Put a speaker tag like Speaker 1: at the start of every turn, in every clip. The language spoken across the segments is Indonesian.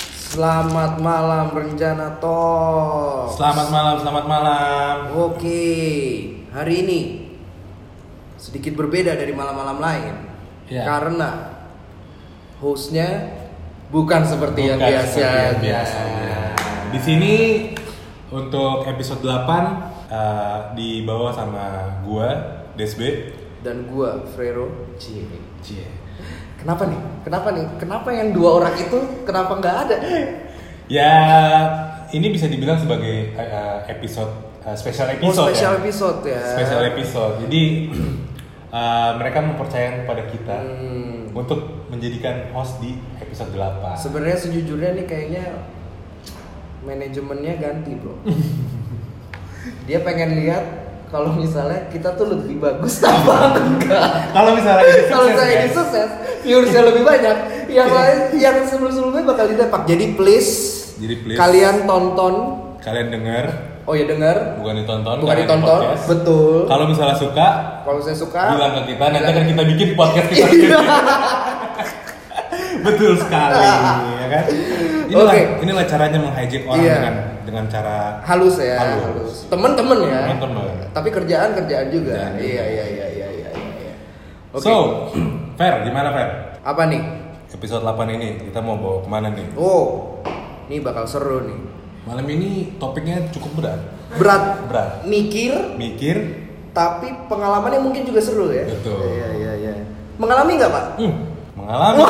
Speaker 1: Selamat malam Rencana Talk.
Speaker 2: Selamat malam, selamat malam.
Speaker 1: Oke, hari ini sedikit berbeda dari malam-malam lain
Speaker 2: Ya.
Speaker 1: karena hostnya bukan seperti yang
Speaker 2: Bukan
Speaker 1: biasa.
Speaker 2: seperti yang biasanya. Di sini untuk episode 8 eh, dibawa sama gua Desbe.
Speaker 1: Dan gua Frero. Cie.
Speaker 2: Cie.
Speaker 1: Kenapa nih? Kenapa nih? Kenapa yang dua orang itu kenapa nggak ada?
Speaker 2: Ya, ini bisa dibilang sebagai eh, eh, episode eh, special
Speaker 1: Oh,
Speaker 2: episode
Speaker 1: special
Speaker 2: ya.
Speaker 1: episode ya.
Speaker 2: Special episode. Jadi eh, mereka mempercayakan kepada kita
Speaker 1: Hmm.
Speaker 2: untuk menjadikan host di episode 8.
Speaker 1: Sebenarnya sejujurnya nih kayaknya manajemennya ganti bro. Dia pengen lihat kalau misalnya kita tuh lebih bagus apa enggak.
Speaker 2: Kalau misalnya ini
Speaker 1: Kalau
Speaker 2: sukses,
Speaker 1: saya ini
Speaker 2: guys. Iya.
Speaker 1: sukses, viewersnya lebih banyak. Yang lain, yang sebelum-sebelumnya bakal didepak. Jadi please,
Speaker 2: Jadi please.
Speaker 1: kalian tonton.
Speaker 2: kalian dengar
Speaker 1: Oh ya denger,
Speaker 2: bukan ditonton
Speaker 1: bukan
Speaker 2: karena ini
Speaker 1: ditonton,
Speaker 2: podcast.
Speaker 1: betul.
Speaker 2: Kalau misalnya suka,
Speaker 1: Kalau saya suka,
Speaker 2: bilang ke kita nanti
Speaker 1: bilang-
Speaker 2: akan kita bikin podcast kita
Speaker 1: Iya.
Speaker 2: sendiri. Betul sekali, ya kan? Inilah
Speaker 1: Oke.
Speaker 2: inilah caranya menghijack orang
Speaker 1: Iya.
Speaker 2: dengan dengan cara
Speaker 1: halus ya
Speaker 2: Halus.
Speaker 1: halus, temen-temen ya
Speaker 2: Temen-temen.
Speaker 1: tapi kerjaan kerjaan juga
Speaker 2: Kerjaan juga.
Speaker 1: iya iya iya iya iya iya. oke
Speaker 2: So, Fer, gimana Fer?
Speaker 1: apa nih
Speaker 2: Episode 8 ini kita mau bawa kemana nih?
Speaker 1: oh ini bakal seru nih
Speaker 2: Malam ini topiknya cukup berat,
Speaker 1: berat
Speaker 2: berat.
Speaker 1: mikir
Speaker 2: Mikir,
Speaker 1: tapi pengalamannya mungkin juga seru ya
Speaker 2: Betul.
Speaker 1: iya iya iya mengalami nggak pak
Speaker 2: hmm, mengalami.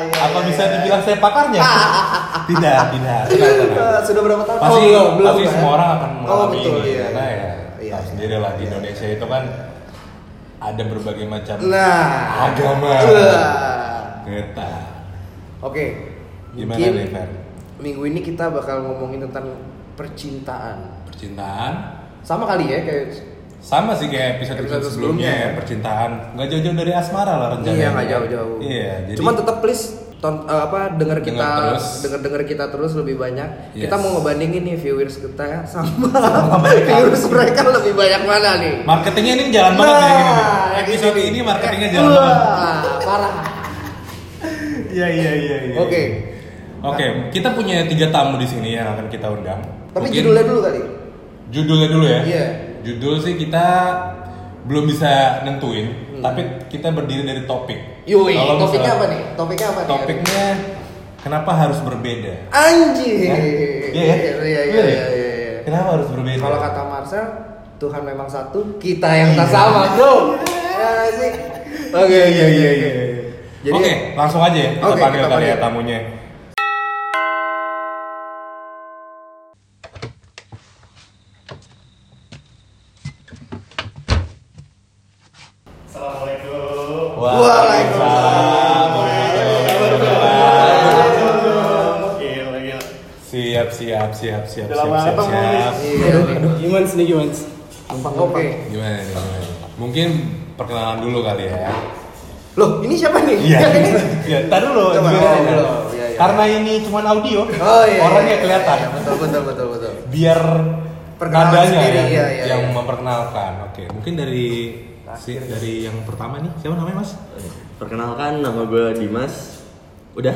Speaker 1: Iya,
Speaker 2: Apa
Speaker 1: iya,
Speaker 2: bisa
Speaker 1: iya.
Speaker 2: dibilang saya pakarnya? tidak, tidak. Tenang, tenang.
Speaker 1: Eh, sudah berapa tahun
Speaker 2: pasti
Speaker 1: belum, belum,
Speaker 2: pasti
Speaker 1: ya?
Speaker 2: semua orang akan
Speaker 1: Oh,
Speaker 2: mengalami
Speaker 1: betul,
Speaker 2: ini
Speaker 1: iya,
Speaker 2: karena
Speaker 1: iya.
Speaker 2: ya
Speaker 1: Iya,
Speaker 2: tahu
Speaker 1: iya.
Speaker 2: sendiri lah di
Speaker 1: Iya.
Speaker 2: Indonesia itu kan ada berbagai macam
Speaker 1: nah
Speaker 2: agama
Speaker 1: Wah.
Speaker 2: kereta
Speaker 1: oke
Speaker 2: Gimana
Speaker 1: mungkin
Speaker 2: nih, Fer?
Speaker 1: minggu ini kita bakal ngomongin tentang percintaan
Speaker 2: percintaan
Speaker 1: sama kali ya kayak
Speaker 2: sama sih kayak episode,
Speaker 1: Episode
Speaker 2: episode sebelumnya ya
Speaker 1: sebelumnya.
Speaker 2: percintaan nggak jauh-jauh dari asmara lah rencananya
Speaker 1: iya nggak jauh-jauh
Speaker 2: iya jadi
Speaker 1: cuman tetap please ton- eh, apa dengar
Speaker 2: Dengar
Speaker 1: kita
Speaker 2: terus.
Speaker 1: dengar dengar kita terus lebih banyak
Speaker 2: Yes.
Speaker 1: kita mau ngebandingin nih viewers kita sama,
Speaker 2: Sama mereka.
Speaker 1: viewers mereka lebih banyak mana nih
Speaker 2: marketingnya ini jalan banget ya gini nih.
Speaker 1: di
Speaker 2: episode
Speaker 1: sini.
Speaker 2: ini marketingnya
Speaker 1: Eh,
Speaker 2: jalan
Speaker 1: Nah, wah,
Speaker 2: banget
Speaker 1: parah
Speaker 2: iya iya iya iya.
Speaker 1: Oke. Nah.
Speaker 2: oke kita punya tiga tamu di sini yang akan kita undang
Speaker 1: tapi
Speaker 2: Mungkin-
Speaker 1: judulnya dulu kali
Speaker 2: Judulnya dulu ya.
Speaker 1: Iya.
Speaker 2: Judul sih kita belum bisa nentuin, tapi kita berdiri dari topik.
Speaker 1: yui
Speaker 2: Kalau
Speaker 1: Hmm. topiknya apa
Speaker 2: misalnya-
Speaker 1: nih topiknya apa nih?
Speaker 2: Topiknya kenapa harus berbeda?
Speaker 1: anjir
Speaker 2: Ya? Iya ya?
Speaker 1: iya iya
Speaker 2: Iya ya?
Speaker 1: iya iya.
Speaker 2: Kenapa harus berbeda?
Speaker 1: Kalau kata Marcel, Tuhan memang satu, kita yang tak sama, bro. Ya nggak sih. Oke,
Speaker 2: iya iya iya.
Speaker 1: Jadi-
Speaker 2: Oke, langsung aja ya kita
Speaker 1: Oke,
Speaker 2: panggil
Speaker 1: kita
Speaker 2: kali ya
Speaker 1: panggil.
Speaker 2: tamunya.
Speaker 3: Assalamualaikum.
Speaker 1: Waalaikumsalam.
Speaker 3: Gila, gila.
Speaker 2: Siap siap siap siap
Speaker 3: Udah
Speaker 2: siap
Speaker 3: lama
Speaker 2: siap
Speaker 3: apa mau
Speaker 2: siap.
Speaker 3: nih?
Speaker 1: Iya.
Speaker 4: Gimana nih gimana?
Speaker 1: Oke.
Speaker 2: Gimana nih? gimana nih? Mungkin perkenalan dulu kali ya.
Speaker 1: Loh, ini siapa nih?
Speaker 2: Iya.
Speaker 1: Yang ini?
Speaker 2: Iya, tar dulu.
Speaker 1: Coba,
Speaker 2: dulu.
Speaker 1: dulu, dulu. Iya, iya.
Speaker 2: Karena ini cuman audio,
Speaker 1: Oh iya.
Speaker 2: orangnya
Speaker 1: iya, iya,
Speaker 2: kelihatan.
Speaker 1: iya, Betul, betul, betul, betul.
Speaker 2: Biar
Speaker 1: Perkenalan
Speaker 2: nadanya
Speaker 1: sendiri,
Speaker 2: yang,
Speaker 1: iya, iya,
Speaker 2: yang
Speaker 1: iya.
Speaker 2: memperkenalkan. Oke, mungkin dari si, dari yang pertama nih, siapa namanya Mas?
Speaker 4: Perkenalkan nama gue Dimas. Udah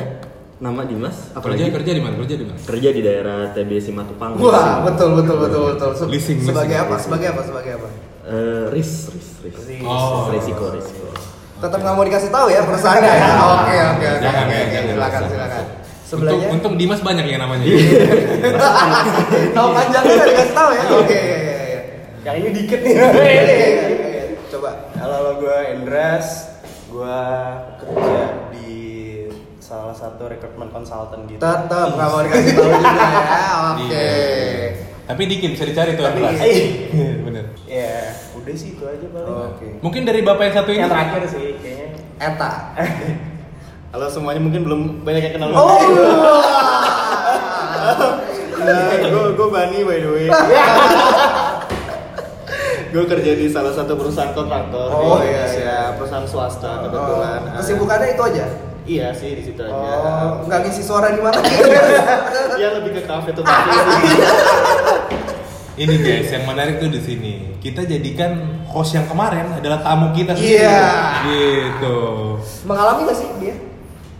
Speaker 4: nama Dimas.
Speaker 2: kerja
Speaker 4: Apalagi kerja,
Speaker 2: kerja di mana? Kerja di mana?
Speaker 4: kerja di daerah TBC Matupang.
Speaker 1: Wah, betul, betul, betul, betul. Se-
Speaker 2: Leasing,
Speaker 1: sebagai
Speaker 2: leasing,
Speaker 1: apa?
Speaker 2: leasing.
Speaker 1: Sebagai apa? Sebagai apa?
Speaker 4: Eh, ris ris ris.
Speaker 1: Ris.
Speaker 2: Oh.
Speaker 4: Risiko risiko.
Speaker 1: Tetap nggak mau dikasih tahu ya perusahaannya ya. Oke, oke, oke.
Speaker 2: Jangan,
Speaker 1: oke,
Speaker 2: ya,
Speaker 1: oke.
Speaker 2: jangan.
Speaker 1: Silakan,
Speaker 2: Jangan.
Speaker 1: silakan.
Speaker 2: Untuk
Speaker 1: Sebelahnya.
Speaker 2: untuk Dimas banyak yang namanya.
Speaker 1: Tahu panjangnya nggak dikasih tahu ya. Oke, iya, iya, iya.
Speaker 4: Yang ini dikit nih.
Speaker 1: Oke, iya, iya, iya. Coba.
Speaker 5: Halo, halo gue Endres. Gue kerja di salah satu recruitment consultant gitu.
Speaker 1: Tetap nggak mau dikasih tahu juga ya. Oke.
Speaker 2: Iya. Tapi dikit bisa dicari tuh yang
Speaker 5: Tapi-
Speaker 2: kelas.
Speaker 5: Iya.
Speaker 2: Iya, Bener.
Speaker 5: Ya, udah sih itu aja paling.
Speaker 1: Oke.
Speaker 2: Mungkin dari bapak yang satu ini.
Speaker 5: Yang terakhir sih kayaknya.
Speaker 1: Eta.
Speaker 4: Halo semuanya mungkin belum banyak yang kenal.
Speaker 1: Oh.
Speaker 5: Iya.
Speaker 4: gue gue Eh, Bani by the way. gue kerja di salah satu perusahaan kontraktor. di
Speaker 1: Oh, iya,
Speaker 4: Indonesia.
Speaker 1: iya.
Speaker 4: Perusahaan swasta kebetulan.
Speaker 1: Oh, Kesibukannya itu aja.
Speaker 4: Iya sih di situ aja.
Speaker 1: Oh, nggak ngisi suara di mana?
Speaker 4: Iya lebih ke kafe tuh pasti.
Speaker 3: Iya.
Speaker 2: Ini guys, yang menarik tuh di sini. Kita jadikan host yang kemarin adalah tamu kita sendiri.
Speaker 1: Iya.
Speaker 2: Gitu.
Speaker 1: Mengalami nggak sih dia?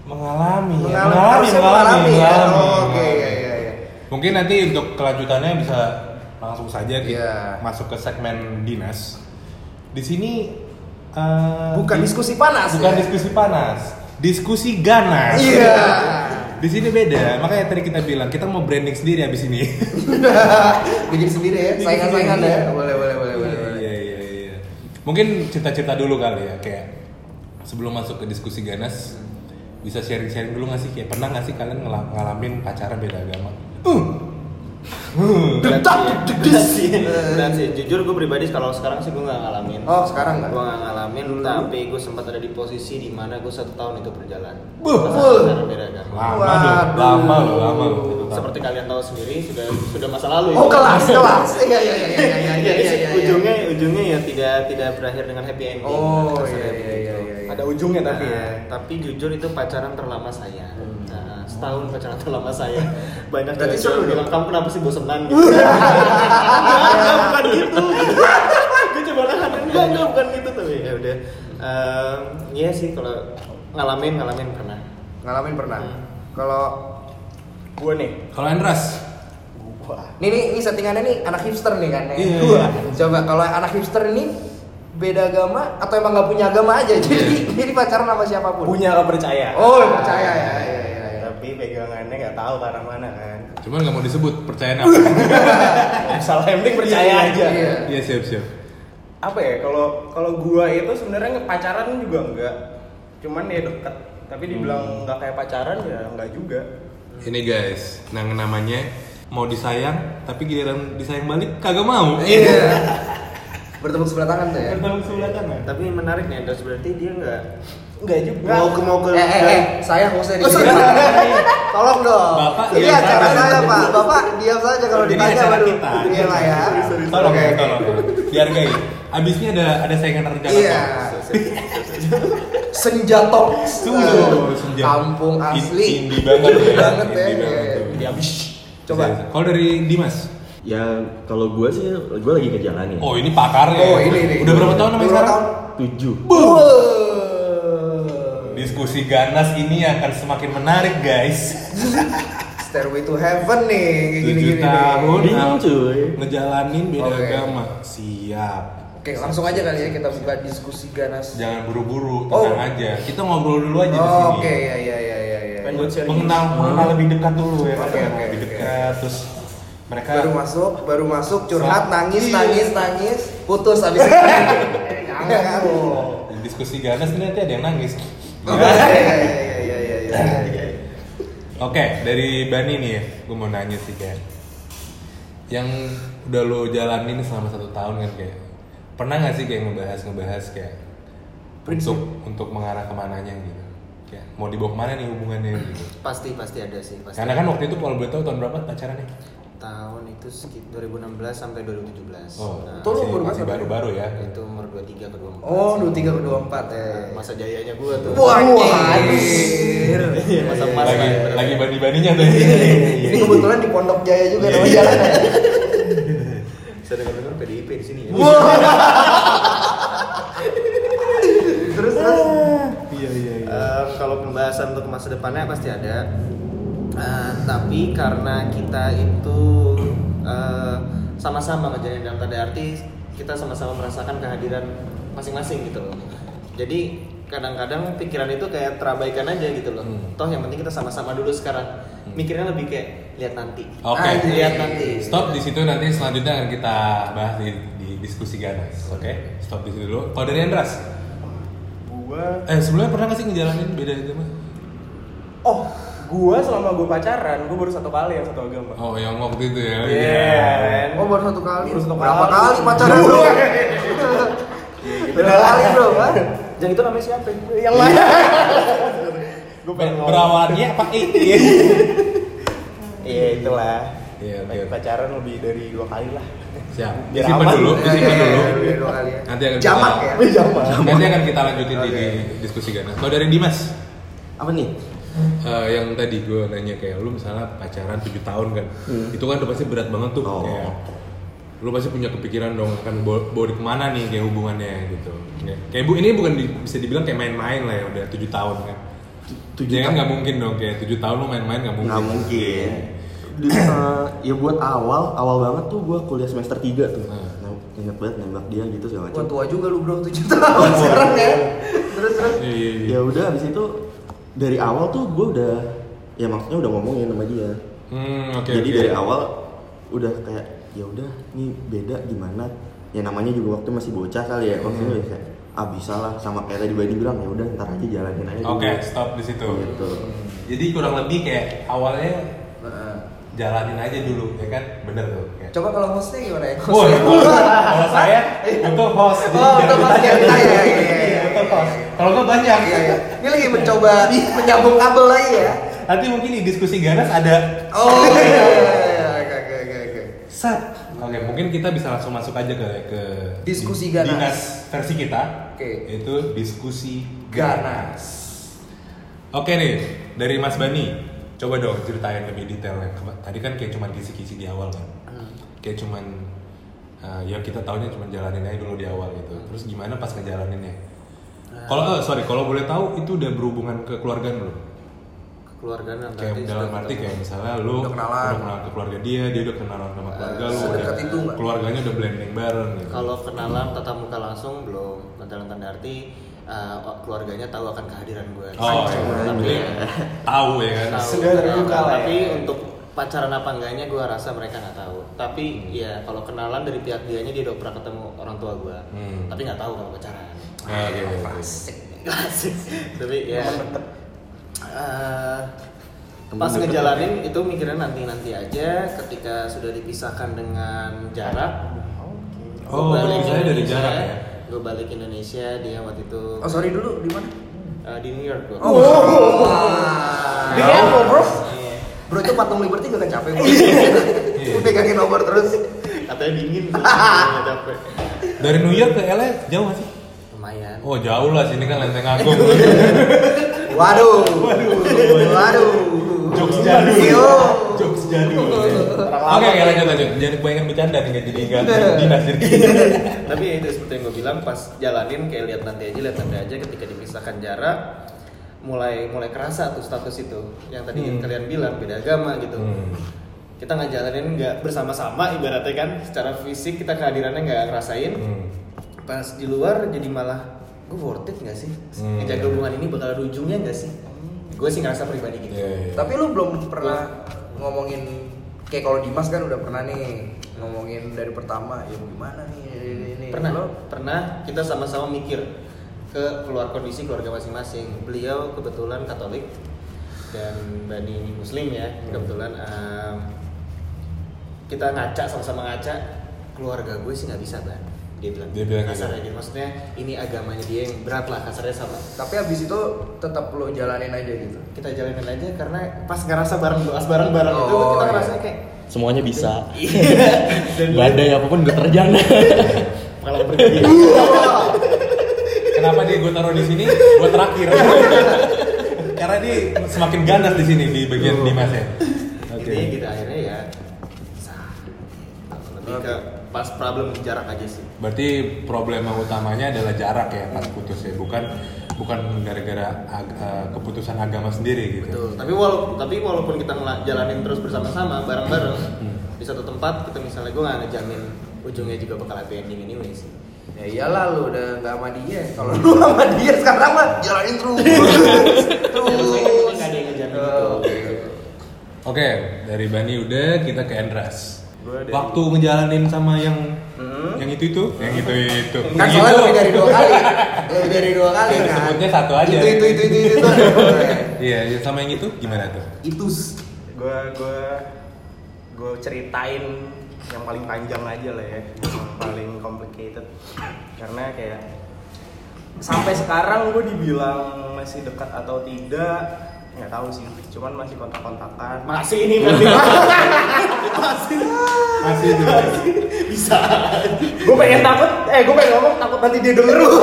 Speaker 2: mengalami ya.
Speaker 6: Mengalami, harusnya mengalami, kan? Oh, oke, iya, iya, iya.
Speaker 2: mungkin nanti untuk kelanjutannya bisa langsung saja kita
Speaker 6: Iya.
Speaker 2: masuk ke segmen dinas di sini eh,
Speaker 6: Bukan
Speaker 2: di-
Speaker 6: diskusi panas,
Speaker 2: bukan
Speaker 6: ya?
Speaker 2: diskusi panas diskusi ganas
Speaker 6: Iya.
Speaker 2: di sini beda makanya tadi kita bilang kita mau branding sendiri abis ini
Speaker 1: bikin sendiri ya saingan saingan ya boleh boleh boleh boleh boleh.
Speaker 2: Iya, iya, iya. Mungkin cerita-cerita dulu kali ya, kayak sebelum masuk ke diskusi ganas bisa sharing-sharing dulu nggak sih? Kayak pernah nggak sih kalian ngela- ngalamin pacaran beda agama?
Speaker 3: Berat Iya sih, berat sih. Jujur gue pribadi kalau sekarang sih gue nggak ngalamin.
Speaker 1: Oh, sekarang nggak?
Speaker 3: Gue nggak ngalamin, tapi gue sempat ada di posisi di mana gue satu tahun itu berjalan.
Speaker 2: Buh,
Speaker 3: Pasangan
Speaker 1: full.
Speaker 3: pacaran beda agama.
Speaker 2: Lama loh,
Speaker 1: Waduh.
Speaker 2: lama loh, lama loh.
Speaker 3: Seperti kalian tahu sendiri sudah sudah masa lalu. ya.
Speaker 1: oh
Speaker 3: itu.
Speaker 1: kelas kelas iya iya iya iya iya iya
Speaker 3: Jadi
Speaker 1: iya
Speaker 3: sih,
Speaker 1: iya
Speaker 3: ujungnya ujungnya ya tidak tidak berakhir dengan happy ending.
Speaker 1: Oh,
Speaker 3: Kasarnya
Speaker 1: iya, iya,
Speaker 3: begitu.
Speaker 1: iya, iya.
Speaker 6: Ada
Speaker 3: Ada
Speaker 6: ujungnya
Speaker 3: Nah,
Speaker 6: tapi ya.
Speaker 3: tapi jujur itu pacaran terlama saya. Nah, setahun pacaran terlama saya. Banyak
Speaker 1: Berarti
Speaker 3: cewek-cewek
Speaker 1: seru dong.
Speaker 3: bilang kamu kenapa sih bosenan gitu. Enggak, enggak, bukan gitu. Gue coba nahan enggak, enggak bukan gitu tapi ya udah. Ehm, iya sih kalau ngalamin ngalamin pernah.
Speaker 1: ngalamin pernah kalau
Speaker 6: Gue nih.
Speaker 2: Kalau Andras,
Speaker 6: Wah.
Speaker 1: ini nih ini settingannya nih anak hipster nih kan ya?
Speaker 2: Iya.
Speaker 1: Wah, coba kalau anak hipster ini beda agama atau emang nggak punya agama aja jadi jadi pacaran sama siapapun
Speaker 6: Punya kepercayaan.
Speaker 1: oh percaya ya iya iya iya
Speaker 6: Tapi pegangannya nggak tahu ke arah mana kan.
Speaker 2: cuman nggak mau disebut, percaya apa?
Speaker 6: Eh, Salah yang penting percaya
Speaker 1: Iya,
Speaker 6: aja.
Speaker 1: iya.
Speaker 2: Iya siap siap.
Speaker 6: Apa ya kalau kalau gua itu sebenarnya nge- pacaran juga enggak. Cuman ya deket. Tapi
Speaker 3: Hmm.
Speaker 6: dibilang nggak kayak pacaran ya nggak juga.
Speaker 2: Ini guys, yang namanya mau disayang, tapi giliran disayang balik kagak mau.
Speaker 1: iya bertepuk sebelah tangan tuh ya
Speaker 6: Bertemu sebelah
Speaker 2: kan,
Speaker 6: kanan.
Speaker 3: Tapi menarik nih, Dos berarti dia enggak
Speaker 6: Enggak juga.
Speaker 3: mau ke mau ke
Speaker 1: eh eh eh saya hostnya di sini tolong dong
Speaker 2: Bapak iya,
Speaker 1: ini
Speaker 2: diam
Speaker 1: acara
Speaker 2: saja.
Speaker 1: saya pak bapak diam saja kalau
Speaker 2: Ini
Speaker 1: ditanya
Speaker 2: acara
Speaker 1: baru
Speaker 2: kita.
Speaker 1: iya lah ya
Speaker 2: Tolong,
Speaker 1: Oke, oke.
Speaker 2: tolong, dihargai. Abisnya ada ada saingan terjangkau.
Speaker 1: iya senja talks
Speaker 2: Sungguh,
Speaker 1: Eh,
Speaker 2: senja.
Speaker 1: kampung
Speaker 2: In-
Speaker 1: asli
Speaker 2: Indie banget ya.
Speaker 1: Indie banget ya,
Speaker 2: Indie
Speaker 1: iya, iya.
Speaker 2: banget tuh.
Speaker 1: Coba.
Speaker 2: Kalau dari Dimas.
Speaker 3: Ya kalau gue sih gue lagi ke jalan ya.
Speaker 2: Oh, ini pakarnya.
Speaker 1: oh ini nih
Speaker 2: Udah berapa tahun namanya
Speaker 1: Berapa
Speaker 2: sekarang?
Speaker 1: tahun?
Speaker 3: Tujuh.
Speaker 1: Wuh.
Speaker 2: Diskusi ganas ini akan semakin menarik, guys.
Speaker 1: Stairway to Heaven nih kayak
Speaker 2: Tujuh
Speaker 1: gini-gini nih.
Speaker 2: tahun
Speaker 3: Bingung, cuy.
Speaker 2: ngejalanin beda
Speaker 1: Oke.
Speaker 2: agama. Siap.
Speaker 1: Oke, langsung aja kali ya kita buka diskusi ganas.
Speaker 2: Jangan buru-buru,
Speaker 1: Oh.
Speaker 2: tenang aja. Kita ngobrol dulu aja di sini.
Speaker 1: Oh, Oke, ya ya ya ya ya.
Speaker 6: Kan buat sharing.
Speaker 2: Mengenal, mengenal lebih dekat dulu ya.
Speaker 1: Oke, oke,
Speaker 2: lebih
Speaker 1: oke.
Speaker 2: dekat terus mereka
Speaker 1: Baru masuk, baru masuk curhat
Speaker 2: Sa-
Speaker 1: nangis
Speaker 2: Iya.
Speaker 1: nangis nangis putus habis itu. Eh, Jangan.
Speaker 2: diskusi ganas ini nanti ada yang nangis. Ya.
Speaker 1: Iya iya iya iya iya iya.
Speaker 2: Oke, dari Bani nih ya, gue mau nanya sih kayak yang udah lo jalanin selama satu tahun kan kayak pernah nggak sih kayak ngebahas ngebahas kayak untuk
Speaker 1: ya?
Speaker 2: untuk mengarah kemananya gitu kayak mau dibawa kemana nih hubungannya
Speaker 1: Hmm.
Speaker 2: gitu
Speaker 3: Pasti pasti ada sih pasti.
Speaker 2: karena kan waktu itu kalau boleh tahu tahun berapa pacarannya
Speaker 3: tahun itu sekitar 2016 sampai 2017.
Speaker 2: oh
Speaker 3: Nah,
Speaker 1: Itu lu
Speaker 2: masih,
Speaker 1: umur berapa
Speaker 2: masih
Speaker 1: tadi?
Speaker 2: baru-baru ya
Speaker 3: itu umur 23 ke 24.
Speaker 1: Oh, 23 ke 24 ya.
Speaker 3: Nah, masa jayanya gua tuh.
Speaker 1: Wah, anjir.
Speaker 3: anjir. Iya, masa emas
Speaker 2: lagi
Speaker 3: lah ya.
Speaker 2: lagi bani-baninya tuh Iya.
Speaker 1: Ini kebetulan di Pondok Jaya juga nama jalannya.
Speaker 3: Saya dengar-dengar PDIP di sini ya.
Speaker 1: Terus terus.
Speaker 2: iya iya
Speaker 3: Eh, kalau pembahasan untuk masa depannya pasti ada. Eh, tapi karena kita itu eh, sama-sama ngejalanin dalam tanda arti kita sama-sama merasakan kehadiran masing-masing gitu loh. Jadi kadang-kadang pikiran itu kayak terabaikan aja gitu loh.
Speaker 2: Hmm.
Speaker 3: Toh yang penting kita sama-sama dulu sekarang. Mikirnya lebih kayak lihat nanti.
Speaker 2: Oke.
Speaker 3: Ah, Lihat nanti.
Speaker 2: Stop di situ nanti selanjutnya akan kita bahas di, di diskusi ganas. Oke, stop di situ dulu. Kalau dari Andras,
Speaker 6: Gua
Speaker 2: eh sebelumnya pernah nggak sih ngejalanin beda agama?
Speaker 6: Oh, gua selama gua pacaran, gua baru satu kali yang satu agama.
Speaker 2: Oh, yang waktu itu ya.
Speaker 6: Iya, kan?
Speaker 1: Oh, baru satu kali.
Speaker 6: Baru satu
Speaker 1: Berapa
Speaker 6: kali.
Speaker 1: kali pacaran? Bro? Berapa kali, Bro? ha?
Speaker 3: Jadi itu namanya siapa?
Speaker 6: Yang lain.
Speaker 2: Ber-
Speaker 6: Gua pengen ngomong.
Speaker 2: Berawannya apa eh?
Speaker 6: Iya, itulah.
Speaker 2: Iya, oke.
Speaker 6: Pacaran lebih dari dua kali lah.
Speaker 2: Siap.
Speaker 6: Biar
Speaker 2: Disimpan
Speaker 6: aman.
Speaker 2: dulu,
Speaker 6: Iya,
Speaker 2: disimpan
Speaker 1: iya,
Speaker 2: dulu.
Speaker 1: iya, dua kali ya.
Speaker 2: Nanti akan
Speaker 1: Jamak
Speaker 2: kita-
Speaker 1: ya.
Speaker 6: Jaman.
Speaker 2: Nanti akan kita lanjutin di,
Speaker 1: Oke.
Speaker 2: di diskusi ganas. Kalau dari Dimas,
Speaker 3: Apa nih?
Speaker 2: eh, yang tadi gue nanya kayak lu misalnya pacaran 7 tahun kan,
Speaker 7: Hmm.
Speaker 2: itu kan udah pasti berat banget tuh.
Speaker 3: Oh.
Speaker 2: Kayak, lu pasti punya kepikiran dong akan bawa bawa di kemana nih kayak hubungannya gitu. Kayak- Kayak bu ini bukan di- bisa dibilang kayak main-main lah ya udah 7 tahun kan. Ya kan nggak mungkin dong kayak tujuh tahun lu main-main nggak mungkin.
Speaker 7: nggak mungkin Di- eh, ya buat awal awal banget tuh gue kuliah semester 3 tuh
Speaker 2: Hmm.
Speaker 7: Nah, ingat banget nembak dia gitu segala
Speaker 1: Wah
Speaker 7: macam
Speaker 1: tua juga lu bro, 7 tahun sekarang ya Terus terus
Speaker 2: Iya, iya, iya.
Speaker 7: ya udah abis itu dari awal tuh gue udah ya maksudnya udah ngomongin sama dia
Speaker 2: Hmm, oke.
Speaker 7: jadi
Speaker 2: oke.
Speaker 7: dari awal udah kayak ya udah nih beda gimana ya namanya juga waktu masih bocah kali ya maksudnya udah kayak ah bisa lah sama kayak tadi Badi bilang ya udah ntar aja jalanin aja
Speaker 2: Oke,
Speaker 7: dulu."
Speaker 2: stop di situ. Hmm.
Speaker 7: gitu
Speaker 2: Jadi kurang lebih kayak awalnya
Speaker 1: Nah,
Speaker 2: jalanin aja dulu ya kan bener tuh kayak
Speaker 1: Coba kalau hostnya gimana ya?
Speaker 2: Oh,
Speaker 1: Hostnya.
Speaker 2: kalau kalau saya untuk host. jadi
Speaker 1: Oh,
Speaker 2: jangan
Speaker 1: untuk host, ya,
Speaker 2: ditanya dulu.
Speaker 1: ya, ya, ya, ya,
Speaker 2: Untuk
Speaker 1: ya,
Speaker 2: host.
Speaker 1: ya.
Speaker 2: Kalau nggak banyak.
Speaker 1: Iya, iya. Ini lagi mencoba menyambung kabel lagi ya
Speaker 2: Nanti mungkin di diskusi ganas ada
Speaker 1: Oh iya iya iya oke oke oke oke
Speaker 2: sat. Oke, mungkin kita bisa langsung masuk aja ke ke
Speaker 1: Diskusi
Speaker 2: di-
Speaker 1: ganas.
Speaker 2: Dinas versi kita.
Speaker 1: Oke.
Speaker 2: Itu diskusi ganas.
Speaker 1: Ganas.
Speaker 2: Oke nih, dari Mas Bani. Coba dong ceritain lebih detailnya. Kema- Tadi kan kayak cuman kisi-kisi di awal kan.
Speaker 1: Hmm.
Speaker 2: Kayak cuman eh, ya kita tahunya cuman jalanin aja dulu di awal gitu.
Speaker 1: Hmm.
Speaker 2: Terus gimana pas ngejalaninnya?
Speaker 1: Nah.
Speaker 2: Kalau eh, sorry, kalau boleh tahu itu udah berhubungan ke keluargaan belum?
Speaker 3: keluargaan dan
Speaker 2: kayak
Speaker 3: nanti
Speaker 2: dalam
Speaker 3: sudah
Speaker 2: arti
Speaker 3: ketemu.
Speaker 2: kayak misalnya lu
Speaker 1: Udah kenalan. Eh,
Speaker 2: kenal ke keluarga dia dia udah kenalan sama keluarga lu
Speaker 1: sedekat
Speaker 2: udah-
Speaker 1: itu nggak?
Speaker 2: keluarganya udah blending bareng gitu
Speaker 3: kalau kenalan tatap muka langsung belum dalam tanda arti eh, keluarganya tahu akan kehadiran gue
Speaker 2: oh iya.
Speaker 1: gitu
Speaker 3: tapi eh,
Speaker 2: Jadi, tahu ya kan
Speaker 3: tahu,
Speaker 4: Segar
Speaker 3: tahu.
Speaker 4: juga lah ya.
Speaker 3: tapi untuk pacaran apa enggaknya gue rasa mereka nggak tahu
Speaker 2: Hmm.
Speaker 3: tapi ya kalau kenalan dari pihak dianya dia udah pernah ketemu orang tua gue
Speaker 2: Hmm.
Speaker 3: tapi nggak tahu kalau pacaran
Speaker 2: Nah, oke, oke, oke.
Speaker 3: Asik. tapi ya eh, pas
Speaker 2: ya.
Speaker 3: ngejalanin itu mikirnya nanti nanti aja ketika sudah dipisahkan dengan jarak
Speaker 2: Oh, saya dari jarak ya?
Speaker 3: gue balik Indonesia dia waktu itu
Speaker 1: Oh sorry dulu, di mana?
Speaker 3: eh, di New York Iya. gue
Speaker 1: Oh,
Speaker 4: Di
Speaker 2: Iya,
Speaker 4: Kepo, bro.
Speaker 3: Iya.
Speaker 1: Bro itu patung Liberty gak capek bro Lu pegangin nomor terus
Speaker 3: katanya dingin tuh nggak capek
Speaker 2: dari New York ke LA jauh nggak sih
Speaker 3: lumayan
Speaker 2: oh jauh lah sini kan lenteng agung
Speaker 1: Waduh Waduh
Speaker 2: jokes jadul
Speaker 1: Yo.
Speaker 2: jokes jadul oke oke lanjut lanjut jangan kebanyakan bercanda nih nggak jadi nggak dinas jadi
Speaker 1: Iya.
Speaker 3: tapi ya itu seperti yang gue bilang pas jalanin kayak lihat nanti aja lihat nanti aja ketika dipisahkan jarak mulai mulai kerasa tuh status itu yang tadi
Speaker 2: Hmm.
Speaker 3: kalian bilang beda agama gitu
Speaker 2: Hmm.
Speaker 3: kita ngejalanin nggak bersama-sama ibaratnya kan secara fisik kita kehadirannya nggak ngerasain
Speaker 2: Hmm.
Speaker 3: pas di luar jadi malah gue worth it nggak sih
Speaker 2: Hmm.
Speaker 3: ngejaga hubungan ini bakal ada ujungnya nggak sih gue sih ngerasa pribadi gitu
Speaker 2: Iya, iya.
Speaker 1: Tapi lu belum pernah ngomongin Kayak kalau Dimas kan udah pernah nih Ngomongin dari pertama Ya gimana nih ini, ini, ini.
Speaker 3: pernah
Speaker 1: Lu-
Speaker 3: pernah kita sama-sama mikir ke keluar kondisi keluarga masing-masing beliau kebetulan Katolik dan Bani ini Muslim ya kebetulan em, kita ngaca sama-sama ngaca keluarga gue sih nggak bisa ban dia bilang
Speaker 2: Dia bilang
Speaker 3: kasarnya
Speaker 2: gitu.
Speaker 3: dia maksudnya ini agamanya dia yang berat lah kasarnya sama
Speaker 1: Tapi abis itu tetap lu jalanin aja gitu
Speaker 3: kita jalanin aja karena pas ngerasa bareng doas bareng bareng itu
Speaker 1: Oh,
Speaker 3: kita
Speaker 1: iya.
Speaker 3: ngerasa kayak
Speaker 7: semuanya bisa
Speaker 3: dan
Speaker 2: ya,
Speaker 7: badai apapun gue terjang
Speaker 3: kalau pergi
Speaker 2: Kenapa dia gue taruh di sini? Gue terakhir. Karena dia semakin ganas di sini di bagian
Speaker 1: Oh.
Speaker 2: Dimas ya. Oke.
Speaker 3: Intinya gitu akhirnya ya sah. lebih ke pas problem jarak aja sih
Speaker 2: Berarti problema utamanya adalah jarak ya pas putus ya, bukan bukan gara-gara ag- eh, keputusan agama sendiri gitu.
Speaker 3: Betul. tapi wala- tapi walaupun kita ngela- jalanin terus bersama-sama bareng-bareng di satu tempat kita misalnya gue nggak ngejamin ujungnya juga bakal happy ending anyway sih
Speaker 1: Ya iyalah lu udah gak sama dia Kalau lu sama dia sekarang mah jalanin terus
Speaker 3: Terus.
Speaker 1: Terus
Speaker 3: Nggak ada yang ngejamin
Speaker 1: Oh,
Speaker 3: itu.
Speaker 1: oke.
Speaker 2: Oke, dari Bani udah kita ke Endras.
Speaker 4: Gua dari-
Speaker 2: Waktu ngejalanin sama yang yang itu itu, yang itu itu.
Speaker 1: Hmm? Kan
Speaker 2: Yang
Speaker 3: gitu.
Speaker 1: soalnya
Speaker 2: itu.
Speaker 1: lebih dari dua kali Lebih dari dua kali
Speaker 2: Iya,
Speaker 1: kan
Speaker 2: sebutnya satu aja.
Speaker 1: Itu itu itu itu itu
Speaker 2: Iya, yang sama yang itu gimana tuh?
Speaker 1: Itu
Speaker 4: Gua gua gua ceritain yang paling panjang aja lah ya, yang paling complicated. Karena kayak sampai sekarang gue dibilang masih dekat atau tidak nggak tahu sih cuman masih kontak-kontakan
Speaker 3: masih ini masih masih
Speaker 2: Masih itu.
Speaker 3: bisa
Speaker 4: gue pengen takut eh gue pengen ngomong takut nanti dia denger
Speaker 1: Oh,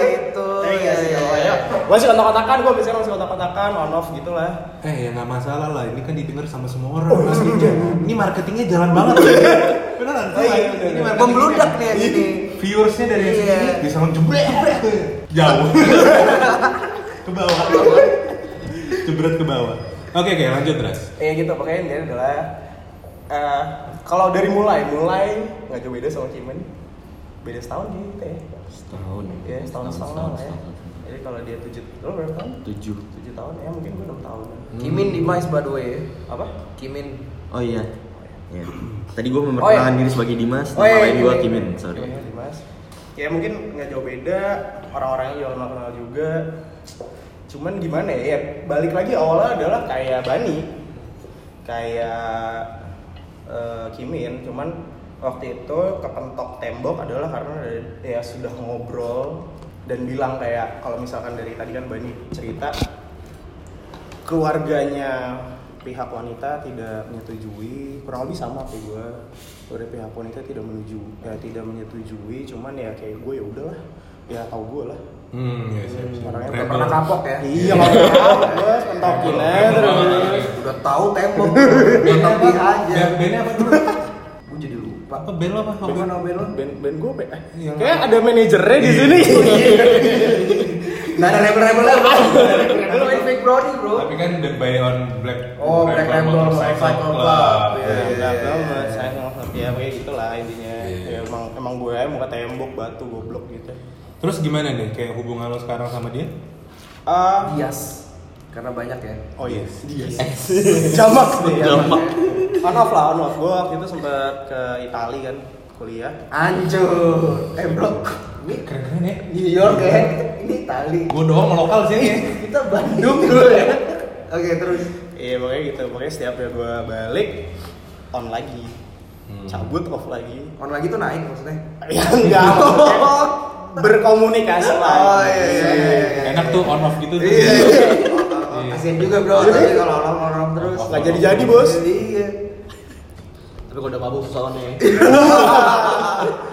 Speaker 1: gitu.
Speaker 4: Iya,
Speaker 1: Ya,
Speaker 4: iya,
Speaker 1: ya,
Speaker 4: iya.
Speaker 1: ya.
Speaker 4: Masih kontak-kontakan, gue biasanya masih kontak-kontakan, on off gitu lah
Speaker 2: Eh ya nggak masalah lah, ini kan didengar sama semua orang. Mas Ninja, ini marketingnya jalan banget. ya. Eh, Beneran?
Speaker 4: Oh,
Speaker 2: ini
Speaker 4: iya, iya, iya.
Speaker 2: marketingnya.
Speaker 1: Membludak nih yang ini.
Speaker 2: Viewersnya dari
Speaker 1: Iya.
Speaker 2: sini bisa langsung jembrek jauh ke bawah. Jebret ke bawah. Oke, oke, lanjut terus.
Speaker 3: ya gitu pokoknya intinya adalah eh, kalau dari mulai mulai nggak jauh beda sama Cimen beda setahun gitu ya
Speaker 7: Setahun.
Speaker 3: ya setahun setahun lah ya jadi kalau dia tujuh lo berapa tahun
Speaker 7: Tujuh.
Speaker 3: tujuh tahun ya mungkin gue enam tahun
Speaker 1: Kimin Dimas by the way ya.
Speaker 3: apa
Speaker 1: Kimin
Speaker 7: Oh iya. Ya. Tadi gue memperkenalkan
Speaker 1: Oh, iya.
Speaker 7: diri sebagai Dimas,
Speaker 1: Oh,
Speaker 7: nama
Speaker 1: iya,
Speaker 7: lain gue
Speaker 1: iya, iya.
Speaker 7: Kimin, sorry.
Speaker 3: Gimana, Dimas ya mungkin nggak jauh beda orang-orangnya juga kenal kenal juga cuman gimana ya, ya balik lagi awalnya adalah kayak Bani kayak eh, Kimin cuman waktu itu kepentok tembok adalah karena dari- ya sudah ngobrol dan bilang kayak kalau misalkan dari tadi kan Bani cerita keluarganya pihak wanita tidak menyetujui kurang lebih sama kayak gue dari pihak wanita tidak menuju ya tidak menyetujui cuman ya kayak gue ya udahlah ya tau gue lah
Speaker 2: Hmm, ya siap, siap.
Speaker 3: Orangnya
Speaker 2: Keren
Speaker 1: pernah
Speaker 2: lu.
Speaker 1: kapok ya.
Speaker 3: iya nggak tau gue pentokin aja terus
Speaker 1: Udah tahu tembok. Tapi aja.
Speaker 2: Band- bandnya apa dulu?
Speaker 1: Gue jadi lupa.
Speaker 2: Apa band lo apa? Hobi?
Speaker 1: Bukan Nobel lo.
Speaker 3: band band gue pe eh,
Speaker 1: Iya,
Speaker 2: Yang-
Speaker 3: kayak ada manajernya di sini
Speaker 1: Nah, ada rebel-rebel lah. Lu main fake brody, bro.
Speaker 2: Tapi kan The Bay on Black
Speaker 1: Oh, Black Rebel Motorcycle Club. Iya,
Speaker 3: ya
Speaker 1: iya,
Speaker 3: nggak
Speaker 1: iya,
Speaker 3: tahu
Speaker 1: iya.
Speaker 3: mas saya nggak ngerti ya kayak gitulah intinya
Speaker 2: Iya.
Speaker 3: ya emang emang gue aja muka tembok batu goblok gitu
Speaker 1: Iya.
Speaker 2: Terus gimana nih kayak hubungan lo sekarang sama dia?
Speaker 3: ah
Speaker 1: Bias. Karena banyak ya.
Speaker 3: Oh iya, dia. Jamak deh.
Speaker 7: Jamak.
Speaker 3: On off lah, on off. Gue waktu itu sempet ke Itali kan, kuliah.
Speaker 1: Anjur. Eh, bro. Ini
Speaker 2: Keren-keren ya.
Speaker 1: New York ya. Ini Itali.
Speaker 2: Gue doang lokal sini ya.
Speaker 1: Kita Bandung dulu ya. Oke, terus.
Speaker 3: Iya pokoknya gitu, pokoknya setiap gue balik on lagi,
Speaker 2: Hmm.
Speaker 3: cabut off lagi.
Speaker 1: On lagi tuh naik maksudnya.
Speaker 3: Ya enggak, maksudnya berkomunikasi lagi.
Speaker 1: Oh, iya, iya, iya.
Speaker 2: Enak tuh on off gitu tuh.
Speaker 1: Iya. iya.
Speaker 2: Iya.
Speaker 1: Kasian juga, bro. Tapi kalau orang-orang terus
Speaker 3: Nggak jadi-jadi bos.
Speaker 1: Iya.
Speaker 8: Tapi kalau udah mabuk susah ya. nih.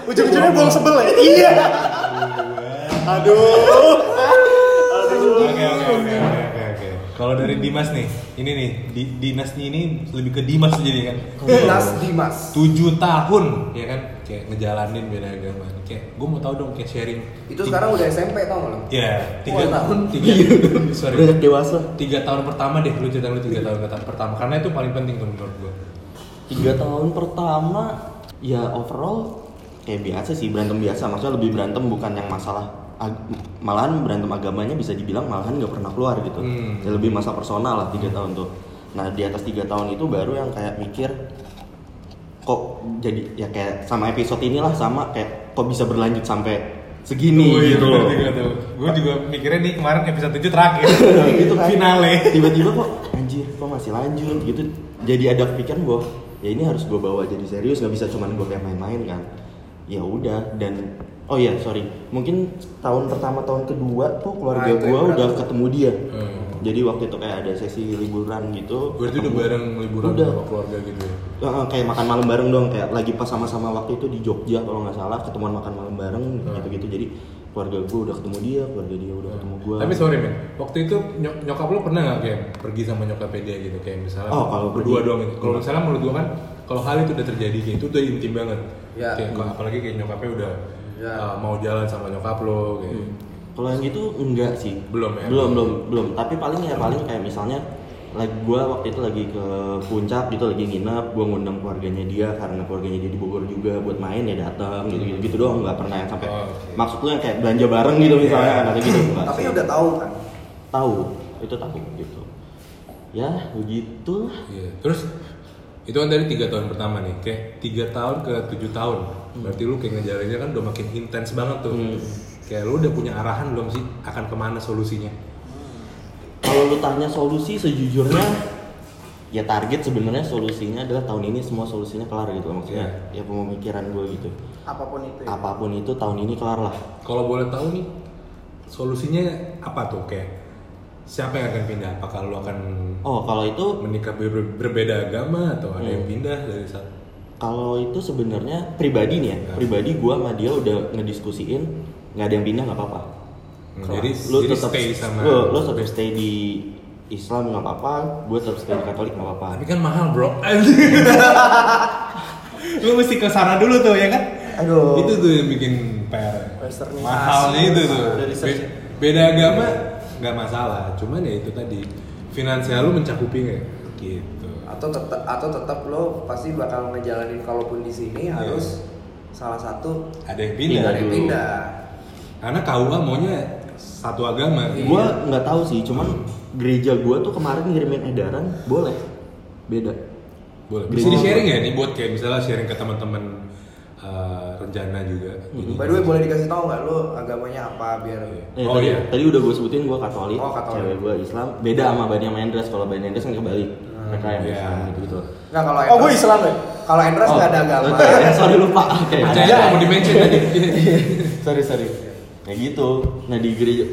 Speaker 3: Ujung-ujungnya buang sebel ya. Iya. Aduh.
Speaker 2: Oke oke oke oke oke, oke. Kalau dari Dimas nih, ini nih di, Dinasnya ini lebih ke Dimas jadi kan.
Speaker 1: Dimas Dimas.
Speaker 2: Tujuh tahun ya kan, kayak ngejalanin beda agama. Kayak gue mau tahu dong kayak sharing.
Speaker 1: Itu sekarang udah SMP tau nggak lo?
Speaker 2: Ya,
Speaker 1: Tiga
Speaker 2: tiga
Speaker 1: tahun. Iya.
Speaker 2: Tiga, sorry.
Speaker 7: Udah dewasa.
Speaker 2: Tiga tahun pertama deh, lu cerita lu tiga tahun kata- pertama karena itu paling penting tuh menurut gue.
Speaker 7: Tiga tahun pertama, ya overall kayak biasa sih berantem biasa. Maksudnya lebih berantem bukan yang masalah ag- malahan berantem agamanya bisa dibilang malahan nggak pernah keluar gitu.
Speaker 2: Hmm.
Speaker 7: Ya, lebih masa personal lah tiga tahun tuh. Nah di atas tiga tahun itu baru yang kayak mikir kok jadi ya kayak sama episode inilah sama kayak kok bisa berlanjut sampai segini gitu loh.
Speaker 2: Gue juga mikirnya nih kemarin episode 7 terakhir.
Speaker 1: Iya.
Speaker 7: gitu kan
Speaker 2: Finale.
Speaker 7: tiba-tiba kok anjir kok masih lanjut gitu jadi ada pikiran gue ya ini harus gue bawa jadi serius nggak bisa cuman gue kayak main-main kan ya udah dan oh iya sorry mungkin tahun pertama tahun kedua tuh keluarga
Speaker 1: Nah, itu yang
Speaker 7: gue
Speaker 1: berat
Speaker 7: udah
Speaker 1: tuh.
Speaker 7: ketemu dia
Speaker 2: Hmm.
Speaker 7: jadi waktu itu kayak ada sesi liburan gitu
Speaker 2: Berarti udah
Speaker 7: ketemu.
Speaker 2: bareng liburan
Speaker 7: Udah.
Speaker 2: sama keluarga gitu ya.
Speaker 7: Eh, eh, kayak makan malam bareng dong kayak lagi pas sama-sama waktu itu di Jogja kalau nggak salah ketemuan makan malam bareng
Speaker 2: Hmm.
Speaker 7: gitu-gitu jadi keluarga gue udah ketemu dia keluarga dia udah ketemu gue
Speaker 2: Tapi sorry men, waktu itu nyok- nyokap lo pernah nggak kayak pergi sama nyokapnya dia gitu kayak misalnya
Speaker 7: Oh, kalau
Speaker 2: berdua
Speaker 7: pergi.
Speaker 2: doang gitu. Kalau misalnya menurut gua kan kalau hal itu udah terjadi kayak itu udah intim banget.
Speaker 1: Ya.
Speaker 2: Kayak, kalau- apalagi kayak nyokapnya udah
Speaker 1: Ya.
Speaker 2: uh, mau jalan sama nyokap lo kayak.
Speaker 7: Hmm. Kalau yang gitu enggak sih.
Speaker 2: Belum ya?
Speaker 7: Belum belum belum. Tapi paling ya paling kayak misalnya like gue waktu itu lagi ke puncak gitu lagi nginep gue ngundang keluarganya dia karena keluarganya dia di Bogor juga buat main ya datang gitu gitu, gitu doang nggak pernah yang sampai
Speaker 2: Oh, oke.
Speaker 7: maksud lu yang kayak belanja bareng gitu misalnya
Speaker 2: Iya.
Speaker 7: kan atau gitu enggak
Speaker 1: Tapi
Speaker 7: sih.
Speaker 1: udah tahu kan.
Speaker 7: tahu itu tahu gitu ya begitu
Speaker 2: Iya. Terus itu kan dari tiga tahun pertama nih, kayak tiga tahun ke tujuh tahun.
Speaker 7: Hmm.
Speaker 2: Berarti lu kayak ngejalannya kan udah makin intens banget tuh. Kayak lu udah punya arahan belum sih akan kemana solusinya?
Speaker 7: kalau lu tanya solusi sejujurnya ya target sebenarnya solusinya adalah tahun ini semua solusinya kelar gitu maksudnya
Speaker 2: Iya.
Speaker 7: ya pemikiran gue gitu
Speaker 3: Apapun itu. ya.
Speaker 7: apapun itu tahun ini kelar lah
Speaker 2: Kalau boleh tahu nih solusinya apa tuh kayak siapa yang akan pindah? Apakah lu akan
Speaker 7: Oh, kalau itu
Speaker 2: menikah ber- berbeda agama atau ada yang
Speaker 7: Hmm.
Speaker 2: pindah dari satu?
Speaker 7: kalau itu sebenarnya pribadi nih ya.
Speaker 2: Ya.
Speaker 7: Pribadi gua sama dia udah ngediskusiin nggak ada yang pindah nggak apa-apa.
Speaker 2: Hmm, Jadi,
Speaker 7: Lu
Speaker 2: jadi
Speaker 7: tetap
Speaker 2: stay sama.
Speaker 7: lu, lu tetap stay di Islam nggak apa-apa, gue tetap stay di Katolik nggak apa-apa.
Speaker 2: Tapi kan mahal bro. lu mesti ke sana dulu tuh ya kan?
Speaker 7: Aduh.
Speaker 2: Itu tuh yang bikin PR.
Speaker 3: Westernisasi.
Speaker 2: Mahalnya itu tuh. Be-
Speaker 3: Dari search-
Speaker 2: beda agama nggak masalah. Cuman ya itu tadi finansial lu mencakupi nggak gitu
Speaker 1: atau tetap atau tetap lo pasti bakal ngejalanin kalaupun di sini
Speaker 2: Iya.
Speaker 1: harus salah satu
Speaker 2: ada yang pindah
Speaker 1: dari
Speaker 7: dulu.
Speaker 1: pindah
Speaker 2: karena KUA maunya satu agama
Speaker 1: Iya.
Speaker 7: Gua nggak tahu sih, cuman gereja gua tuh kemarin ngirimin edaran boleh. Beda.
Speaker 2: boleh
Speaker 7: Gereja
Speaker 2: bisa di
Speaker 7: gua-
Speaker 2: sharing ya nih buat kayak misalnya sharing ke teman-teman eh, rencana juga Jadi-
Speaker 1: by the way boleh dikasih tahu nggak lo agamanya apa biar
Speaker 7: Eh,
Speaker 2: oh
Speaker 7: tadi,
Speaker 2: iya
Speaker 7: tadi udah gue sebutin gue Katolik,
Speaker 1: Oh, Katolik.
Speaker 7: cewek gue Islam. Beda sama Bani Mendres kalau Bani Mendres kan kebalik. Mereka yang
Speaker 2: iya.
Speaker 7: Islam gitu. gitu-gitu.
Speaker 1: nggak kalau
Speaker 4: Oh, gue Islam ya?
Speaker 1: kalau Endras nggak ada agama
Speaker 7: oke, ya, sorry lupa. Oke,
Speaker 2: percaya nggak mau di mention tadi Iya.
Speaker 7: sorry sorry ya gitu nah di gereja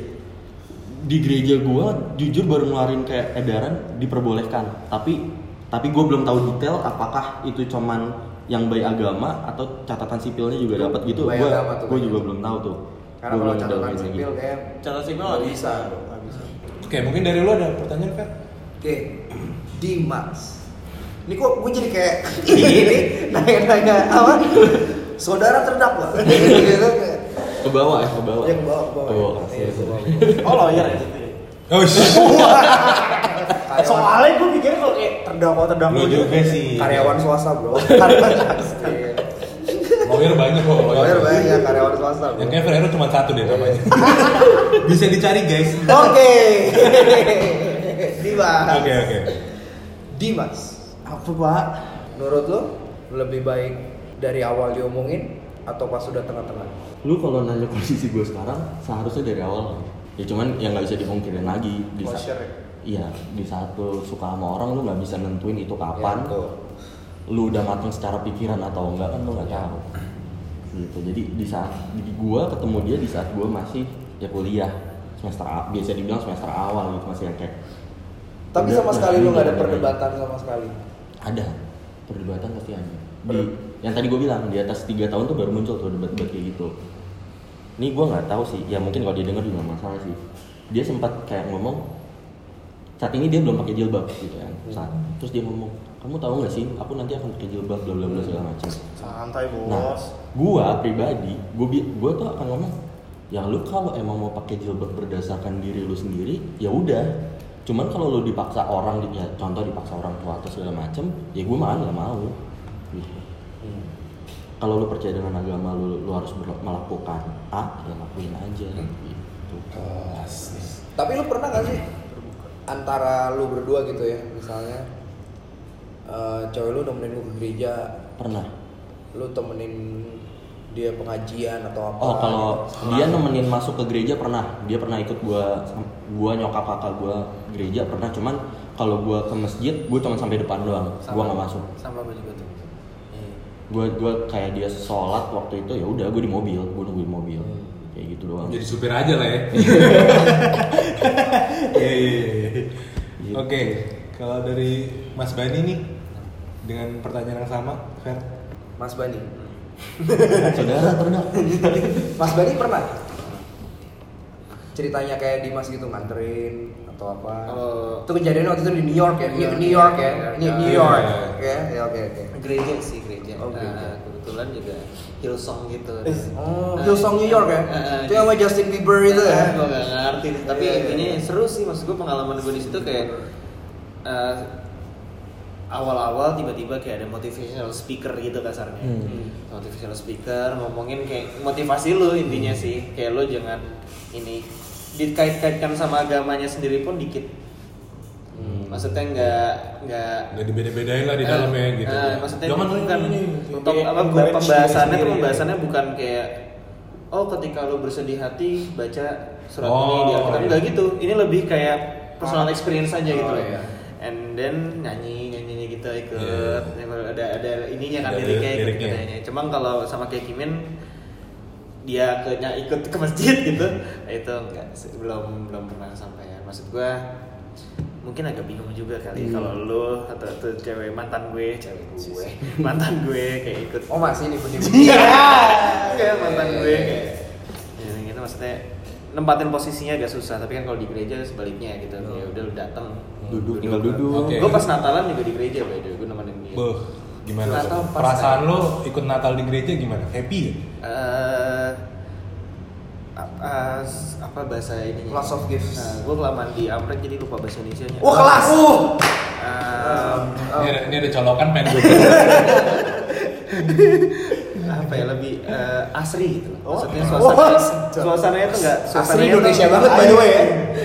Speaker 7: di gereja gua jujur baru ngeluarin kayak edaran diperbolehkan tapi tapi gua belum tahu detail apakah itu cuman yang by agama atau catatan sipilnya juga dapat gitu
Speaker 1: By
Speaker 7: gua
Speaker 1: agama tuh,
Speaker 7: gua
Speaker 1: by
Speaker 7: juga
Speaker 1: agama.
Speaker 7: belum tahu tuh
Speaker 1: karena
Speaker 7: Gua
Speaker 1: kalau
Speaker 7: belum
Speaker 1: catatan
Speaker 7: dalamin lagi.
Speaker 1: sipil kayak
Speaker 3: Catatan sipil
Speaker 1: nggak
Speaker 3: nggak
Speaker 1: bisa
Speaker 3: Nggak bisa.
Speaker 2: oke mungkin dari lu ada pertanyaan kan
Speaker 1: oke Dimas ini kok gue jadi kayak ini nanya-nanya apa saudara terdakwa gitu kayak
Speaker 7: ke bawah ya ke bawah
Speaker 1: yang Iya, bawa bawa
Speaker 7: Ke bawah,
Speaker 1: Iya,
Speaker 7: kasih.
Speaker 1: ke bawah.
Speaker 4: Oh lawyer ya situ ya?
Speaker 2: oh shit.
Speaker 1: Karyawan-
Speaker 4: Soalnya gue pikirnya kalau kayak terdakwa-terdakwa
Speaker 2: Lu
Speaker 4: gitu.
Speaker 2: juga sih.
Speaker 1: karyawan swasta bro karyawan swasta Iya.
Speaker 2: Lawyer banyak kok.
Speaker 1: lawyer banyak karyawan swasta bro
Speaker 2: Yang kayak Ferrero cuma satu deh namanya. Bisa dicari guys.
Speaker 1: Oke. Dimas.
Speaker 2: Oke oke.
Speaker 1: Dimas.
Speaker 7: apa pak
Speaker 1: Menurut lo lebih baik dari awal diomongin atau pas sudah tengah-tengah?
Speaker 7: lu kalau nanya kondisi gua sekarang seharusnya dari awal ya cuman yang nggak bisa dipungkirin lagi di saat-
Speaker 1: Posture.
Speaker 7: Iya, di saat lu suka sama orang lu nggak bisa nentuin itu kapan.
Speaker 1: Ya, betul.
Speaker 7: lu udah matang secara pikiran atau enggak kan lu nggak tahu. Gitu. Jadi di saat di gua ketemu dia di saat gua masih ya kuliah semester a- biasa dibilang semester awal gitu masih yang kayak
Speaker 1: Tapi
Speaker 7: udah,
Speaker 1: sama
Speaker 7: udah,
Speaker 1: sekali lo nggak ada
Speaker 7: udah, udah.
Speaker 1: perdebatan sama sekali.
Speaker 7: Ada perdebatan pasti ada. Di, yang tadi gua bilang di atas tiga tahun tuh baru muncul tuh debat-debat kayak gitu. Ini gua nggak tahu sih. Ya mungkin kalau dia denger juga nggak masalah sih. Dia sempat kayak ngomong saat ini dia belum pakai jilbab gitu kan. Saat, terus dia ngomong, kamu tahu nggak sih, aku nanti akan pakai jilbab bla bla bla segala macam.
Speaker 4: Santai
Speaker 7: Nah,
Speaker 4: bos.
Speaker 7: gua pribadi, gua, bi- gua tuh akan ngomong, ya lu kalau emang mau pakai jilbab berdasarkan diri lu sendiri, ya udah. Cuman kalau lu dipaksa orang, di- ya contoh dipaksa orang tua atau segala macem, ya gua malah nggak mau. Gitu. Kalau lu percaya dengan agama lu, lu harus berla- melakukan A, ya lakuin aja. Gitu.
Speaker 1: Tapi lo pernah nggak sih antara lu berdua gitu ya, misalnya eh cowok lu nemenin lu ke gereja,
Speaker 7: Pernah.
Speaker 1: lu temenin dia pengajian atau apa?
Speaker 7: Oh kalau
Speaker 1: gitu.
Speaker 7: dia nemenin masuk ke gereja pernah, dia pernah ikut gua, gua nyokap kakak gua gereja pernah, cuman kalau gua ke masjid, gua cuma sampai depan doang, gua nggak masuk.
Speaker 3: Sama gue juga tuh. Iya.
Speaker 7: Gua gua kayak dia sholat waktu itu ya udah gua di mobil, gua nunggu di mobil, kayak gitu doang.
Speaker 2: Jadi supir aja lah ya. Iya iya iya.
Speaker 7: Gitu.
Speaker 2: Oke. Kalau dari Mas Bani nih dengan pertanyaan yang sama, Fer.
Speaker 1: Mas Bani,
Speaker 7: Saudara ternak.
Speaker 1: Mas Bani pernah ceritanya kayak Dimas gitu nganterin atau apa?
Speaker 3: Kalau-
Speaker 1: itu kejadian waktu itu di New York ya,
Speaker 3: New York.
Speaker 1: New York ya, Ini New
Speaker 2: Iya.
Speaker 1: York ya, ya oke oke.
Speaker 3: Gereja sih gereja.
Speaker 1: Oh, gereja.
Speaker 3: Nah, kebetulan juga Hillsong gitu.
Speaker 4: Eh,
Speaker 1: Oh,
Speaker 3: Nah,
Speaker 1: Hillsong New York ya,
Speaker 3: eh, eh,
Speaker 1: itu yang sama Justin Bieber itu ya.
Speaker 3: gue gak ngerti nih, tapi
Speaker 1: Iya, iya.
Speaker 3: intinya seru sih maksud gue pengalaman gue di situ kayak eh, awal-awal tiba-tiba kayak ada motivational speaker gitu kasarnya
Speaker 7: Hmm.
Speaker 3: motivational speaker ngomongin kayak motivasi lu intinya
Speaker 1: Hmm.
Speaker 3: sih kayak lu jangan ini dikait-kaitkan sama agamanya sendiri pun dikit
Speaker 1: Hmm.
Speaker 3: maksudnya nggak nggak
Speaker 2: Nggak dibeda-bedain lah di dalamnya
Speaker 3: Eh,
Speaker 2: gitu.
Speaker 3: eh, maksudnya
Speaker 2: Jangan
Speaker 3: bukan
Speaker 2: ini, ini, ini.
Speaker 3: untuk apa
Speaker 4: encourage diri
Speaker 3: pembahasannya tuh
Speaker 2: gitu.
Speaker 4: sendiri, ya.
Speaker 3: pembahasannya bukan kayak oh ketika lu bersedih hati baca surat
Speaker 2: Oh,
Speaker 3: ini di Alkitab
Speaker 2: iya.
Speaker 3: enggak gitu. Ini lebih kayak personal experience aja
Speaker 1: Oh,
Speaker 3: gitu. loh.
Speaker 1: iya.
Speaker 3: And then nyanyi nyanyinya gitu ikut
Speaker 2: Iya.
Speaker 3: ada ada ininya kan
Speaker 2: Ada
Speaker 3: liriknya ikut
Speaker 2: liriknya.
Speaker 3: katanya. Cuma kalau sama kayak Kimin dia ke nya- ikut ke masjid gitu Nah, itu enggak sih, belum belum pernah kesampaian maksud gua mungkin agak bingung juga kali kalau lu atau tuh cewek mantan gue cewek gue mantan gue kayak ikut
Speaker 1: Oh masih ini benih.
Speaker 3: kayak mantan gue kayak gitu, gitu maksudnya nempatin posisinya agak susah tapi kan kalau di gereja sebaliknya gitu ya udah lu datang
Speaker 7: Duduk, tinggal duduk.
Speaker 2: Oke.
Speaker 3: gue pas Natalan juga di gereja by the way gue nemenin dia
Speaker 2: Beuh, gimana?
Speaker 3: Natal pas
Speaker 2: Perasaan lo ikut Natal di gereja gimana? Happy? ya?
Speaker 3: eh
Speaker 4: a- a- s- Eh, apa bahasa ini?
Speaker 3: Lots of gifts. Oh,
Speaker 4: gue kelamaan di Amrek jadi lupa bahasa Indonesia nya.
Speaker 1: Wah Oh, kelas.
Speaker 2: Ini ada, ini ada colokan pengen gue
Speaker 4: apa ya lebih eh, asri gitu.
Speaker 1: Oh.
Speaker 4: Maksudnya suasana
Speaker 1: Wah.
Speaker 4: suasananya itu enggak
Speaker 1: Asli Indonesia banget by the way ya.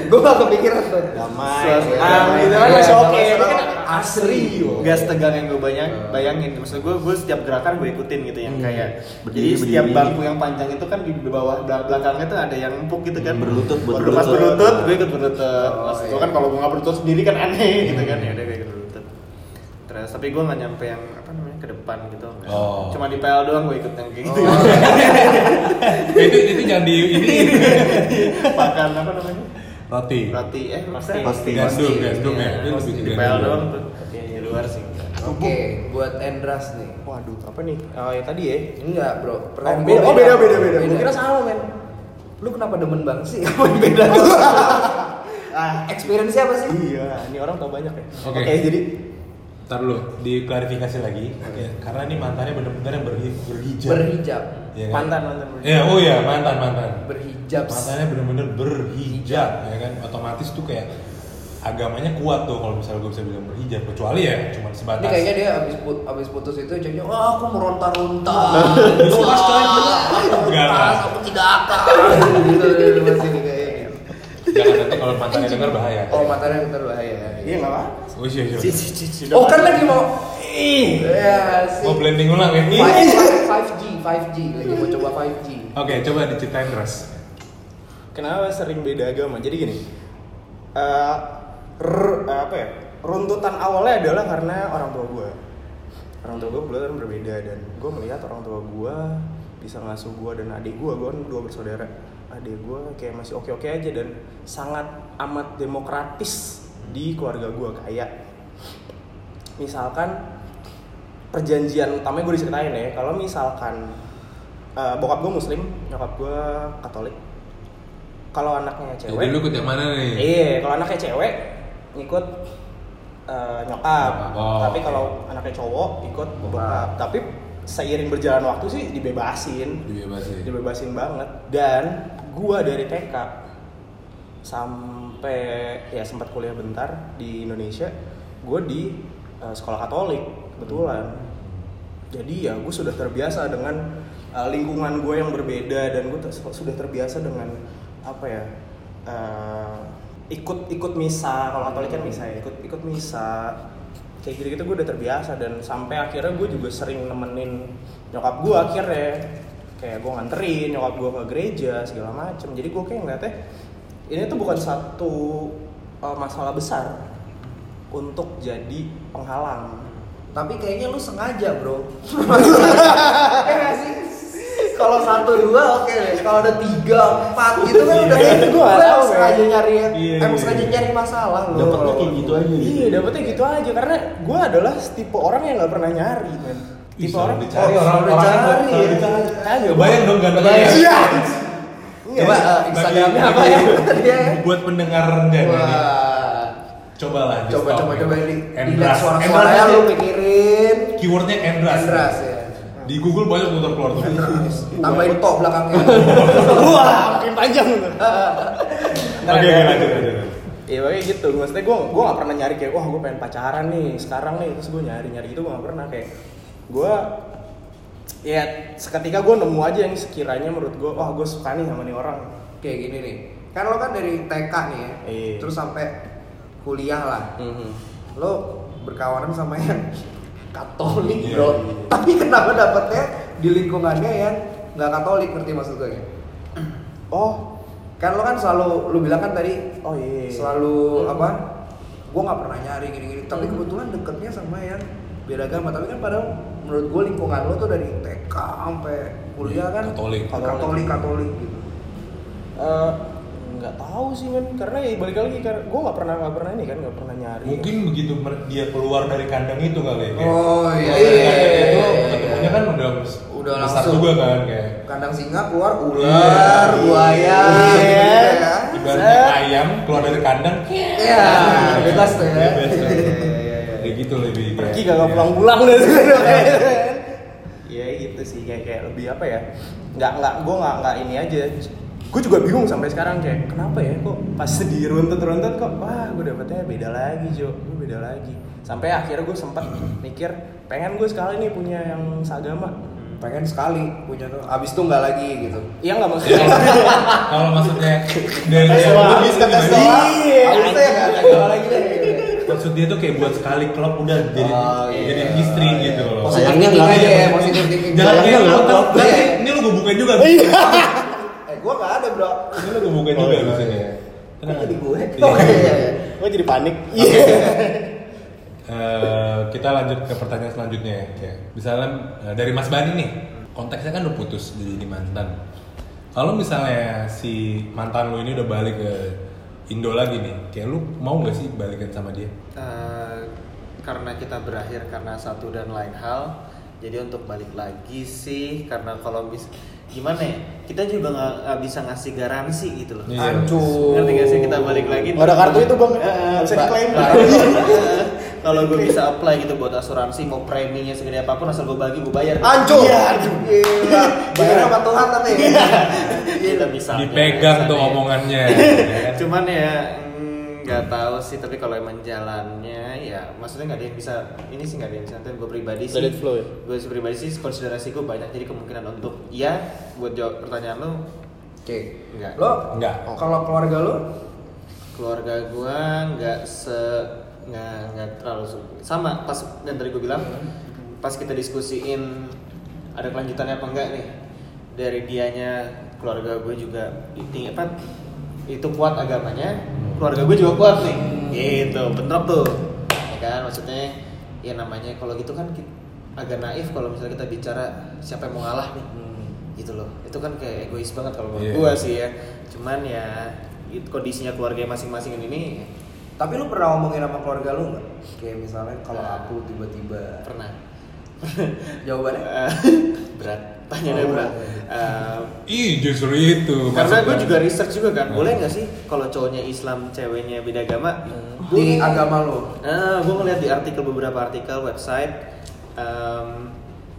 Speaker 1: Gue gak kepikiran tuh.
Speaker 7: damai
Speaker 4: Suasana-
Speaker 7: ya.
Speaker 4: Ah,
Speaker 7: damai.
Speaker 4: gitu
Speaker 3: Iya,
Speaker 1: kan masih
Speaker 7: Ya.
Speaker 1: oke. Ini kan
Speaker 4: asri
Speaker 1: yo.
Speaker 4: Gak setegang yang gue bayang, bayangin Maksud gue, gue setiap gerakan gue ikutin gitu yang
Speaker 7: Hmm.
Speaker 4: kayak Jadi
Speaker 7: Berdiri,
Speaker 4: setiap
Speaker 7: berdiri.
Speaker 4: bangku yang panjang itu kan di bawah bel- belakangnya tuh ada yang empuk gitu kan
Speaker 7: Berlutut, buat
Speaker 4: Waktu pas
Speaker 7: berlutut.
Speaker 4: berlutut, gue ikut berlutut
Speaker 3: Oh,
Speaker 4: Maksud gue
Speaker 3: iya.
Speaker 4: kan kalau gue gak berlutut sendiri kan aneh gitu kan ya udah gue ikut berlutut Terus, tapi gue gak nyampe yang apa namanya ke depan gitu nggak.
Speaker 2: Oh.
Speaker 4: Cuma di PL doang gue ikut yang kayak gitu
Speaker 2: itu itu jangan di ini
Speaker 4: Makan apa namanya?
Speaker 2: roti
Speaker 4: Roti, eh maksudnya
Speaker 7: Pasti.
Speaker 2: gandum gandum ya itu lebih
Speaker 4: Iya, Di
Speaker 2: ke
Speaker 4: PL doang
Speaker 2: gandum
Speaker 4: tuh Di luar sih enggak.
Speaker 1: Oke, buat Endras nih.
Speaker 3: Waduh, apa nih? Oh, ya tadi ya.
Speaker 1: Enggak, Bro.
Speaker 3: Oh, beda- oh, beda, beda, beda.
Speaker 1: Gue kira sama, men. Lu kenapa demen banget sih? Apa yang beda tuh?
Speaker 3: Ah,
Speaker 1: Experience-nya apa sih?
Speaker 3: iya, ini orang tau banyak ya.
Speaker 2: Oke.
Speaker 3: jadi
Speaker 2: Ntar dulu, diklarifikasi lagi Ya, Karena ini mantannya bener-bener yang berhi- berhijab
Speaker 1: Berhijab.
Speaker 2: Iya kan?
Speaker 3: mantan mantan.
Speaker 2: Ya, oh iya, mantan, mantan
Speaker 1: Berhijab.
Speaker 2: Matanya bener-bener berhijab ya kan Otomatis tuh kayak agamanya kuat tuh kalau misalnya gue bisa bilang berhijab Kecuali ya cuma
Speaker 1: Ini
Speaker 2: sebatas
Speaker 1: kayaknya dia abis, put, abis putus itu ceweknya, wah aku meronta-ronta.
Speaker 2: Lepas, coy. Enggak lah.
Speaker 1: Lepas, aku tidak akan. Gitu, dia masih nih kayaknya.
Speaker 2: Jangan nanti kalau mantannya denger bahaya
Speaker 1: Oh, matanya bentar bahaya.
Speaker 3: Iya nggak apa?
Speaker 2: Oh iya, iya
Speaker 1: Oh kan lagi mau ih. Ya,
Speaker 2: Mau blending ulang ya? Ih.
Speaker 1: 5G, 5G lagi mau coba 5G.
Speaker 2: Oke, coba diceritain terus
Speaker 3: Kenapa sering beda agama? Jadi gini, eh, r- apa ya? Runtutan awalnya adalah karena orang tua gue. Orang tua gue kebetulan berbeda dan gue melihat orang tua gue bisa ngasuh gue dan adik gue, gue kan dua bersaudara. Adik gue kayak masih oke-oke aja dan sangat amat demokratis di keluarga gue kayak misalkan perjanjian utamanya gue diceritain ya kalau misalkan eh, bokap gue muslim nyokap gue katolik kalau anaknya cewek
Speaker 2: Jadi lu ikut yang mana nih?
Speaker 3: Iya, kalau anaknya cewek ngikut eh, nyokap.
Speaker 2: Oh,
Speaker 3: Tapi
Speaker 2: oke.
Speaker 3: kalau anaknya cowok ikut bokap. Tapi seiring berjalan waktu sih dibebasin.
Speaker 2: Dibebasin
Speaker 3: Dibebasin banget. Dan gua dari TK sampai ya sempat kuliah bentar di Indonesia, gua di eh, sekolah Katolik kebetulan. Jadi ya gue sudah terbiasa dengan eh, lingkungan gue yang berbeda dan gue sudah terbiasa dengan apa ya eh, ikut ikut misa kalau Katolik kan misa ya ikut ikut misa kayak gitu gitu gue udah terbiasa dan sampai akhirnya gue juga sering nemenin nyokap gue akhirnya kayak gue nganterin nyokap gue ke gereja segala macem jadi gue kayak ngeliatnya ini tuh bukan satu eh, masalah besar untuk jadi penghalang
Speaker 1: Tapi kayaknya lu sengaja, Bro. Eh, nggak sih? Kalau satu dua oke deh. Kalau ada tiga empat gitu kan udah
Speaker 3: Iya, gua nggak tahu,
Speaker 1: emang
Speaker 3: men.
Speaker 1: sengaja nyari
Speaker 2: Iya,
Speaker 1: emang
Speaker 2: iya.
Speaker 1: sengaja nyari masalah lu.
Speaker 7: dapatnya kayak gitu aja gitu.
Speaker 3: Iya, dapetnya gitu aja karena gue adalah tipe orang yang nggak pernah nyari, men.
Speaker 2: Ih,
Speaker 3: Tipe
Speaker 2: selalu
Speaker 3: orang
Speaker 2: dicari,
Speaker 1: Oh, selalu
Speaker 2: orang-
Speaker 1: dicari,
Speaker 2: orang- selalu
Speaker 1: ya.
Speaker 2: dicari.
Speaker 3: Ayo,
Speaker 2: Kebayang dong gantengnya
Speaker 1: Kebayang.
Speaker 3: Iya. Iya.
Speaker 1: Coba eh,
Speaker 2: Bagi-
Speaker 1: Instagramnya apa ya? Dia.
Speaker 2: Buat pendengar dan ini
Speaker 1: Wah.
Speaker 2: Coba lah di
Speaker 1: Coba
Speaker 2: stop
Speaker 1: coba
Speaker 2: ya.
Speaker 1: coba di dilihat
Speaker 2: Endras Endras
Speaker 1: suara-suaranya
Speaker 2: aja.
Speaker 1: ya, lu pikirin.
Speaker 2: Keywordnya Endras
Speaker 1: Endras ya.
Speaker 2: Di Google banyak tuh keluar tuh
Speaker 1: Tambahin tok belakangnya.
Speaker 3: Wah, makin panjang. tuh.
Speaker 2: Oke oke lanjut lanjut
Speaker 3: Iya pokoknya gitu, maksudnya gue gue gak pernah nyari kayak wah gue pengen pacaran nih sekarang nih terus gue nyari nyari gitu gue gak pernah kayak gue ya seketika gue nemu aja yang sekiranya menurut gue wah gue suka nih sama nih orang
Speaker 1: kayak gini nih kan lo kan dari TK nih ya
Speaker 3: Iya.
Speaker 1: terus sampai kuliah lah
Speaker 2: Mhm.
Speaker 1: lo berkawanan sama yang Katolik
Speaker 2: Iya,
Speaker 1: bro
Speaker 2: iya.
Speaker 1: tapi kenapa dapetnya di lingkungannya yang nggak Katolik ngerti maksud gue ya?
Speaker 3: oh
Speaker 1: kan lo kan selalu lo bilang kan tadi
Speaker 3: oh iya
Speaker 1: selalu apa gue nggak pernah nyari gini-gini tapi
Speaker 3: Hmm.
Speaker 1: kebetulan deketnya sama yang beda agama tapi kan padahal menurut gue lingkungan lo tuh dari TK sampai kuliah
Speaker 3: Iya,
Speaker 1: kan
Speaker 2: Katolik.
Speaker 1: Katolik Katolik gitu
Speaker 3: Eh, nggak tahu sih men karena ya balik lagi karena gue nggak pernah nggak pernah ini kan nggak pernah nyari
Speaker 2: Mungkin begitu mer- dia keluar dari kandang itu kali ya kayak.
Speaker 1: Oh, iya,
Speaker 2: Keluar dari
Speaker 1: iya,
Speaker 2: kandang
Speaker 1: iya,
Speaker 2: itu
Speaker 1: iya, iya.
Speaker 2: ketemunya kan udah
Speaker 1: Udah
Speaker 2: besar
Speaker 1: langsung.
Speaker 2: juga kan kayak
Speaker 1: kandang singa keluar
Speaker 2: Iya.
Speaker 1: ular buaya
Speaker 3: Iya.
Speaker 1: gitu ya.
Speaker 2: Ibaratnya ayam keluar dari kandang kayak
Speaker 1: Iya, bebas tuh ya.
Speaker 2: Bebas tuh.
Speaker 1: Iya, iya, iya, iya.
Speaker 2: Kayak gitu lebih kayak-
Speaker 3: pergi gak
Speaker 2: iya.
Speaker 3: pulang pulang dari situ Iya, ya gitu sih kayak kayak lebih apa ya nggak nggak gue nggak nggak ini aja gue juga bingung sampai sekarang kayak kenapa ya kok pas di runtut-runtut kok wah gue dapetnya beda lagi Jo gue beda lagi sampai akhirnya gue sempat mikir pengen gue sekali nih punya yang seagama
Speaker 1: pengen sekali punya tuh abis itu nggak lagi gitu
Speaker 3: iya nggak maksudnya
Speaker 2: iya. Kalau maksudnya dari yang
Speaker 9: Tesla.
Speaker 2: lebih ke
Speaker 9: Tesla.
Speaker 2: gimana?
Speaker 3: Iya.
Speaker 1: abis itu ya nggak ada agama lagi deh
Speaker 2: Maksud dia tuh kayak buat sekali klub udah jadi
Speaker 1: Oh,
Speaker 2: jadi istri gitu loh.
Speaker 7: Oh,
Speaker 1: iya, positif
Speaker 7: sayangnya
Speaker 1: thinking
Speaker 7: nggak
Speaker 1: aja
Speaker 7: ada.
Speaker 1: ya positif thinking
Speaker 2: Jangan
Speaker 7: sayangnya
Speaker 2: kayak
Speaker 7: nggak
Speaker 2: lu
Speaker 7: klub, iya.
Speaker 2: nanti
Speaker 1: iya.
Speaker 2: ini lu gue bukain juga.
Speaker 3: Oh, iya.
Speaker 1: eh gue nggak ada bro
Speaker 2: Ini lu gue bukain
Speaker 7: Oh,
Speaker 2: juga
Speaker 7: iya,
Speaker 2: di sini.
Speaker 7: iya.
Speaker 1: Kok jadi gue
Speaker 2: Iya.
Speaker 3: gue jadi panik Iya.
Speaker 2: Eh, kita lanjut ke pertanyaan selanjutnya ya. Kayak, misalnya eh, dari Mas Bani nih, konteksnya kan udah putus jadi ini mantan. Kalau misalnya si mantan lu ini udah balik ke Indo lagi nih, kayak lu mau gak sih balikan sama dia?
Speaker 4: Eh, karena kita berakhir karena satu dan lain hal jadi untuk balik lagi sih karena kalau bis gimana ya kita juga nggak nggak bisa ngasih garansi gitu loh
Speaker 2: Iya.
Speaker 1: hancur
Speaker 4: ngerti gak sih kita balik lagi Eh,
Speaker 3: Nggak ada kartu itu, Bang. Nggak bisa
Speaker 4: ba-
Speaker 3: diklaim.
Speaker 4: ba- kalau gue bisa apply gitu buat asuransi mau preminya segede apapun asal gue bagi gue bayar Iya.
Speaker 1: hancur
Speaker 3: Iya.
Speaker 1: gila bayar sama Tuhan tapi
Speaker 4: Iya, kita bisa Iya,
Speaker 2: Dipegang tuh
Speaker 4: omongan
Speaker 2: omongannya. ya kan?
Speaker 4: cuman ya mm, nggak tahu sih tapi kalau emang jalannya ya maksudnya nggak ada yang bisa ini sih nggak ada yang bisa tapi gue pribadi sih
Speaker 3: Let it flow ya?
Speaker 4: gue pribadi sih konsiderasi gue banyak jadi kemungkinan untuk ya buat jawab pertanyaan lo
Speaker 1: oke
Speaker 4: Nggak.
Speaker 1: lo
Speaker 2: Nggak.
Speaker 1: kalau keluarga lo
Speaker 4: keluarga gue nggak se nggak nggak terlalu su- sama pas yang tadi gue bilang pas kita diskusiin ada kelanjutannya apa enggak nih dari dianya keluarga gue juga itu apa itu kuat agamanya keluarga gue juga kuat nih gitu bentrok tuh ya kan maksudnya ya namanya kalau gitu kan ki- agak naif kalau misalnya kita bicara siapa yang mau ngalah nih
Speaker 1: Hmm.
Speaker 4: gitu loh itu kan kayak egois banget kalau menurut
Speaker 2: Iya.
Speaker 4: gue sih ya cuman ya it- kondisinya keluarga masing-masing ini
Speaker 1: tapi lu pernah ngomongin sama keluarga lu nggak kayak misalnya kalau aku tiba-tiba
Speaker 4: pernah
Speaker 1: jawabannya
Speaker 4: Eh, berat tanya
Speaker 1: Oh,
Speaker 4: berat
Speaker 1: iya.
Speaker 4: Eh,
Speaker 2: Ih justru itu.
Speaker 4: karena gue
Speaker 2: maksudnya.
Speaker 4: juga research juga kan
Speaker 2: Nah.
Speaker 4: boleh nggak sih kalau cowoknya Islam ceweknya beda agama
Speaker 1: Hmm. di
Speaker 4: Gua-
Speaker 1: agama lo
Speaker 4: Ah, gue ngeliat di artikel beberapa artikel website em,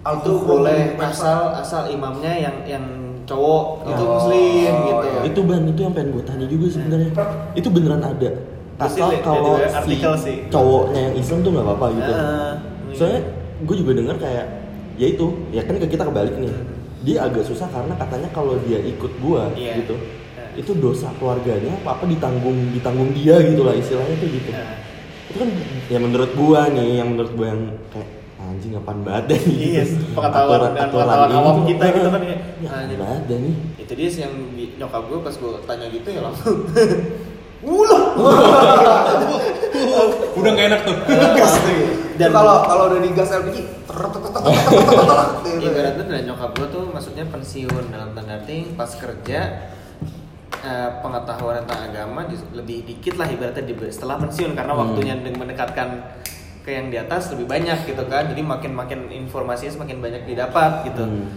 Speaker 1: Al-
Speaker 4: itu
Speaker 1: Al-
Speaker 4: boleh
Speaker 1: Al-
Speaker 4: asal asal imamnya yang yang cowok itu
Speaker 1: Oh,
Speaker 4: muslim gitu.
Speaker 1: iya.
Speaker 7: itu ban itu yang pengen gue tanya juga sebenarnya itu beneran ada asal
Speaker 4: lihat-
Speaker 7: kalau
Speaker 4: lihat
Speaker 7: si
Speaker 4: artikel sih.
Speaker 7: cowoknya yang Islam tuh nggak apa-apa gitu
Speaker 4: Ah,
Speaker 7: soalnya gue juga dengar kayak ya itu ya kan ke kita kebalik nih dia agak susah karena katanya kalau dia ikut gua
Speaker 4: Iya.
Speaker 7: gitu
Speaker 4: Ah.
Speaker 7: itu dosa keluarganya apa apa ditanggung ditanggung dia gitu lah istilahnya tuh gitu
Speaker 4: Ah.
Speaker 7: itu kan ya menurut gua nih yang menurut gua yang kayak anjing apaan banget Gitu. nih
Speaker 4: Iya, pengetahuan- dan pengetahuan awam kita gitu kan ya.
Speaker 7: ya
Speaker 4: Anjing.
Speaker 7: apaan banget nih
Speaker 4: itu dia sih yang di- nyokap gue pas gue tanya gitu ya langsung
Speaker 2: udah gak enak tuh.
Speaker 1: dan
Speaker 4: dan
Speaker 1: kalau kalau udah digas LPG gitu.
Speaker 4: ibaratnya dari nyokap gue tuh maksudnya pensiun dalam tanda arti pas kerja eh, pengetahuan tentang agama jus- lebih dikit lah ibaratnya di- setelah pensiun karena
Speaker 7: Hmm.
Speaker 4: waktunya dengan mendekatkan ke yang di atas lebih banyak gitu kan jadi makin makin informasinya semakin banyak didapat gitu
Speaker 7: Hmm.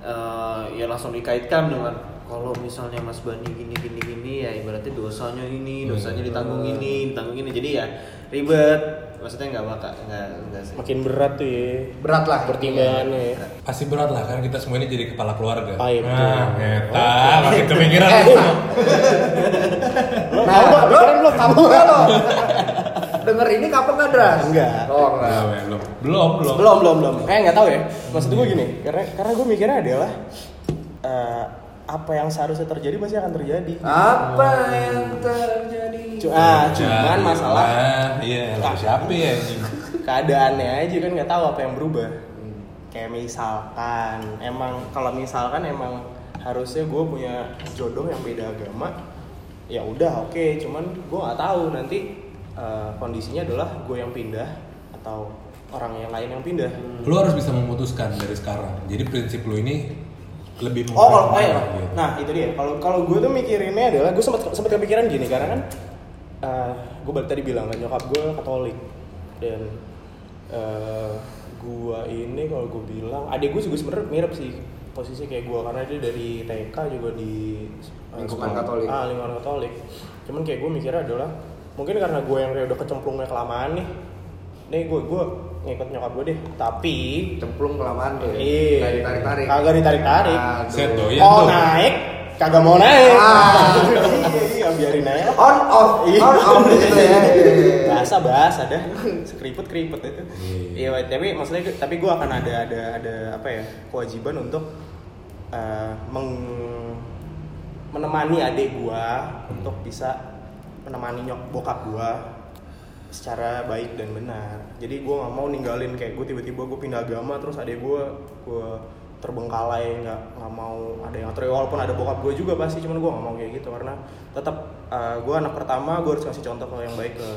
Speaker 4: Eh, ya langsung dikaitkan dengan kalau misalnya Mas Bani gini gini gini ya ibaratnya dosanya ini
Speaker 2: Hmm.
Speaker 4: dosanya ditanggung ini ditanggung ini jadi ya ribet maksudnya nggak bakal nggak nggak sih
Speaker 3: makin berat tuh ya
Speaker 1: berat lah
Speaker 3: pertimbangannya ya
Speaker 2: Pasti berat lah kan kita semua ini jadi kepala keluarga.
Speaker 3: Pahit tuh.
Speaker 2: Nah, eta makin kepikiran.
Speaker 3: lo
Speaker 1: Nah,
Speaker 3: mau
Speaker 1: lo-
Speaker 3: lo Oh, kan lo kamu
Speaker 1: Enggak lo. Denger ini kapan nggak Dras?
Speaker 3: Enggak.
Speaker 1: Oh, enggak.
Speaker 2: Belum, belum. Belum, belum.
Speaker 3: belum belum belum kayak nggak tahu ya maksud gue gini karena karena gue mikirnya adalah eh, apa yang seharusnya terjadi pasti akan terjadi
Speaker 1: Apa yang Ah. terjadi?
Speaker 3: Cu- ah, cuman
Speaker 2: Jadi,
Speaker 3: masalah
Speaker 2: ah, iya lagu siapa ya anjing?
Speaker 3: keadaannya aja kan nggak tahu apa yang berubah kayak misalkan emang kalau misalkan emang harusnya gue punya jodoh yang beda agama ya udah oke cuman gue nggak tahu nanti eh, kondisinya adalah gue yang pindah atau orang yang lain yang pindah
Speaker 2: lu harus bisa memutuskan dari sekarang jadi prinsip lu ini lebih
Speaker 3: Oh, kalau oh,
Speaker 2: memperhatikan
Speaker 3: iya.
Speaker 2: gitu.
Speaker 3: nah itu dia. Kalau kalau gue tuh mikirinnya adalah gue sempat sempat kepikiran gini karena kan eh, gue balik tadi bilang kan nyokap gue Katolik dan eh, gue ini kalau gue bilang adik gue juga sebenarnya mirip sih posisi kayak gue karena dia dari TK juga di eh,
Speaker 1: Lingkungan
Speaker 3: sekolah-
Speaker 1: Katolik.
Speaker 3: Ah lingkungan Katolik. Cuman kayak gue mikirnya adalah mungkin karena gue yang kayak udah kecemplungnya kelamaan nih. Nih gue gue ngikut nyokap gue deh. Tapi
Speaker 1: Cemplung kelamaan deh.
Speaker 3: Iya.
Speaker 1: Nggak ditarik-tarik.
Speaker 3: Kagak ditarik-tarik.
Speaker 1: Aduh.
Speaker 2: Set doi. Iya,
Speaker 3: mau
Speaker 2: tuh.
Speaker 3: naik
Speaker 7: kagak mau naik
Speaker 1: Ah. Oh,
Speaker 7: Iya, iya, biarin naik
Speaker 1: on off on off gitu ya Iya, iya, iya.
Speaker 3: bahasa bahasa dah keriput keriput itu
Speaker 2: Iya.
Speaker 3: iya tapi maksudnya gue- tapi gue akan ada ada ada apa ya kewajiban untuk eh, meng- menemani adik gue untuk bisa menemani nyok bokap gue secara baik dan benar jadi gue nggak mau ninggalin kayak gue tiba-tiba gue pindah agama terus adik gue gue terbengkalai nggak nggak mau ada yang atur Ya, walaupun ada bokap gue juga pasti cuman gue nggak mau kayak gitu karena tetap gue anak pertama gue harus kasih contoh yang baik ke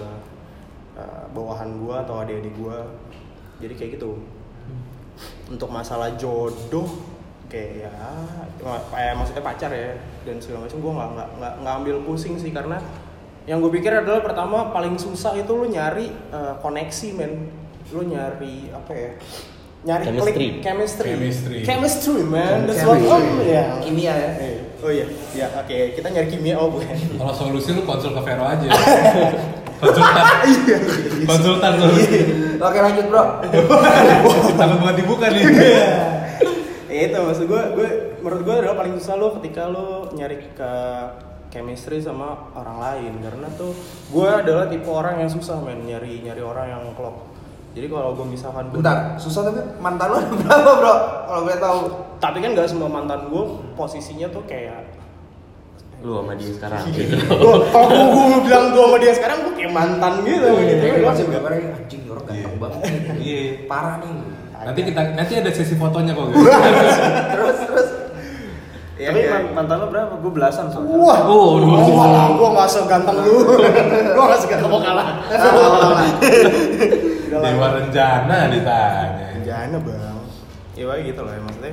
Speaker 3: eh, bawahan gue atau adik-adik gue jadi kayak gitu untuk masalah jodoh kayak ya ma- kayak maksudnya pacar ya dan segala macam gue nggak nggak nggak nggak ambil pusing sih karena yang gue pikir adalah pertama paling susah itu lu nyari eh, koneksi men lu nyari apa ya nyari
Speaker 7: Chemistry.
Speaker 3: klik chemistry
Speaker 2: Chemistry.
Speaker 3: chemistry man that's what
Speaker 1: Chemistry.
Speaker 3: oh ya
Speaker 1: kimia ya
Speaker 3: Eh, oh iya ya oke kita nyari kimia oh bukan
Speaker 2: Kalau solusi lu konsul ke Vero aja. konsultan.
Speaker 3: Iya,
Speaker 2: konsultan solusi.
Speaker 1: oke lanjut bro
Speaker 2: Takut banget dibuka nih.
Speaker 3: Iya. ya itu maksud gue gue menurut gue adalah paling susah lo ketika lo nyari ke chemistry sama orang lain karena tuh gue adalah tipe orang yang susah men nyari nyari orang yang klop jadi kalau gue misalkan gua-
Speaker 1: bentar susah tapi mantan lu ada berapa bro kalau boleh tahu
Speaker 3: tapi kan gak semua mantan gue posisinya tuh kayak
Speaker 7: lu sama dia sekarang
Speaker 3: Gua- kalau gue, bilang gue sama dia sekarang gue kayak mantan gitu gitu
Speaker 1: Tapi
Speaker 3: Gua
Speaker 1: Iya, masih
Speaker 3: juga-
Speaker 1: berapa lagi anjing ini orang ganteng banget
Speaker 2: Iya. Nah,
Speaker 1: parah nih Nah,
Speaker 2: Nanti kita nanti ada sesi fotonya kok. guys.
Speaker 1: terus terus
Speaker 4: Iya,
Speaker 3: tapi man- mantan lo berapa gue belasan soalnya wah
Speaker 2: Oh, dua puluh.
Speaker 3: gue gak seganteng lu gue gak seganteng mau kalah
Speaker 1: Nah,
Speaker 2: Dewa Rencana ditanya.
Speaker 3: Jana bang Ya bang gitu lah ya, maksudnya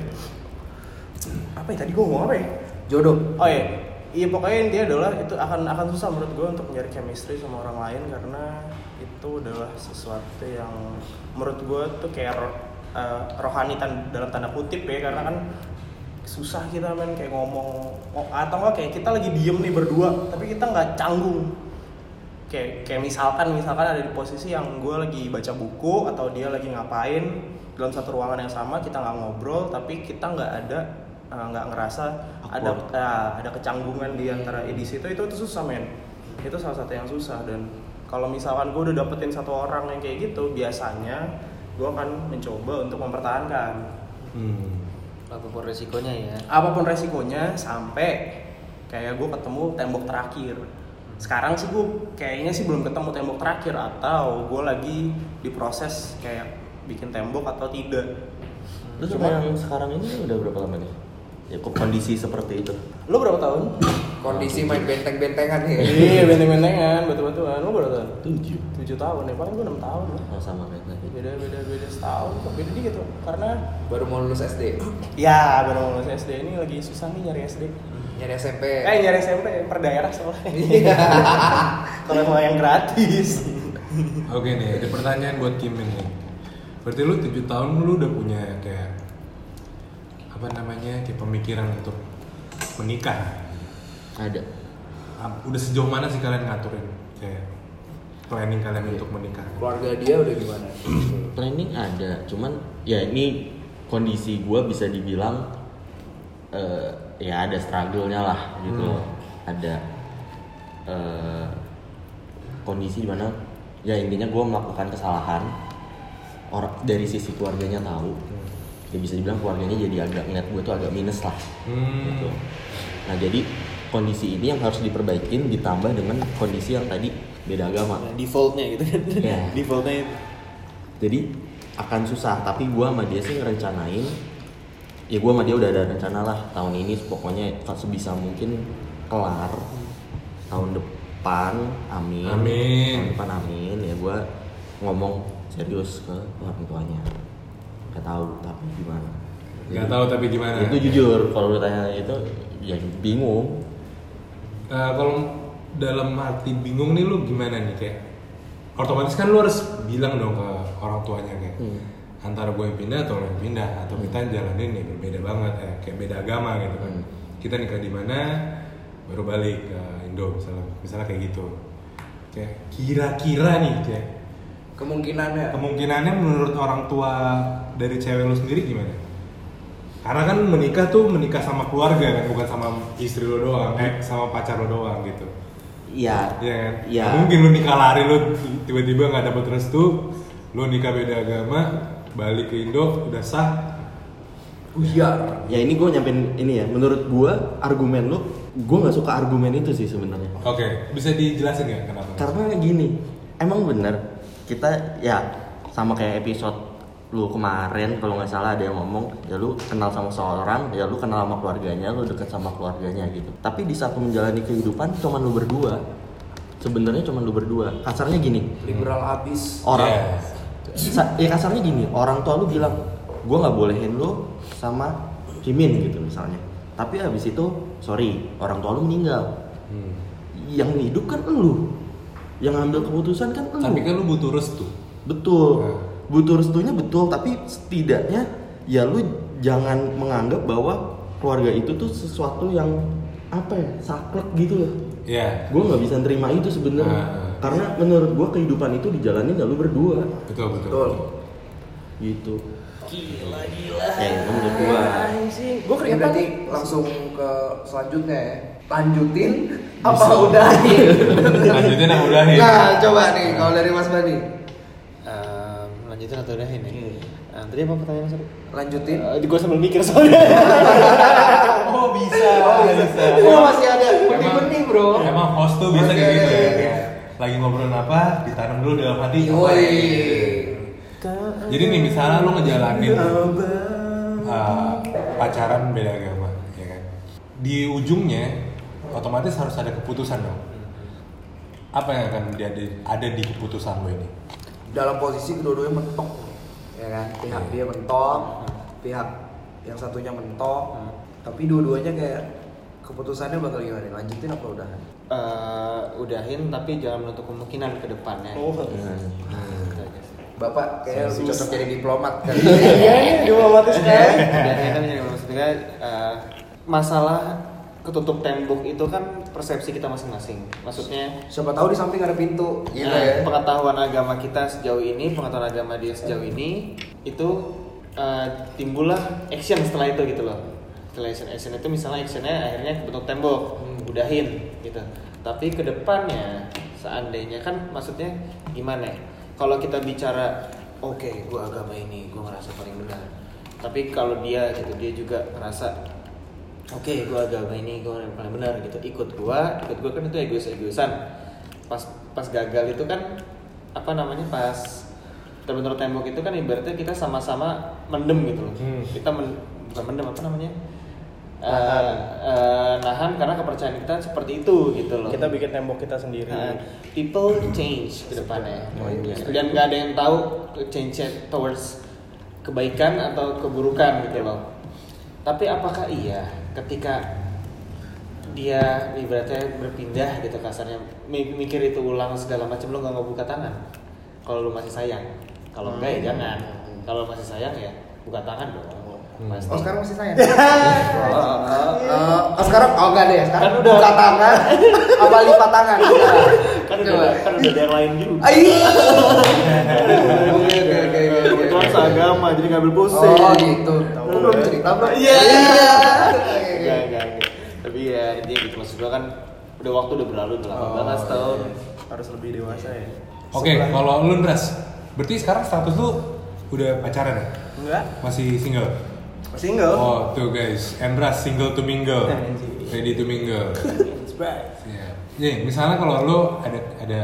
Speaker 3: Apa ya tadi gue ngomong apa ya?
Speaker 1: jodoh
Speaker 3: Oh iya Iya pokoknya intinya adalah itu akan akan susah menurut gue untuk mencari chemistry sama orang lain karena itu adalah sesuatu yang menurut gue tuh kayak ro- eh, rohani tan- dalam tanda kutip ya karena kan susah kita men kayak ngomong ngo- atau enggak kayak kita lagi diem nih berdua tapi kita nggak canggung kayak kayak misalkan misalkan ada di posisi yang gue lagi baca buku atau dia lagi ngapain dalam satu ruangan yang sama kita nggak ngobrol tapi kita nggak ada eh, nggak ngerasa ada ah, ada kecanggungan di antara eh, di situ itu itu susah men itu salah satu yang susah dan kalau misalkan gue udah dapetin satu orang yang kayak gitu biasanya gue akan mencoba untuk mempertahankan
Speaker 2: Hmm.
Speaker 4: apapun resikonya ya
Speaker 3: apapun resikonya sampai kayak gue ketemu tembok terakhir sekarang sih gue kayaknya sih belum ketemu tembok terakhir atau gue lagi diproses kayak bikin tembok atau tidak
Speaker 7: lu sama yang sekarang ini udah berapa lama nih ya kok kondisi seperti itu
Speaker 3: lo berapa tahun
Speaker 1: kondisi main benteng-bentengan nih
Speaker 3: iya benteng-bentengan batu-batuan lo berapa tahun
Speaker 7: tujuh
Speaker 3: tujuh tahun ya paling gue enam tahun lah
Speaker 7: oh, sama kayak tadi
Speaker 3: beda beda beda setahun kok beda dikit tuh karena
Speaker 1: baru mau lulus SD
Speaker 3: ya baru mau lulus SD ini lagi susah nih nyari SD
Speaker 1: nyari SMP
Speaker 3: eh nyari SMP per daerah soalnya
Speaker 1: Iya.
Speaker 3: kalau mau yang gratis
Speaker 2: Oke nih, ada pertanyaan buat Kim ini. Berarti lu 7 tahun lu udah punya kayak apa namanya kayak pemikiran untuk menikah.
Speaker 7: ada
Speaker 2: Ap- Udah sejauh mana sih kalian ngaturin kayak planning kalian
Speaker 7: Iya.
Speaker 2: untuk menikah?
Speaker 1: keluarga dia udah gimana
Speaker 7: planning ada cuman ya ini kondisi gue bisa dibilang eh, ya ada struggle-nya lah gitu
Speaker 2: Hmm.
Speaker 7: loh. ada eh, kondisi dimana ya intinya gue melakukan kesalahan orang dari sisi keluarganya tahu ya bisa dibilang keluarganya jadi agak ngeliat gue tuh agak minus lah
Speaker 2: Hmm.
Speaker 7: gitu nah jadi kondisi ini yang harus diperbaikin ditambah dengan kondisi yang tadi beda agama
Speaker 4: defaultnya gitu kan
Speaker 7: Iya.
Speaker 4: defaultnya itu
Speaker 7: jadi akan susah tapi gua sama dia sih ngerencanain ya gua sama dia udah ada rencana lah tahun ini pokoknya kalau sebisa mungkin kelar tahun depan amin
Speaker 2: Amin.
Speaker 7: tahun depan amin ya gua ngomong serius ke orang tuanya nggak tahu tapi gimana
Speaker 2: Gak tahu tapi gimana.
Speaker 7: itu jujur kalau udah tanya itu ya bingung
Speaker 2: Nah, kalau dalam arti bingung nih lu gimana nih kayak otomatis kan lu harus bilang dong ke orang tuanya kayak
Speaker 7: Hmm.
Speaker 2: antara gue yang pindah atau lo yang pindah atau kita jalanin ya berbeda banget ya kayak beda agama gitu kan
Speaker 7: Hmm.
Speaker 2: kita nikah di mana baru balik ke Indo misalnya misalnya kayak gitu kayak kira-kira nih kayak
Speaker 1: kemungkinannya
Speaker 2: kemungkinannya menurut orang tua dari cewek lu sendiri gimana Karena kan menikah tuh menikah sama keluarga kan, bukan sama istri lo doang, eh sama pacar lo doang gitu.
Speaker 7: Iya.
Speaker 2: Iya kan?
Speaker 7: Iya.
Speaker 2: Nah, Mungkin lu nikah lari lu tiba-tiba nggak dapet restu, lu nikah beda agama, balik ke Indo udah sah.
Speaker 1: Iya.
Speaker 7: Ya ini gue nyampein ini ya. Menurut gue argumen lu, gue nggak suka argumen itu sih sebenarnya.
Speaker 2: Oke, bisa dijelasin nggak kenapa?
Speaker 7: Karena gini, emang bener kita ya sama kayak episode lu kemarin kalau nggak salah ada yang ngomong ya lu kenal sama seorang ya lu kenal sama keluarganya lu deket sama keluarganya gitu tapi di saat lu menjalani kehidupan cuman lu berdua sebenarnya cuman lu berdua kasarnya gini
Speaker 1: Liberal abis.
Speaker 7: orang
Speaker 2: Yes.
Speaker 7: Sa- ya kasarnya gini orang tua lu bilang gue nggak bolehin lu sama Jimin gitu misalnya tapi habis itu sorry orang tua lu meninggal
Speaker 2: Hmm.
Speaker 7: yang hidup kan lu yang ambil keputusan kan Ya. lu
Speaker 2: Tapi kan lu butuh restu.
Speaker 7: betul
Speaker 2: Nah.
Speaker 7: butuh restunya betul tapi setidaknya ya lu jangan menganggap bahwa keluarga itu tuh sesuatu yang apa ya saklek gitu loh
Speaker 2: Iya.
Speaker 7: gue nggak bisa nerima itu sebenarnya
Speaker 2: Nah.
Speaker 7: karena menurut gue kehidupan itu dijalani ya lu berdua
Speaker 2: Betul betul.
Speaker 1: Betul.
Speaker 2: betul.
Speaker 7: gitu gila gila eh itu menurut gua
Speaker 1: Gue kira berarti langsung ke selanjutnya ya. Lanjutin apa udah nih?
Speaker 2: Lanjutin yang udah nih.
Speaker 4: Nah, coba nih kalau dari Mas Bani. Ehm, lanjutin atau udahin nih? Ehm, tadi apa pertanyaan sorry?
Speaker 1: Lanjutin.
Speaker 4: Eh, di gua sambil mikir soalnya.
Speaker 2: Oh bisa. Oh, bisa.
Speaker 4: Gua masih ada.
Speaker 2: Emang-
Speaker 4: Bening-bening, Bro.
Speaker 2: Emang host tuh biasa kayak
Speaker 1: Iya,
Speaker 4: Oke.
Speaker 2: gitu ya. kayak Lagi ngobrolin apa, ditanam dulu dalam hati.
Speaker 1: Woi.
Speaker 2: Jadi nih misalnya lu ngejalanin uh, pacaran beda agama, ya kan? Di ujungnya otomatis harus ada keputusan dong. Apa yang akan ada, ada di keputusan lo ini?
Speaker 1: Dalam posisi kedua-duanya mentok, ya kan? Pihak dia mentok, pihak yang satunya mentok. Tapi dua-duanya kayak keputusannya bakal gimana? Lanjutin apa udah?
Speaker 4: Eh, udahin tapi jangan menutup kemungkinan ke depannya.
Speaker 3: Oh.
Speaker 4: Gitu aja sih.
Speaker 1: Bapak kayak lebih cocok jadi diplomat kan?
Speaker 3: Iya, iya, diplomatis sekali.
Speaker 4: Udahin tapi jangan iya, kan maksudnya eh, masalah ketutup tembok itu kan persepsi kita masing-masing. Maksudnya
Speaker 1: Siapa tahu di samping ada pintu, gitu
Speaker 2: Iya.
Speaker 4: Nah,
Speaker 1: ya.
Speaker 4: pengetahuan agama kita sejauh ini, pengetahuan agama dia sejauh ini itu eh, timbullah action setelah itu gitu loh. Setelah action, action itu misalnya actionnya akhirnya bentuk tembok, udahin gitu. Tapi kedepannya seandainya kan maksudnya gimana? ya? Kalau kita bicara, oke, gua agama ini, gua ngerasa paling benar. Tapi kalau dia gitu, dia juga ngerasa oke gue agama ini gue yang paling benar gitu ikut gua ikut gua kan itu egois egoisan pas pas gagal itu kan apa namanya pas terbentur tembok itu kan ibaratnya kita sama-sama mendem gitu loh
Speaker 2: Hmm.
Speaker 4: kita men, bukan mendem apa namanya nahan. nahan karena kepercayaan kita seperti itu gitu loh
Speaker 5: Kita bikin tembok kita sendiri.
Speaker 4: Nah, people change ke depannya. Dan nggak ada yang tahu change towards kebaikan atau keburukan gitu loh. Tapi apakah iya ketika dia ibaratnya berpindah gitu kasarnya mi- mikir itu ulang segala macam lo nggak mau buka tangan kalau lo masih sayang kalau enggak ya jangan kalau masih sayang ya buka tangan dong pasti
Speaker 1: Oh sekarang masih saya.
Speaker 4: Oh, oh, oh.
Speaker 1: Eh, oh sekarang oh enggak deh sekarang
Speaker 4: Kan udah.
Speaker 1: buka tangan apa lipat tangan
Speaker 4: kan
Speaker 1: Coba.
Speaker 4: udah kan udah ada yang lain juga
Speaker 1: Aiyah. Oke, oke, oke, oke, oke.
Speaker 5: Kebetulan seagama, jadi ngambil pusing.
Speaker 1: iya, oh gitu Lu belum cerita belum iya
Speaker 4: Enggak, enggak, enggak. Tapi ya intinya gitu maksud gua kan udah waktu udah berlalu udah lama
Speaker 1: Oh,
Speaker 4: banget setahun.
Speaker 5: Harus lebih dewasa ya.
Speaker 2: Oke,
Speaker 5: Sebelah-
Speaker 2: kalau lu Ndras, berarti sekarang status lu udah pacaran ya?
Speaker 5: enggak
Speaker 2: Masih single?
Speaker 5: single.
Speaker 2: Oh, tuh guys, Endras single to mingle.
Speaker 5: Anjing.
Speaker 2: Ready to mingle.
Speaker 5: It's bad.
Speaker 2: Iya. Nih, misalnya kalau lo ada ada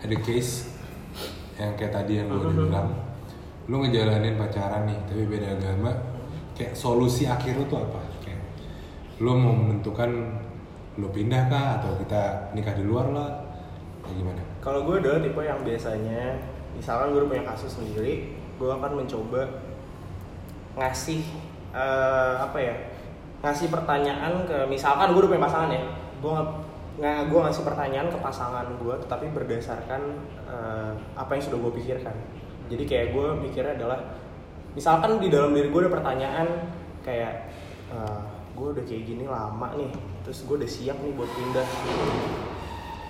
Speaker 2: ada case yang kayak tadi yang gue
Speaker 1: Mm-hmm.
Speaker 2: udah bilang, lo ngejalanin pacaran nih, tapi beda agama, kayak solusi akhir lo tuh apa? Kayak lo mau menentukan lo pindah kah atau kita nikah di luar lah, kayak gimana?
Speaker 5: Kalau gue udah tipe yang biasanya, misalkan gue udah punya kasus sendiri, gue akan mencoba ngasih eh, apa ya, ngasih pertanyaan ke misalkan gue udah punya pasangan ya, gue nggak gue ngasih pertanyaan ke pasangan gue, tetapi berdasarkan eh, apa yang sudah gue pikirkan. Jadi kayak gue mikirnya adalah, misalkan di dalam diri gue ada pertanyaan kayak eh, gue udah kayak gini lama nih, terus gue udah siap nih buat pindah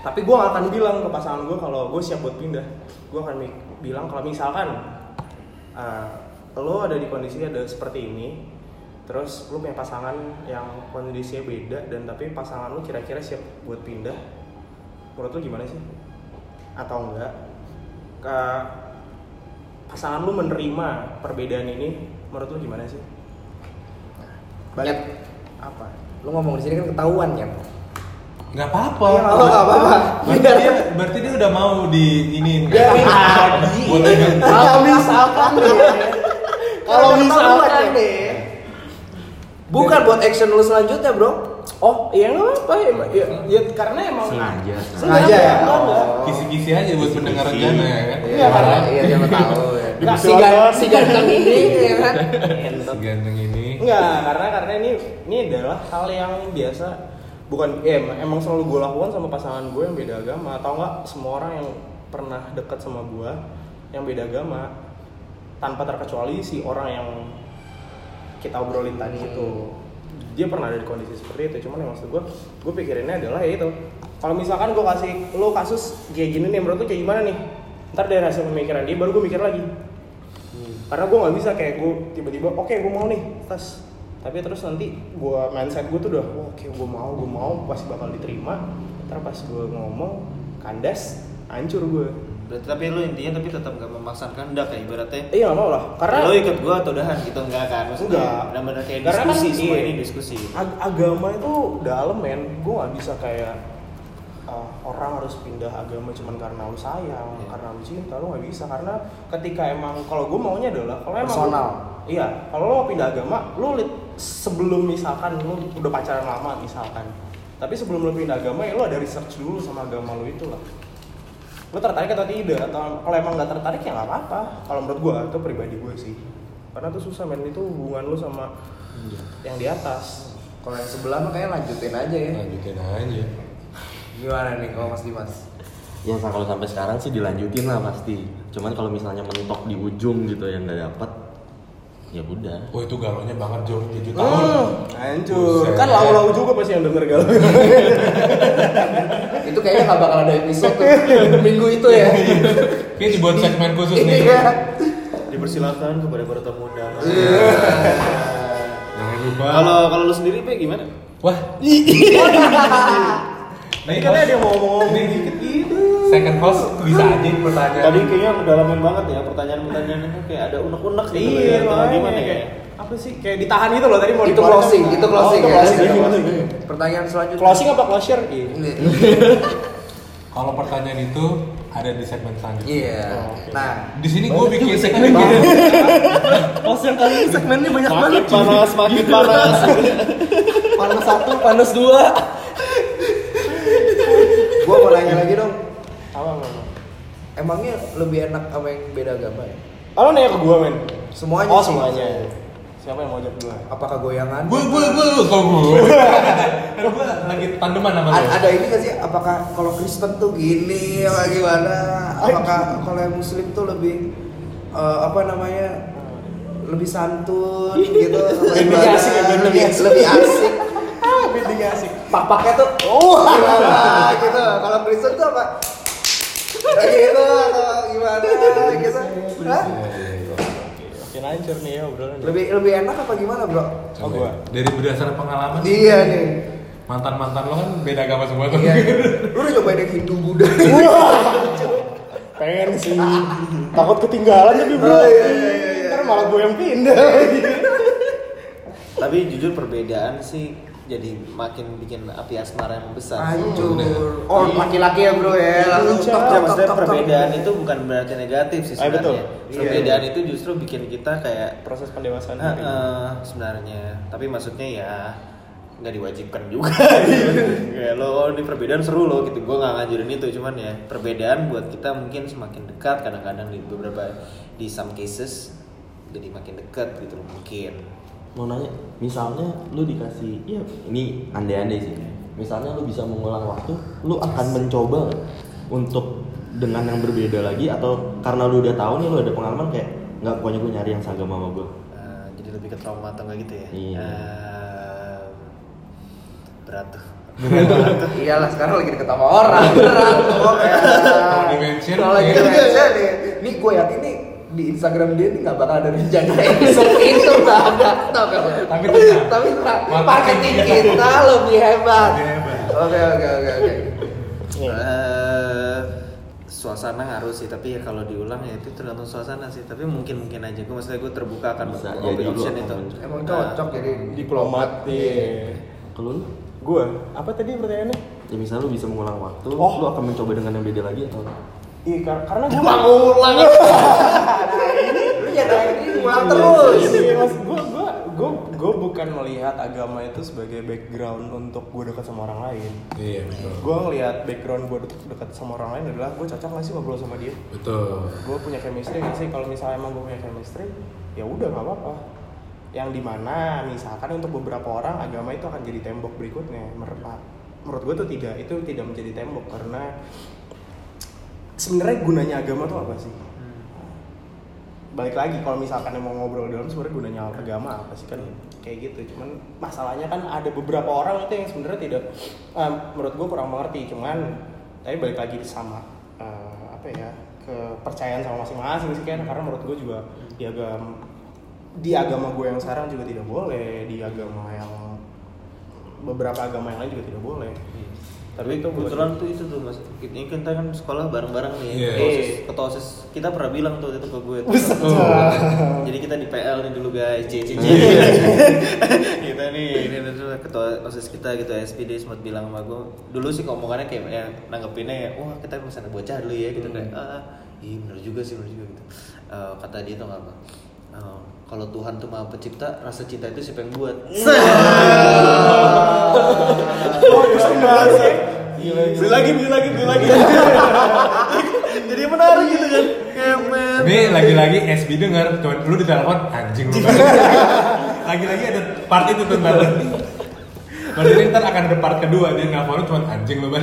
Speaker 5: tapi gue gak akan bilang ke pasangan gue kalau gue siap buat pindah gue akan mi- bilang kalau misalkan eh, lo ada di kondisi ada seperti ini
Speaker 3: terus lu punya pasangan yang kondisinya beda dan tapi pasangan lu kira-kira siap buat pindah menurut lu gimana sih atau enggak ke pasangan lu menerima perbedaan ini menurut lu gimana sih
Speaker 1: Banyak
Speaker 3: apa
Speaker 1: lu ngomong di sini kan ketahuan ya.
Speaker 2: nggak apa-apa
Speaker 1: Iya, nggak apa-apa, nggak apa-apa. Iya,
Speaker 2: berarti
Speaker 1: Biar-
Speaker 2: dia berarti dia udah mau di kan? ini
Speaker 1: Biarin
Speaker 2: tadi
Speaker 1: Kalau misalkan
Speaker 4: Kalau misalkan
Speaker 1: deh. Bukan buat action lu selanjutnya, Bro.
Speaker 3: oh iya nggak apa ya, ya, ya, karena emang
Speaker 7: sengaja
Speaker 1: Sengaja ya.
Speaker 3: enggak, enggak.
Speaker 2: kisi-kisi aja buat pendengar
Speaker 7: Kisi-kisi.
Speaker 2: rencana ya kan
Speaker 1: Iya, karena iya dia nggak tahu ya.
Speaker 10: Nggak,
Speaker 1: Si gan- si ganteng ini ya kan.
Speaker 2: si ganteng ini
Speaker 3: Enggak, karena karena ini ini adalah hal yang biasa bukan ya, em- emang selalu gue lakukan sama pasangan gue yang beda agama atau enggak semua orang yang pernah dekat sama gue yang beda agama tanpa terkecuali si orang yang kita obrolin tadi itu dia pernah ada di kondisi seperti itu cuman yang maksud gue gue pikirinnya adalah ya itu kalau misalkan gue kasih lo kasus kayak gini nih menurut lo kayak gimana nih ntar dari hasil pemikiran dia baru gue mikir lagi karena gue nggak bisa kayak gue tiba-tiba oke gue mau nih tas tapi terus nanti gue mindset gue tuh udah "Wah, oke gue mau gue mau pasti bakal diterima ntar pas gue ngomong kandas hancur gue
Speaker 4: Berarti tapi lu intinya tapi tetap gak memaksakan kendak ya ibaratnya.
Speaker 3: iya nggak mau lah karena
Speaker 4: lo ikut gua atau dahan gitu enggak kan? Maksudnya
Speaker 3: Enggak.
Speaker 4: benar-benar kayak
Speaker 3: Karena
Speaker 4: diskusi
Speaker 3: kan-
Speaker 4: semua
Speaker 3: iya.
Speaker 4: ini diskusi.
Speaker 3: Ag- agama itu dalam men gue nggak bisa kayak ah, orang harus pindah agama cuman karena lu sayang
Speaker 4: Iya.
Speaker 3: karena lu cinta lu nggak bisa karena ketika emang kalau gue maunya adalah kalau emang
Speaker 1: Personal.
Speaker 3: iya kalau lu mau pindah agama lu lit- sebelum misalkan lu udah pacaran lama misalkan tapi sebelum lu pindah agama ya lu ada research dulu sama agama lu itu lah lu tertarik atau tidak atau kalau emang nggak tertarik ya nggak apa-apa kalau menurut gue itu pribadi gue sih karena tuh susah men itu hubungan lu sama yang di atas
Speaker 1: Kalau yang sebelah mah kayaknya lanjutin aja ya.
Speaker 2: lanjutin aja
Speaker 1: Gimana nih kalau Mas Dimas?
Speaker 7: ya sa- kalau sampai sekarang sih dilanjutin lah pasti cuman kalau misalnya mentok di ujung gitu yang nggak dapet ya udah
Speaker 2: oh itu galonya banget jauh 7
Speaker 1: Hmm,
Speaker 2: tahun
Speaker 3: hancur
Speaker 2: Buset.
Speaker 3: kan lau-lau juga pasti yang denger galau
Speaker 1: Itu kayaknya nggak bakal ada episode tuh minggu itu ya.
Speaker 2: ini dibuat segmen khusus nih
Speaker 1: Iya.
Speaker 4: Dipersilakan kepada para tamu undangan.
Speaker 2: jangan lupa
Speaker 4: Iya. Kalau kalau lu sendiri Pe gimana?
Speaker 2: wah
Speaker 3: tadi katanya ada yang mau ngomong
Speaker 2: Ini second host bisa aja ini pertanyaan
Speaker 4: Tadi kayaknya kedalaman banget ya pertanyaan-pertanyaannya tuh kayak ada unek-unek gitu.
Speaker 3: iya
Speaker 4: Atau
Speaker 3: makanya
Speaker 4: gimana ya?
Speaker 3: kayak apa sih kayak ditahan gitu loh tadi mau
Speaker 1: Itu
Speaker 3: dikeluarin.
Speaker 1: closing, itu closing ya.
Speaker 3: Oh, closing,
Speaker 1: Itu
Speaker 3: closing.
Speaker 1: closing. Pertanyaan selanjutnya.
Speaker 3: closing apa closure gitu
Speaker 1: Ini.
Speaker 2: kalau pertanyaan itu ada di segmen selanjutnya
Speaker 1: Iya. Nah,
Speaker 2: di sini gue bikin segmen
Speaker 4: Maksudnya kali segmennya banyak
Speaker 7: banget, cuy.
Speaker 4: panas, makin panas.
Speaker 1: panas satu, panas dua. gua mau nanya lagi dong.
Speaker 3: apa apa apa.
Speaker 1: Emangnya lebih enak sama yang beda agama ya?
Speaker 3: Ah, lo nanya ke gue men
Speaker 1: Semuanya.
Speaker 3: oh
Speaker 1: sih.
Speaker 3: semuanya siapa yang mau jawab duluan
Speaker 1: Apakah goyangan?
Speaker 2: gue gue gue lu kalau gue kan gue lagi tandeman sama lu
Speaker 1: A- Iya. ada ini gak sih? Apakah kalau Kristen tuh gini apa gimana? Apakah kalau yang Muslim tuh lebih eh, apa namanya? Lebih santun gitu? apa
Speaker 3: Lebih
Speaker 1: gimana?
Speaker 3: asik ya, lebih
Speaker 1: lebih
Speaker 3: asik.
Speaker 1: lebih asik.
Speaker 3: ah penting asik
Speaker 1: Papaknya tuh oh gimana gitu? Kalau Kristen tuh apa? Kayak gitu atau gimana gitu? Hah?
Speaker 3: oke hancur nih ya obrolan
Speaker 1: Lebih lebih enak apa gimana bro?
Speaker 3: Oh, gua.
Speaker 2: ya. dari berdasarkan pengalaman
Speaker 1: Iya nih.
Speaker 2: mantan mantan lo kan beda agama semua tuh
Speaker 1: Iya. Lu udah cobain yang Hindu Buddha?
Speaker 3: pengen sih takut ketinggalan jadi bro
Speaker 1: Oh, iya, iya, iya, iya.
Speaker 3: ntar malah gue yang pindah
Speaker 4: Tapi jujur perbedaan sih jadi makin bikin api asmara yang besar.
Speaker 1: Hancur. Oh, laki-laki ya bro ya. Langsung
Speaker 4: Iya,
Speaker 1: tok, tok,
Speaker 4: maksudnya
Speaker 1: tok, tok.
Speaker 4: perbedaan itu bukan berarti negatif sih
Speaker 3: Ah, betul.
Speaker 4: sebenarnya.
Speaker 1: Iya.
Speaker 4: Perbedaan itu justru bikin kita kayak
Speaker 3: proses pendewasaan
Speaker 4: "Ah,
Speaker 3: diri.
Speaker 4: eh, sebenarnya, tapi maksudnya ya nggak diwajibkan juga. Kayak lo ini perbedaan seru lo gitu. Gue nggak ngajarin itu, cuman ya perbedaan buat kita mungkin semakin dekat. Kadang-kadang di beberapa di some cases jadi makin dekat gitu loh, mungkin.
Speaker 7: mau nanya misalnya lu dikasih ya ini andai-andai sih misalnya lu bisa mengulang waktu lu akan mencoba nggak untuk dengan yang berbeda lagi atau karena lu udah tahu nih lu ada pengalaman kayak nggak pokoknya gue nyari yang seagama sama gue
Speaker 4: Eh, jadi lebih ke trauma atau nggak gitu ya?
Speaker 7: Iya.
Speaker 4: Eh, berat tuh.
Speaker 1: Iyalah sekarang lagi deket sama orang. Berat, pokoknya.
Speaker 2: Kalau di mention,
Speaker 1: Kalau lagi
Speaker 2: iya.
Speaker 1: di mention, nih. Nih gue yakin nih di Instagram dia nih nggak bakal ada rencana episode itu nggak ada tau gak lo?
Speaker 2: Tapi tenang.
Speaker 1: tapi tenang.
Speaker 2: Marketing
Speaker 1: marketing kita lebih hebat
Speaker 2: Lebih hebat.
Speaker 1: oke oke oke oke Iya.
Speaker 4: Eh, suasana ngaruh sih tapi ya kalau diulang ya itu tergantung suasana sih tapi mungkin mungkin aja gue maksudnya gue terbuka akan
Speaker 7: Bisa
Speaker 4: option
Speaker 7: jadi
Speaker 4: option
Speaker 7: lu
Speaker 4: itu
Speaker 7: akan-
Speaker 1: emang cocok jadi
Speaker 11: diplomat iya
Speaker 7: Kalau lu,
Speaker 11: gue apa tadi pertanyaannya
Speaker 7: ya misalnya lu bisa mengulang waktu,
Speaker 11: Oh.
Speaker 7: lu akan mencoba dengan yang beda lagi atau
Speaker 11: iya kar- karena gue
Speaker 4: Ulang ulang
Speaker 1: lu nyadar ini
Speaker 3: Iya,
Speaker 1: pulang terus
Speaker 3: gue gue gue gue bukan melihat agama itu sebagai background untuk gue dekat sama orang lain
Speaker 2: Iya betul.
Speaker 3: gue ngelihat background gue dekat sama orang lain adalah gue cocok gak sih ngobrol sama dia
Speaker 2: Betul.
Speaker 3: gue punya chemistry nggak sih kalau misalnya emang gue punya chemistry ya udah nggak apa-apa yang dimana misalkan untuk beberapa orang agama itu akan jadi tembok berikutnya menurut menurut gue tuh tidak itu tidak menjadi tembok karena sebenarnya gunanya agama tuh apa sih balik lagi kalau misalkan yang mau ngobrol dalam sebenarnya gunanya agama apa sih kan kayak gitu cuman masalahnya kan ada beberapa orang itu yang sebenarnya tidak eh, menurut gue kurang mengerti cuman tapi balik lagi sama eh, apa ya kepercayaan sama masing-masing sih kan karena menurut gue juga di agama di agama gue yang sekarang juga tidak boleh di agama yang beberapa agama yang lain juga tidak boleh
Speaker 4: tapi itu kebetulan tuh itu tuh mas ini kita kan sekolah bareng bareng nih
Speaker 2: Iya.
Speaker 4: ketua OSIS- ketua OSIS kita pernah bilang tuh waktu itu ke gue tuh. jadi kita di PL nih dulu guys C C C kita nih ini adalah ketua osis kita gitu SPD sempat bilang sama gue dulu sih omongannya kayak ya, nanggepinnya ya wah kita misalnya bocah dulu ya gitu kayak ah iya bener juga sih bener juga gitu Eh, kata dia tuh nggak apa eh, kalau Tuhan tuh maha pencipta rasa cinta itu siapa yang buat
Speaker 3: Oh, iya, beli lagi beli lagi beli lagi
Speaker 4: jadi menarik gitu kan Kemen.
Speaker 2: Ini lagi-lagi SB denger, cuman lu ditelepon anjing lu. lagi-lagi ada part itu tentang Berarti ntar akan ada part kedua dia nelfon lu cuman anjing lu ban.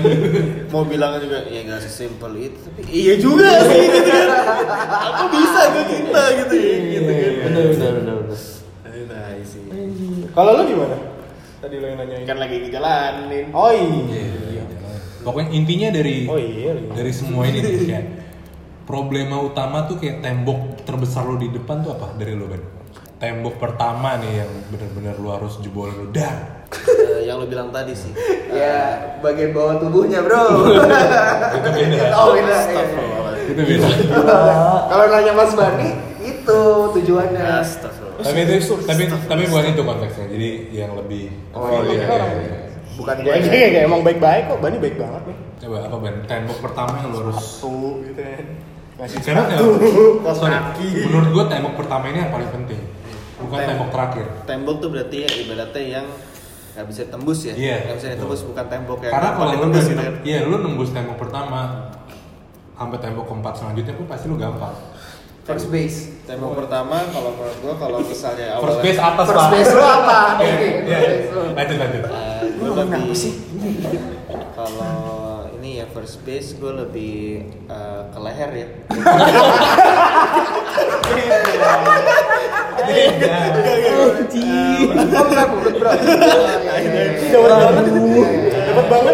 Speaker 4: mau bilang juga ya nggak sesimpel itu tapi iya juga sih gitu kan aku bisa ke kita gitu ya
Speaker 2: Iya.
Speaker 4: gitu kan
Speaker 11: iya.
Speaker 7: Benar, benar, benar, benar.
Speaker 4: nah sih
Speaker 3: kalau lu gimana tadi lo yang nanyain
Speaker 4: kan lagi ngejalanin
Speaker 3: oh iya
Speaker 2: Pokoknya intinya dari
Speaker 3: oh iya
Speaker 2: dari semua ini nih, kayak problema utama tuh kayak tembok terbesar lu di depan tuh apa dari lu ban? Tembok pertama nih yang bener-bener lu harus jebol lu dah.
Speaker 4: Eh, yang lo bilang tadi sih
Speaker 1: ya bagian bawah tubuhnya bro
Speaker 2: Itu beda.
Speaker 1: oh beda iya.
Speaker 2: Itu
Speaker 3: Iya.
Speaker 2: beda.
Speaker 1: kalau nanya Mas Bani itu tujuannya
Speaker 4: Astagfirullah.
Speaker 2: tapi itu tapi tapi bukan itu konteksnya. Jadi yang lebih
Speaker 1: Oh, iya,
Speaker 2: Iya,
Speaker 1: iya,
Speaker 2: iya.
Speaker 1: bukan
Speaker 3: Iya,
Speaker 1: gue
Speaker 3: iya, iya, emang baik-baik kok, Bani baik banget nih
Speaker 2: Coba apa Ben? Tembok pertama yang lu harus
Speaker 3: Tuh, gitu kan Ngasih
Speaker 2: Karena
Speaker 3: sepatu, kaos
Speaker 2: sorry,
Speaker 3: kaki
Speaker 2: menurut gue tembok pertama ini yang paling penting. Bukan
Speaker 4: Tembok.
Speaker 2: tembok terakhir.
Speaker 4: tembok tuh berarti ya ibaratnya yang nggak bisa ditembus ya
Speaker 2: Iya.
Speaker 4: nggak bisa ditembus bukan tembok yang
Speaker 2: Karena kalau lu
Speaker 4: ditembus
Speaker 2: udah-
Speaker 4: gitu
Speaker 1: ya.
Speaker 4: kan
Speaker 2: iya lu nembus tembok pertama sampai tembok keempat selanjutnya pun pasti lu gampang.
Speaker 1: first base
Speaker 4: tembok pertama kalau menurut gua kalau misalnya
Speaker 2: First
Speaker 4: awalnya
Speaker 2: base atas
Speaker 1: First
Speaker 2: Pak.
Speaker 1: base lu apa?
Speaker 2: Iya,
Speaker 1: Oke,
Speaker 2: iya.
Speaker 1: first base lu.
Speaker 2: Lanjut lanjut.
Speaker 4: gue Eh, lebih kalau ini ya first base gue lebih eh, ke leher ya
Speaker 1: Iya. Oh, bukan bukan bro. Iya,
Speaker 3: Udah berat banget, dapat banget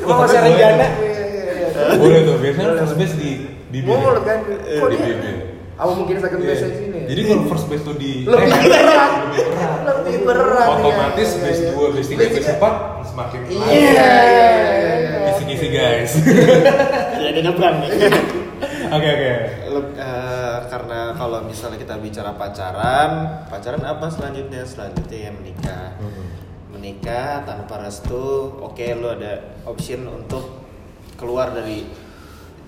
Speaker 3: Gua
Speaker 2: Oh,
Speaker 3: masih
Speaker 2: tapi boleh.
Speaker 1: Iya,
Speaker 3: rencana
Speaker 2: Boleh tuh, biasanya lu first base di di bibir.
Speaker 1: Mulut kan?
Speaker 2: Eh,
Speaker 1: Kok
Speaker 2: Di
Speaker 1: dia-
Speaker 2: bibir.
Speaker 1: Aku mungkin second
Speaker 2: Iya.
Speaker 1: base aja Kan sini. ya?
Speaker 2: Jadi kalau first base tuh di
Speaker 1: lebih
Speaker 2: leher,
Speaker 1: berat,
Speaker 2: lebih berat.
Speaker 1: lebih berat.
Speaker 2: Otomatis
Speaker 1: iya,
Speaker 2: base
Speaker 1: iya.
Speaker 2: 2, base 3, base 4 semakin
Speaker 1: Iya.
Speaker 2: Kisi-kisi guys.
Speaker 4: ya ada nyebrang nih
Speaker 2: Oke oke.
Speaker 4: eh, karena kalau misalnya kita bicara pacaran pacaran apa selanjutnya selanjutnya ya menikah menikah tanpa restu oke lu ada option untuk keluar dari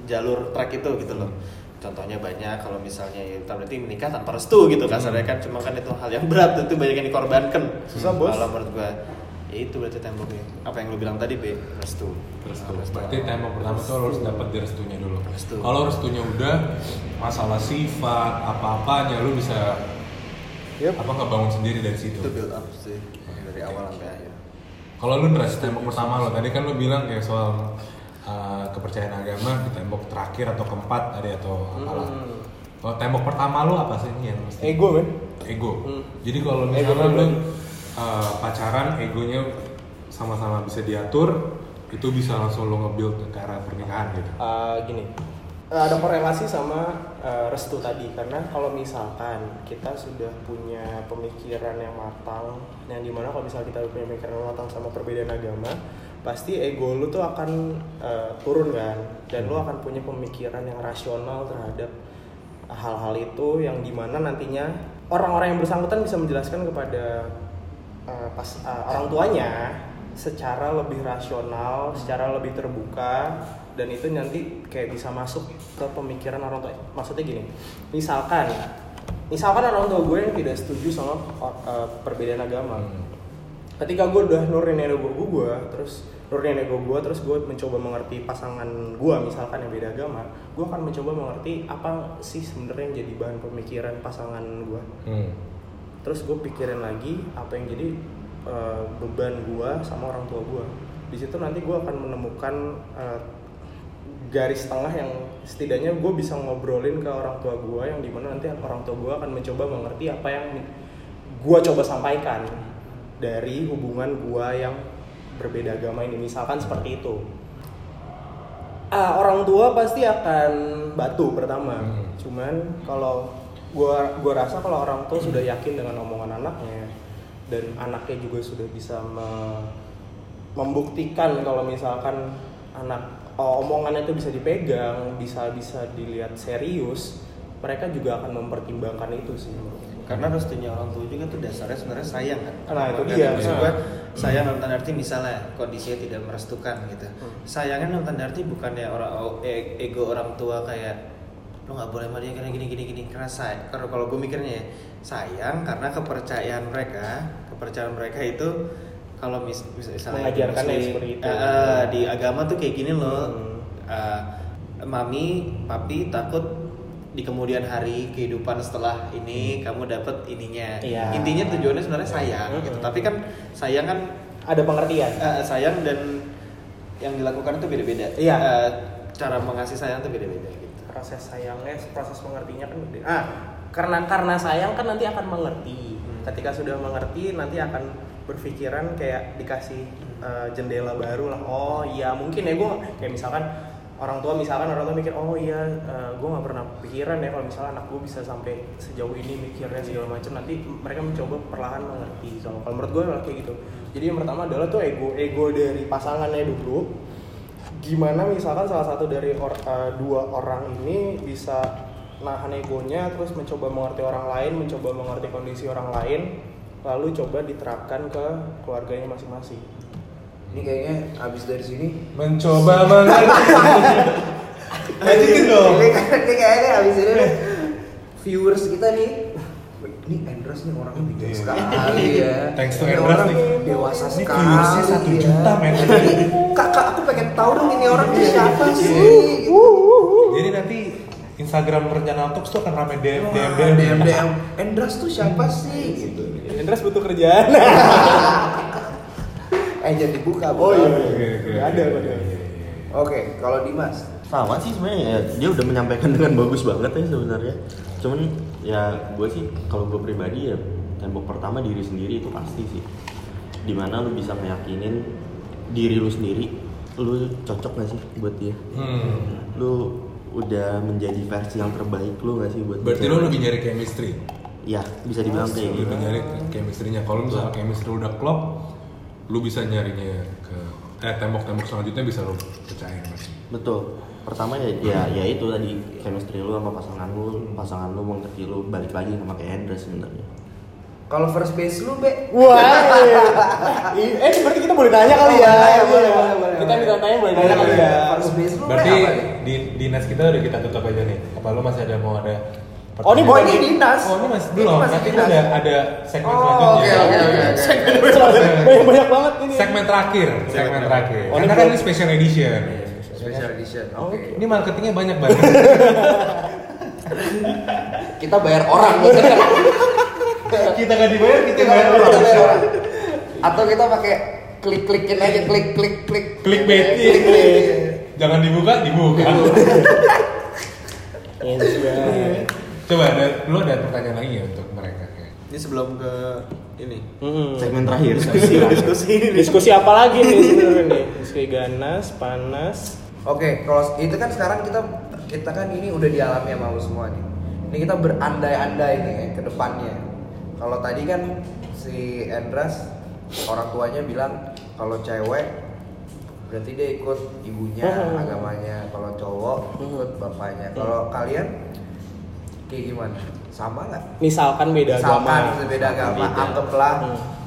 Speaker 4: jalur track itu gitu loh contohnya banyak kalau misalnya ya kita berarti menikah tanpa restu gitu kasarnya kan cuma kan itu hal yang berat itu banyak yang dikorbankan
Speaker 3: Susah, Bos.
Speaker 4: kalau menurut gua ya itu berarti temboknya apa yang lu bilang tadi be restu Nah, restu,
Speaker 2: Berarti tembok pertama tuh lo harus dapat dari restunya dulu.
Speaker 4: Restu.
Speaker 2: Kalau restunya udah masalah sifat apa-apanya lu bisa
Speaker 3: Yep.
Speaker 2: apa ngebangun sendiri dari situ.
Speaker 4: itu build up sih dari awal sampai akhir
Speaker 2: Kalau lu ngeras tembok pertama lo, tadi kan lu bilang kayak soal uh, kepercayaan agama di tembok terakhir atau keempat tadi atau apalah.
Speaker 1: Hmm.
Speaker 2: Kalau tembok pertama lu apa sih yang mesti?
Speaker 3: Ego kan? men
Speaker 2: ego.
Speaker 3: Hmm.
Speaker 2: Jadi kalau
Speaker 3: Ego
Speaker 2: misalnya lu
Speaker 3: pribadi.
Speaker 2: uh, pacaran egonya sama-sama bisa diatur, itu bisa langsung lu nge-build ke arah pernikahan gitu.
Speaker 3: Ah, Gini, eh, ada korelasi sama eh, restu tadi karena kalau misalkan kita sudah punya pemikiran yang matang yang dimana kalau misalnya kita punya pemikiran yang matang sama perbedaan agama pasti ego lu tuh akan eh, turun kan dan lu akan punya pemikiran yang rasional terhadap hal-hal itu yang dimana nantinya orang-orang yang bersangkutan bisa menjelaskan kepada eh, pas eh, orang tuanya secara lebih rasional, secara lebih terbuka dan itu nanti kayak bisa masuk ke pemikiran orang tua. Maksudnya gini, misalkan misalkan orang tua gue yang tidak setuju sama eh, perbedaan agama.
Speaker 2: Hmm.
Speaker 3: Ketika gue udah nurunin ego gue, gue terus nurunin ego gue, terus gue mencoba mengerti pasangan gue misalkan yang beda agama, gue akan mencoba mengerti apa sih sebenarnya yang jadi bahan pemikiran pasangan gue
Speaker 2: Hmm.
Speaker 3: terus gue pikirin lagi apa yang jadi eh, beban gue sama orang tua gue di situ nanti gue akan menemukan eh, garis tengah yang setidaknya gue bisa ngobrolin ke orang tua gue yang dimana nanti orang tua gue akan mencoba mengerti apa yang gue coba sampaikan dari hubungan gue yang berbeda agama ini misalkan seperti itu Ah, orang tua pasti akan batu pertama.
Speaker 2: Hmm.
Speaker 3: Cuman kalau gua gua rasa kalau orang tua sudah yakin dengan omongan anaknya dan anaknya juga sudah bisa me- membuktikan kalau misalkan anak oh, omongannya itu bisa dipegang, bisa bisa dilihat serius, mereka juga akan mempertimbangkan itu sih.
Speaker 4: karena restunya orang tua juga tuh dasarnya sebenarnya sayang kan
Speaker 3: Nah, itu
Speaker 4: Makanya
Speaker 3: dia.
Speaker 4: maksud
Speaker 3: Nah.
Speaker 4: gua, sayang dalam tanda arti misalnya kondisinya tidak merestukan gitu
Speaker 3: Hmm.
Speaker 4: sayangnya dalam tanda arti bukannya orang e- ego orang tua kayak lo nggak boleh sama dia karena gini gini gini karena say- kalau kalau gue mikirnya ya, sayang karena kepercayaan mereka kepercayaan mereka itu kalau mis, mis- misalnya
Speaker 3: Mengajarkannya
Speaker 4: muslim,
Speaker 3: seperti itu.
Speaker 4: eh, eh, di agama tuh kayak gini loh
Speaker 3: Hmm.
Speaker 4: Eh, mami papi takut di kemudian hari kehidupan setelah ini kamu dapat ininya
Speaker 3: Hmm. Iya.
Speaker 4: intinya tujuannya sebenarnya sayang
Speaker 3: Mhm.
Speaker 4: gitu tapi kan sayang kan
Speaker 3: Ada pengertian.
Speaker 4: eh, sayang dan yang dilakukan itu beda-beda
Speaker 3: Iya.
Speaker 4: Eh, cara mengasih sayang itu beda-beda gitu
Speaker 3: proses sayangnya proses mengertinya kan beda. ah karena karena sayang kan nanti akan mengerti ketika sudah mengerti nanti akan berpikiran kayak dikasih eh, jendela baru lah oh iya mungkin ya gue kayak misalkan orang tua misalkan orang tua mikir oh iya gue nggak pernah pikiran ya kalau misalnya anak gue bisa sampai sejauh ini mikirnya segala macam nanti mereka mencoba perlahan mengerti kalau kalau menurut gue kayak gitu jadi yang pertama adalah tuh ego ego dari pasangannya dulu gimana misalkan salah satu dari or- eh, dua orang ini bisa nahan egonya terus mencoba mengerti orang lain mencoba mengerti kondisi orang lain lalu coba diterapkan ke keluarganya masing-masing
Speaker 1: Ini kayaknya abis dari sini.
Speaker 2: Mencoba mengerti. Lanjutin Eh, gitu
Speaker 1: Iya.
Speaker 2: dong.
Speaker 1: Ini kayak- ini kayaknya abis ini nih, viewers kita nih. Ini Endros nih orangnya bijak
Speaker 2: Iya.
Speaker 1: sekali ya.
Speaker 2: Thanks to
Speaker 1: Ini
Speaker 2: Endros
Speaker 1: orang
Speaker 2: nih.
Speaker 1: Dewasa
Speaker 2: Ini
Speaker 1: sekali.
Speaker 2: viewersnya satu
Speaker 1: ya.
Speaker 2: juta, men. Iya.
Speaker 1: Ini Kakak aku pengen tahu dong ini orang tuh siapa sih. gitu.
Speaker 2: Jadi nanti Instagram rencana Talks tuh akan rame DM
Speaker 1: Wah,
Speaker 2: DM
Speaker 1: DM DM. Endros Iya. tuh siapa sih? Gitu.
Speaker 3: Endres butuh kerjaan
Speaker 1: Eh jangan dibuka. Bu.
Speaker 3: Oh, iya, iya.
Speaker 2: Oke, oke,
Speaker 3: Nggak ada,
Speaker 2: oke,
Speaker 3: nggak ada.
Speaker 2: iya, iya, iya.
Speaker 1: Oke, kalau Dimas,
Speaker 7: sama sih sebenarnya ya, dia udah menyampaikan dengan bagus banget ya sebenarnya cuman ya gue sih kalau gue pribadi ya tembok pertama diri sendiri itu pasti sih dimana lu bisa meyakinin diri lu sendiri lu cocok gak sih buat dia
Speaker 2: Hmm.
Speaker 7: lu udah menjadi versi yang terbaik lu gak sih buat
Speaker 2: Berarti
Speaker 7: dia?
Speaker 2: lu lebih nyari chemistry.
Speaker 7: ya bisa dibilang kayak gitu
Speaker 2: Lebih nyari chemistry-nya. Kalau misalnya chemistry lu udah klop, lu bisa nyarinya ke eh tembok-tembok selanjutnya bisa lu pecahin masih.
Speaker 7: Betul. Pertama ya, ya, ya itu tadi chemistry lu sama pasangan lu, pasangan lu mengerti lu balik lagi sama kayak Hendra sebenarnya.
Speaker 1: kalau first base lu, Be?
Speaker 3: wah iya, eh berarti kita boleh nanya kali ya
Speaker 1: Boleh, boleh, boleh, boleh.
Speaker 3: kita minta tanya boleh nanya kali ya
Speaker 1: First base lu, Be,
Speaker 2: Berarti
Speaker 1: apa nih?
Speaker 2: di dinas kita udah kita tutup aja nih. Apa lu masih ada mau ada
Speaker 3: Oh,
Speaker 1: Oh,
Speaker 2: pertanyaan?
Speaker 3: ini bukan
Speaker 1: ini
Speaker 3: di-
Speaker 1: dinas.
Speaker 2: Oh, ini masih belum.
Speaker 1: masih
Speaker 2: Nanti
Speaker 1: dinas.
Speaker 2: ada ada segmen
Speaker 1: Oh,
Speaker 2: selanjutnya.
Speaker 1: oke, oke, oke, oke.
Speaker 3: banyak banyak banget ini
Speaker 2: Segmen terakhir, segmen terakhir.
Speaker 3: Oh, ini
Speaker 2: Karena kan
Speaker 3: belum-
Speaker 2: ini special edition.
Speaker 1: Special edition. Oke.
Speaker 2: Ini marketingnya banyak banget.
Speaker 1: Kita bayar orang maksudnya.
Speaker 2: kita nggak dibayar, kita
Speaker 1: kita
Speaker 2: bayar
Speaker 1: bayar
Speaker 2: orang.
Speaker 1: orang. Atau kita pakai klik-klikin aja klik klik klik.
Speaker 2: Klik beti. Jangan dibuka, dibuka.
Speaker 3: Iya
Speaker 2: Coba ada, lu ada pertanyaan lagi ya untuk mereka kayak.
Speaker 4: ini sebelum ke ini
Speaker 7: Segmen terakhir.
Speaker 3: Hmm. diskusi apa lagi nih sebenarnya nih diskusi ganas panas
Speaker 1: Oke, kalau itu kan sekarang kita kita kan ini udah dialami sama lu semua nih. Ini kita berandai-andai nih ya, ke depannya. Kalau tadi kan si Endras orang tuanya bilang kalau cewek berarti dia ikut ibunya agamanya, kalau cowok ikut bapaknya. Kalau kalian kayak gimana? Sama nggak?
Speaker 3: Misalkan beda
Speaker 1: Misalkan gitu,
Speaker 3: agama.
Speaker 1: beda agama,
Speaker 7: Beda.
Speaker 1: anggaplah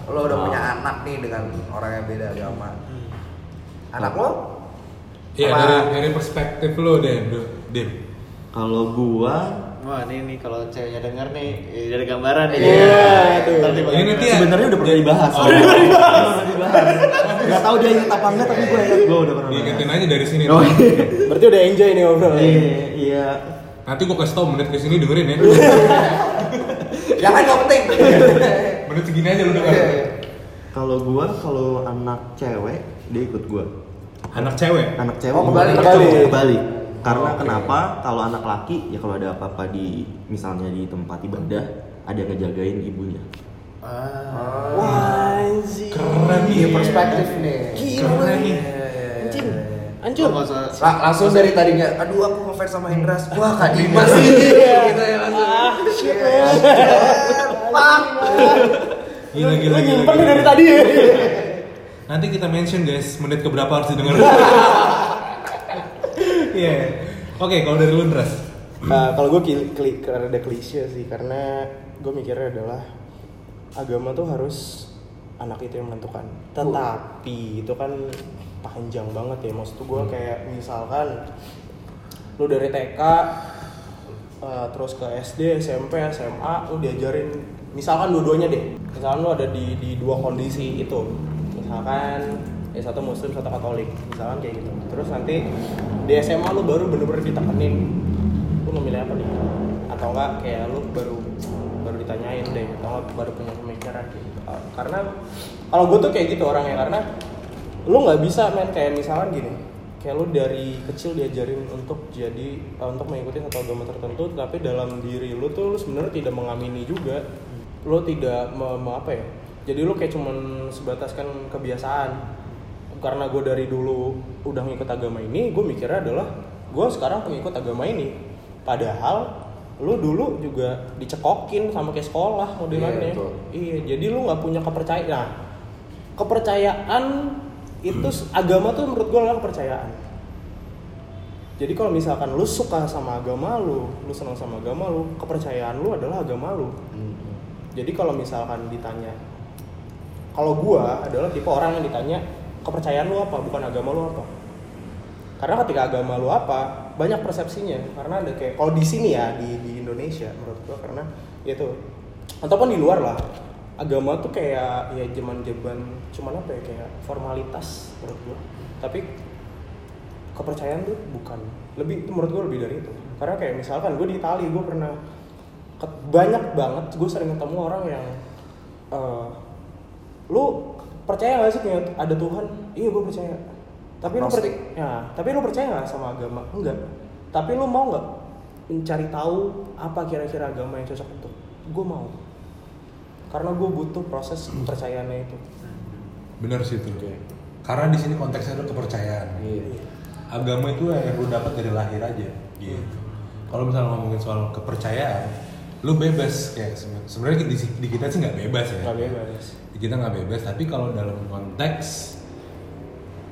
Speaker 1: lo udah
Speaker 7: Oh.
Speaker 1: punya anak nih dengan orang yang beda agama.
Speaker 3: Hmm.
Speaker 1: Anak lo?
Speaker 2: Iya
Speaker 1: Apa-
Speaker 2: dari dari perspektif lo deh, Dim.
Speaker 7: Kalau gua
Speaker 4: Wah ini nih kalau ceweknya denger nih eh, dari gambaran nih.
Speaker 3: Iya, aduh.
Speaker 4: Ntar dibangun.
Speaker 2: Ini nanti ya.
Speaker 7: sebenarnya udah pernah dibahas.
Speaker 2: Oh.
Speaker 7: Udah pernah dibahas. Udah pernah dibahas. Gak tau dia inget apa enggak tapi gua inget gua udah pernah.
Speaker 2: Diingetin
Speaker 7: bahas.
Speaker 2: aja dari sini.
Speaker 7: Oh,
Speaker 2: tuh.
Speaker 7: iya.
Speaker 3: Berarti udah enjoy nih obrolan.
Speaker 7: Iya, iya.
Speaker 2: Nanti gue kasih tau menit kesini dengerin ya.
Speaker 1: Jangan nggak penting.
Speaker 2: menit segini aja lu denger.
Speaker 7: Kalau gua kalau anak cewek dia ikut gua.
Speaker 2: Anak cewek.
Speaker 7: Anak cewek
Speaker 1: Oh, kebalik.
Speaker 7: kebalik.
Speaker 3: Kebalik.
Speaker 7: Kebalik. Karena
Speaker 2: Oke.
Speaker 7: kenapa kalau anak laki ya kalau ada apa-apa di misalnya di tempat ibadah ada yang ngejagain ibunya.
Speaker 3: Wah, anjir.
Speaker 2: Keren
Speaker 1: Iya
Speaker 2: nih
Speaker 1: perspektif nih.
Speaker 3: Gila.
Speaker 1: Iya,
Speaker 2: nih.
Speaker 1: iya, iya,
Speaker 3: Anjing.
Speaker 1: iya, iya.
Speaker 3: Anjir.
Speaker 4: Nggak usah-
Speaker 1: La- langsung dari tadinya, aduh aku ngefans sama Hendras, wah Kak Dimas sih,
Speaker 7: Iya.
Speaker 1: gitu ya langsung.
Speaker 7: Ah,
Speaker 1: Shit, fuck.
Speaker 2: Gila gila
Speaker 3: Lu
Speaker 2: gila.
Speaker 3: nyimpen
Speaker 2: gila.
Speaker 3: dari tadi ya.
Speaker 2: Nanti kita mention guys menit keberapa harus didengar. Iya. Oke, kalau dari lu Ndras.
Speaker 3: Nah, kalau gue klik, klik ada klise sih karena gue mikirnya adalah agama tuh harus anak itu yang menentukan. Tetapi itu kan panjang banget ya. Maksud gue kayak misalkan lu dari TK eh, terus ke SD, SMP, SMA lu diajarin misalkan dua-duanya deh. Misalkan lu ada di di dua kondisi itu. Misalkan ya satu muslim, satu katolik. Misalkan kayak gitu. Terus nanti di SMA lu baru bener-bener ditekenin lu memilih apa nih? Atau enggak kayak lu baru baru ditanyain deh atau enggak baru punya pemikiran Eh, karena kalau gue tuh kayak gitu orangnya karena lu nggak bisa main kayak misalkan gini kayak lu dari kecil diajarin untuk jadi eh, untuk mengikuti satu agama tertentu tapi dalam diri lu tuh lu sebenarnya tidak mengamini juga lu tidak me- me- apa ya jadi lu kayak cuman sebataskan kebiasaan karena gue dari dulu udah ngikut agama ini gue mikirnya adalah gue sekarang pengikut agama ini padahal lu dulu juga dicekokin sama kayak sekolah modelannya
Speaker 1: Iya, betul.
Speaker 3: iya jadi lu nggak punya kepercayaan nah, kepercayaan itu s- agama tuh menurut gue adalah kepercayaan jadi kalau misalkan lu suka sama agama lu lu senang sama agama lu kepercayaan lu adalah agama lu jadi kalau misalkan ditanya kalau gua adalah tipe orang yang ditanya kepercayaan lu apa bukan agama lu apa karena ketika agama lu apa banyak persepsinya karena ada kayak kalau di sini ya di di Indonesia menurut gua karena ya itu ataupun di luar lah agama tuh kayak ya zaman zaman cuman apa ya kayak formalitas menurut gua tapi kepercayaan tuh bukan lebih itu menurut gue lebih dari itu karena kayak misalkan gue di Itali gue pernah ke- banyak banget gue sering ketemu orang yang eh, lu percaya gak sih punya ada Tuhan iya gue percaya tapi lu percaya ya,
Speaker 1: Agnostik.
Speaker 3: tapi lu percaya gak sama agama enggak tapi lu mau nggak mencari tahu apa kira-kira agama yang cocok untuk gue mau karena gue butuh proses percayaannya itu
Speaker 2: Bener sih itu. Karena di sini konteksnya ada kepercayaan. Agama itu yang lu dapat dari lahir aja. Gitu. Kalau misalnya ngomongin soal kepercayaan, lu bebas kayak seben- sebenarnya di, di kita sih nggak bebas ya.
Speaker 3: nggak bebas
Speaker 2: Di kita nggak bebas, tapi kalau dalam konteks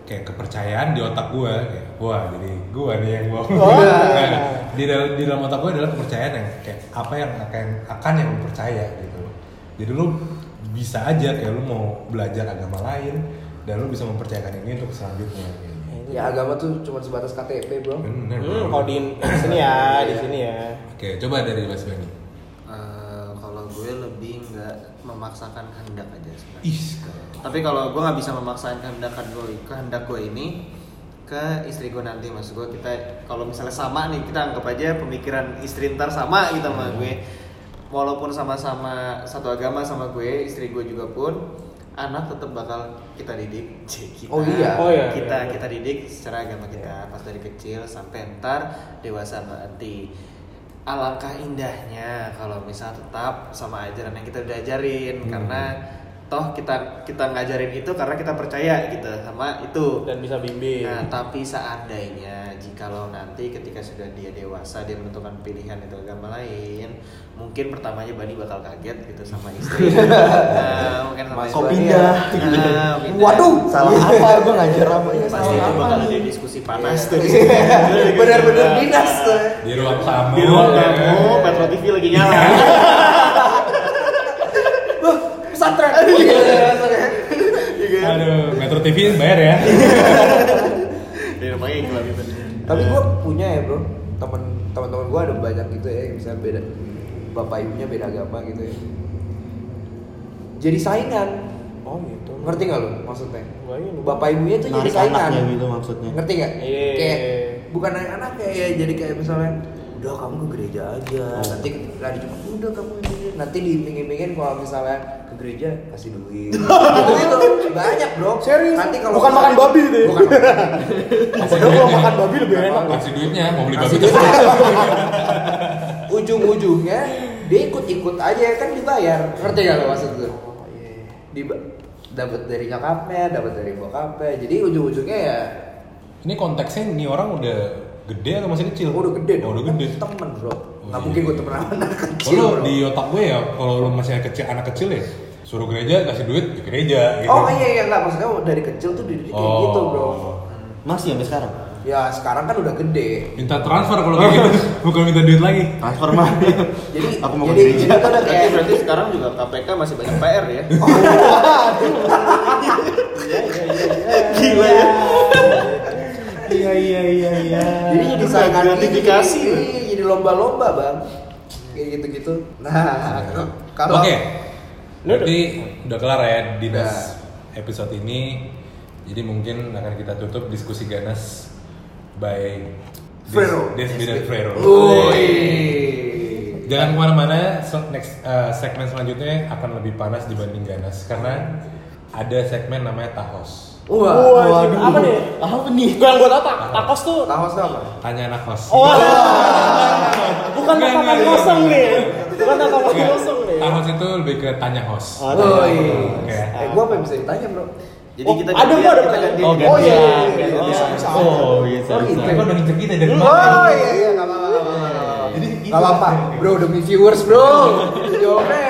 Speaker 2: kayak kepercayaan di otak gua kayak wah jadi gua nih yang gua
Speaker 3: Oh.
Speaker 2: Nah, di dalam di dalam otak gua adalah kepercayaan yang kayak apa yang akan akan yang lu percaya gitu jadi lu bisa aja kayak lu mau belajar agama lain dan lu bisa mempercayakan ini untuk selanjutnya gitu.
Speaker 1: Ya agama tuh cuma sebatas KTP bro.
Speaker 2: bener
Speaker 3: Hmm,
Speaker 2: bro.
Speaker 3: kalau di di sini ya, di sini ya.
Speaker 2: oke coba dari mas Bani
Speaker 4: Eh, kalau gue lebih nggak memaksakan kehendak aja sebenarnya.
Speaker 2: ih
Speaker 4: Tapi kalau gue nggak bisa memaksakan kehendak gue, kehendak gue ini ke istri gue nanti maksud gue kita kalau misalnya sama nih kita anggap aja pemikiran istri ntar sama gitu sama
Speaker 3: Hmm.
Speaker 4: gue walaupun sama-sama satu agama sama gue istri gue juga pun anak tetap bakal kita didik Cih, kita,
Speaker 1: Oh iya.
Speaker 3: Oh iya,
Speaker 4: kita
Speaker 3: iya, iya.
Speaker 4: kita didik secara agama
Speaker 7: Iya.
Speaker 4: kita pas dari kecil sampai ntar dewasa nanti
Speaker 7: Hmm.
Speaker 4: alangkah indahnya kalau misal tetap sama ajaran yang kita udah ajarin karena toh kita kita ngajarin itu karena kita percaya gitu sama itu
Speaker 3: dan bisa
Speaker 7: Iya.
Speaker 3: bimbing
Speaker 4: Nah, tapi seandainya jikalau nanti ketika sudah dia dewasa dia menentukan pilihan itu agama lain, mungkin pertamanya Bani bakal kaget gitu sama istri. Nah, mungkin sama
Speaker 1: Mas
Speaker 7: Kok
Speaker 4: istri.
Speaker 7: pindah? gitu.
Speaker 4: Nah, pindah. Iya.
Speaker 1: Waduh, Iya.
Speaker 7: Salah apa? Gue ngajar apa? Ya,
Speaker 4: pasti
Speaker 7: salah
Speaker 4: itu
Speaker 7: apa?
Speaker 4: bakal ada diskusi panas Iya, gitu. tuh.
Speaker 1: Bener-bener dinas tuh.
Speaker 2: di ruang tamu
Speaker 3: Iya. di ruang
Speaker 2: ya.
Speaker 3: tamu Metro TV lagi nyala
Speaker 1: Pesantren.
Speaker 7: Iya.
Speaker 1: Iya,
Speaker 3: Iya.
Speaker 2: aduh Metro TV bayar ya
Speaker 4: Di rumahnya iklan gitu.
Speaker 1: Tapi gue punya ya bro, temen teman-teman gue ada banyak gitu ya, yang bisa beda bapak ibunya beda agama gitu ya. Jadi saingan,
Speaker 3: oh gitu
Speaker 1: ngerti nggak lo maksudnya?
Speaker 3: Gua ini lupa.
Speaker 1: Bapak ibunya tuh jadi
Speaker 7: Narik
Speaker 1: saingan.
Speaker 7: anaknya gitu maksudnya.
Speaker 1: Ngerti nggak?
Speaker 3: Iya.
Speaker 1: Kayak bukan naik anak kayak ya, jadi kayak misalnya udah kamu ke gereja aja nanti lari cuma udah kamu ke gereja." nanti diiming-imingin kalau misalnya ke gereja kasih duit gitu, gitu. banyak bro serius nanti kalau
Speaker 3: Bukan makan babi gitu ya?
Speaker 1: bukan makan babi.
Speaker 3: padahal kalau makan babi lebih enak loh
Speaker 2: kasih duitnya mau beli babi
Speaker 1: Kasih
Speaker 2: tuh
Speaker 1: ujung-ujungnya dia ikut-ikut aja kan dibayar ngerti gak lo maksud gue di dapat dari nyokapnya dapat dari bokapnya jadi ujung-ujungnya ya
Speaker 2: ini konteksnya nih orang udah gede atau masih kecil
Speaker 1: gue udah gede
Speaker 2: oh,
Speaker 1: dong
Speaker 2: udah gede
Speaker 1: Kan temen bro
Speaker 2: iya.
Speaker 1: nggak mungkin gue temen sama anak
Speaker 2: Oh,
Speaker 1: kecil
Speaker 2: lo
Speaker 1: bro.
Speaker 2: di otak gue ya kalau lo masih kecil anak kecil ya suruh gereja kasih duit ke gereja gitu
Speaker 1: oh iya iya nggak maksudnya dari kecil tuh dididik kayak gitu bro
Speaker 2: Oh.
Speaker 7: Masih sampai sekarang?
Speaker 1: ya sekarang kan udah gede
Speaker 2: minta transfer kalau kayak gitu bukan minta duit lagi
Speaker 7: Transfer mah.
Speaker 1: jadi
Speaker 7: aku mau ke
Speaker 1: jadi,
Speaker 7: gereja.
Speaker 1: jadi tuh udah
Speaker 4: Berarti,
Speaker 1: kayak
Speaker 4: berarti sekarang juga KPK masih banyak PR ya.
Speaker 3: Oh,
Speaker 7: Gila ya. Iya iya iya iya.
Speaker 1: jadi jadi saingan
Speaker 4: gratifikasi.
Speaker 1: jadi, jadi- jadi lomba-lomba bang kayak gitu-gitu nah
Speaker 2: Oke.
Speaker 1: kalau
Speaker 2: Berarti udah kelar ya dinas episode ini. Jadi mungkin akan kita tutup diskusi ganas by Des-
Speaker 1: Frero.
Speaker 2: Desmi dan Frero.
Speaker 1: Woi.
Speaker 2: Jangan kemana-mana. so- Next eh, segmen selanjutnya akan lebih panas dibanding ganas karena ada segmen namanya tahos.
Speaker 1: Wah.
Speaker 3: Wah, anjing, apa nih?
Speaker 7: Apa nih?
Speaker 3: Gue yang gue tau tak, takos tuh
Speaker 1: Tahos tuh apa?
Speaker 2: Tanya anak hos.
Speaker 3: Oh, bukan
Speaker 2: Enggak,
Speaker 3: tatapan
Speaker 2: enggak,
Speaker 3: kosong
Speaker 2: enggak.
Speaker 3: nih Bukan tatapan
Speaker 2: Enggak.
Speaker 3: kosong nih
Speaker 2: Tahos itu lebih ke tanya hos.
Speaker 7: Oh, tanya
Speaker 1: Woi.
Speaker 2: Oke.
Speaker 1: Eh, gua apa yang bisa ditanya, Bro?
Speaker 4: Jadi
Speaker 3: Oh,
Speaker 4: kita
Speaker 3: ada gua ada
Speaker 4: kita
Speaker 3: pertanyaan.
Speaker 4: ganti.
Speaker 7: Oh,
Speaker 3: Oh iya,
Speaker 7: gantian,
Speaker 3: iya, iya,
Speaker 7: gantian.
Speaker 3: bisa, bisa.
Speaker 7: Oh iya sorry,
Speaker 1: Oh,
Speaker 7: sorry.
Speaker 2: Kan udah ngincer kita dari
Speaker 1: Oh, iya iya enggak apa-apa. nggak apa-apa. Nggak apa-apa. Bro, demi viewers, Bro. Jawabnya